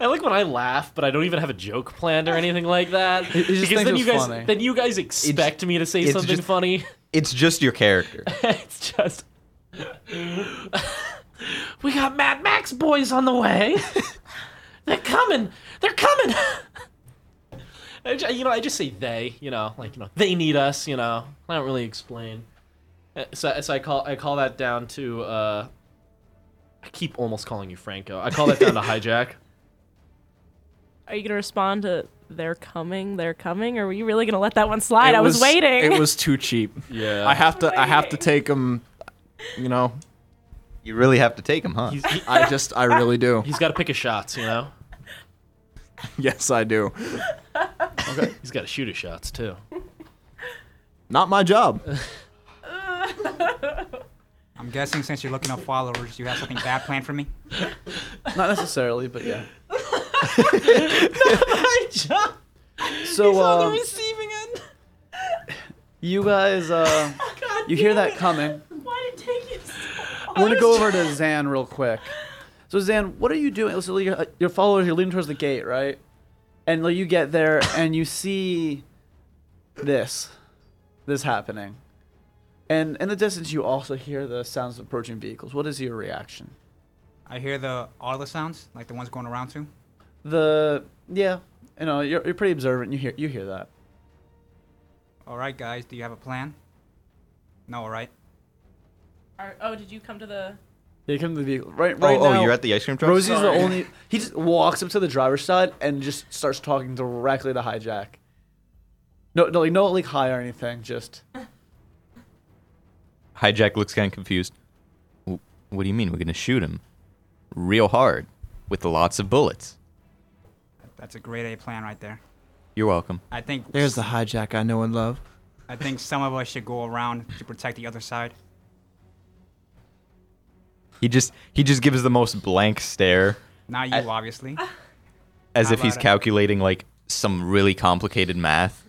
Speaker 1: I like when I laugh, but I don't even have a joke planned
Speaker 2: <laughs>
Speaker 1: or anything like that.
Speaker 2: He- he just thinks
Speaker 1: then
Speaker 2: it's
Speaker 1: you guys
Speaker 2: funny.
Speaker 1: then you guys expect me to say
Speaker 5: it's
Speaker 1: something
Speaker 5: just-
Speaker 1: funny.
Speaker 5: it's just your character.
Speaker 1: <laughs> it's just we got Mad Max boys on the way. They're coming. They're coming. <laughs> I ju- you know, I just say they. You know, like you know, they need us. You know, I don't really explain. Uh, So, so I call I call that down to. uh I keep almost calling you Franco. I call that down to hijack.
Speaker 3: Are you gonna respond to "They're coming, they're coming"? Or were you really gonna let that one slide? I was, waiting.
Speaker 7: It
Speaker 3: <laughs>
Speaker 7: was too cheap.
Speaker 1: Yeah.
Speaker 7: I have to. I have to take him. You know.
Speaker 5: You really have to take him, huh?
Speaker 1: He's, he,
Speaker 4: I just, I
Speaker 3: <laughs>
Speaker 4: really do.
Speaker 1: he's got to pick his shots. You know,
Speaker 4: Yes, I do.
Speaker 1: he's got to shoot his shots too.
Speaker 4: Not my job.
Speaker 6: I'm guessing since you're looking up followers, you have something bad planned for me.
Speaker 2: Not necessarily,
Speaker 1: <laughs>
Speaker 2: but yeah.
Speaker 1: Hijack.
Speaker 2: So uh,
Speaker 1: receiving end.
Speaker 2: you guys, uh, you
Speaker 1: <laughs>
Speaker 2: hear that coming.
Speaker 3: Why did it take you?
Speaker 2: We're gonna go over to Zan real quick. So Zan, what are you doing? So your, your followers, you're leaning towards the gate, right? And like, you get there and you see this, this happening, and in the distance you also hear the sounds of approaching vehicles. What is your reaction?
Speaker 6: I hear the all the sounds, like the ones going around to.
Speaker 2: The yeah, you know you're, you're pretty observant. You hear you hear that.
Speaker 6: All right, guys, do you have a plan? No, all right.
Speaker 3: Are- oh, did you come to the?
Speaker 2: They come to the vehicle right
Speaker 5: oh,
Speaker 2: right
Speaker 5: oh,
Speaker 2: now.
Speaker 5: you're at the ice cream truck.
Speaker 2: Rosie's the only. He just walks up to the driver's side and just starts talking directly to Hijack. No, no, like no, like hi or anything. Just
Speaker 5: Hijack looks kind of confused. "W- What do you mean we're gonna shoot him? real hard with lots of bullets.
Speaker 6: That's a great A plan right there.
Speaker 5: You're welcome.
Speaker 6: I think
Speaker 8: There's the hijack I know and love.
Speaker 6: I think some of us should go around to protect the other side.
Speaker 5: He just he just gives the most blank stare
Speaker 6: Not you,
Speaker 5: I-
Speaker 6: obviously.
Speaker 5: as
Speaker 6: How
Speaker 5: if he's
Speaker 6: about it?
Speaker 5: calculating like some really complicated math.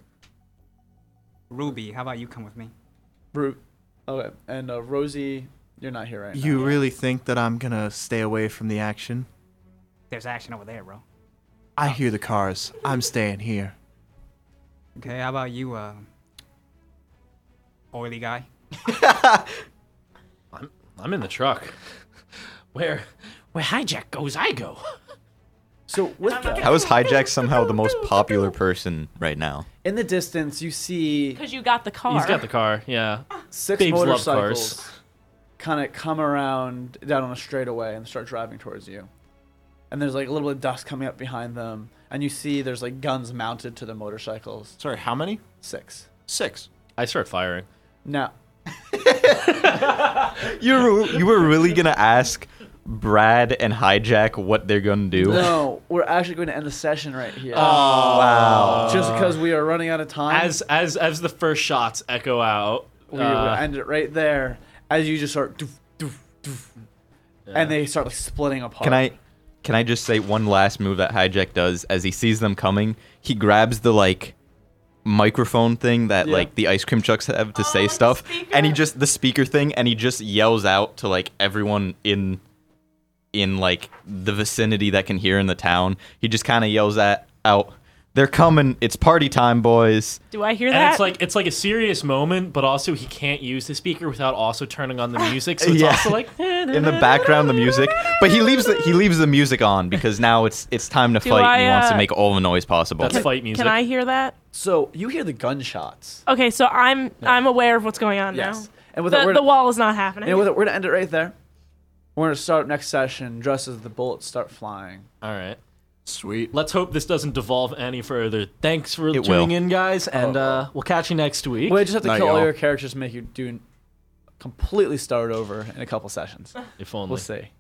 Speaker 6: Ruby, how about you come with me?
Speaker 2: Ru- okay, and uh, Rosie, you're not here right now.
Speaker 8: You really think that I'm gonna stay away from the action?
Speaker 6: There's action over there, bro.
Speaker 8: I hear the cars. I'm staying here.
Speaker 6: Okay, how about you, uh, oily guy?
Speaker 1: I'm in the truck. Where, where hijack goes, I go.
Speaker 2: So with that,
Speaker 5: How is Hijack somehow the most popular person right now?
Speaker 2: in the distance, you see
Speaker 3: Because you got the car.
Speaker 1: He's got the car. Yeah.
Speaker 2: six
Speaker 1: Babes love
Speaker 2: motorcycles
Speaker 1: cars.
Speaker 2: kind of come around down on a straightaway and start driving towards you. And there's like a little bit of dust coming up behind them, and you see there's like guns mounted to the motorcycles.
Speaker 4: Sorry, how many?
Speaker 2: Six.
Speaker 4: Six.
Speaker 1: I start firing.
Speaker 2: Now,
Speaker 5: You were, you were really gonna ask Brad and Hijack what they're gonna do?
Speaker 2: no, we're actually going to end the session right here.
Speaker 5: Wow.
Speaker 2: just because we are running out of time,
Speaker 1: As as as the first shots echo out.
Speaker 2: we
Speaker 1: uh,
Speaker 2: would end it right there. As you just start, doof, doof, doof, and they start like splitting apart.
Speaker 3: Oh.
Speaker 5: Can I can I just say one last move that Hijack does as he sees them coming? He grabs the like microphone thing that
Speaker 2: Yeah.
Speaker 5: like the ice cream trucks have to say
Speaker 3: like Oh, the
Speaker 5: stuff
Speaker 3: speaker.
Speaker 5: and he just the speaker thing and he just yells out to like everyone in in like the vicinity that can hear in the town. He just kind of yells at out they're coming. It's party time, boys.
Speaker 3: Do I hear
Speaker 1: and
Speaker 3: that?
Speaker 1: it's like it's like a serious moment, but also he can't use the speaker without also turning
Speaker 5: <laughs>
Speaker 1: on the music. So it's
Speaker 5: Yeah.
Speaker 1: also like <laughs>
Speaker 5: In the background, the music, but he leaves the he leaves the music on because now it's it's time to
Speaker 3: Do
Speaker 5: fight.
Speaker 3: I,
Speaker 5: he wants to
Speaker 3: uh,
Speaker 5: make all the noise possible.
Speaker 1: That's fight music.
Speaker 3: Can I hear that?
Speaker 2: So you hear the gunshots.
Speaker 3: Okay, so I'm I'm aware of what's going on
Speaker 2: Yes.
Speaker 3: now.
Speaker 2: And with that,
Speaker 3: The,
Speaker 2: we're
Speaker 3: the wall is not happening.
Speaker 2: and with that, we're gonna end it right there. We're gonna start next session just as the bullets start flying.
Speaker 1: All right.
Speaker 4: Sweet.
Speaker 1: Let's hope this doesn't devolve any further. Thanks for
Speaker 5: It
Speaker 1: tuning
Speaker 5: will. Oh,
Speaker 1: in, guys, and uh, we'll catch you next week.
Speaker 2: Well, you just have to
Speaker 4: Night,
Speaker 2: kill all
Speaker 4: y'all.
Speaker 2: your characters to make you do completely start over in a couple sessions.
Speaker 1: if only.
Speaker 2: We'll see.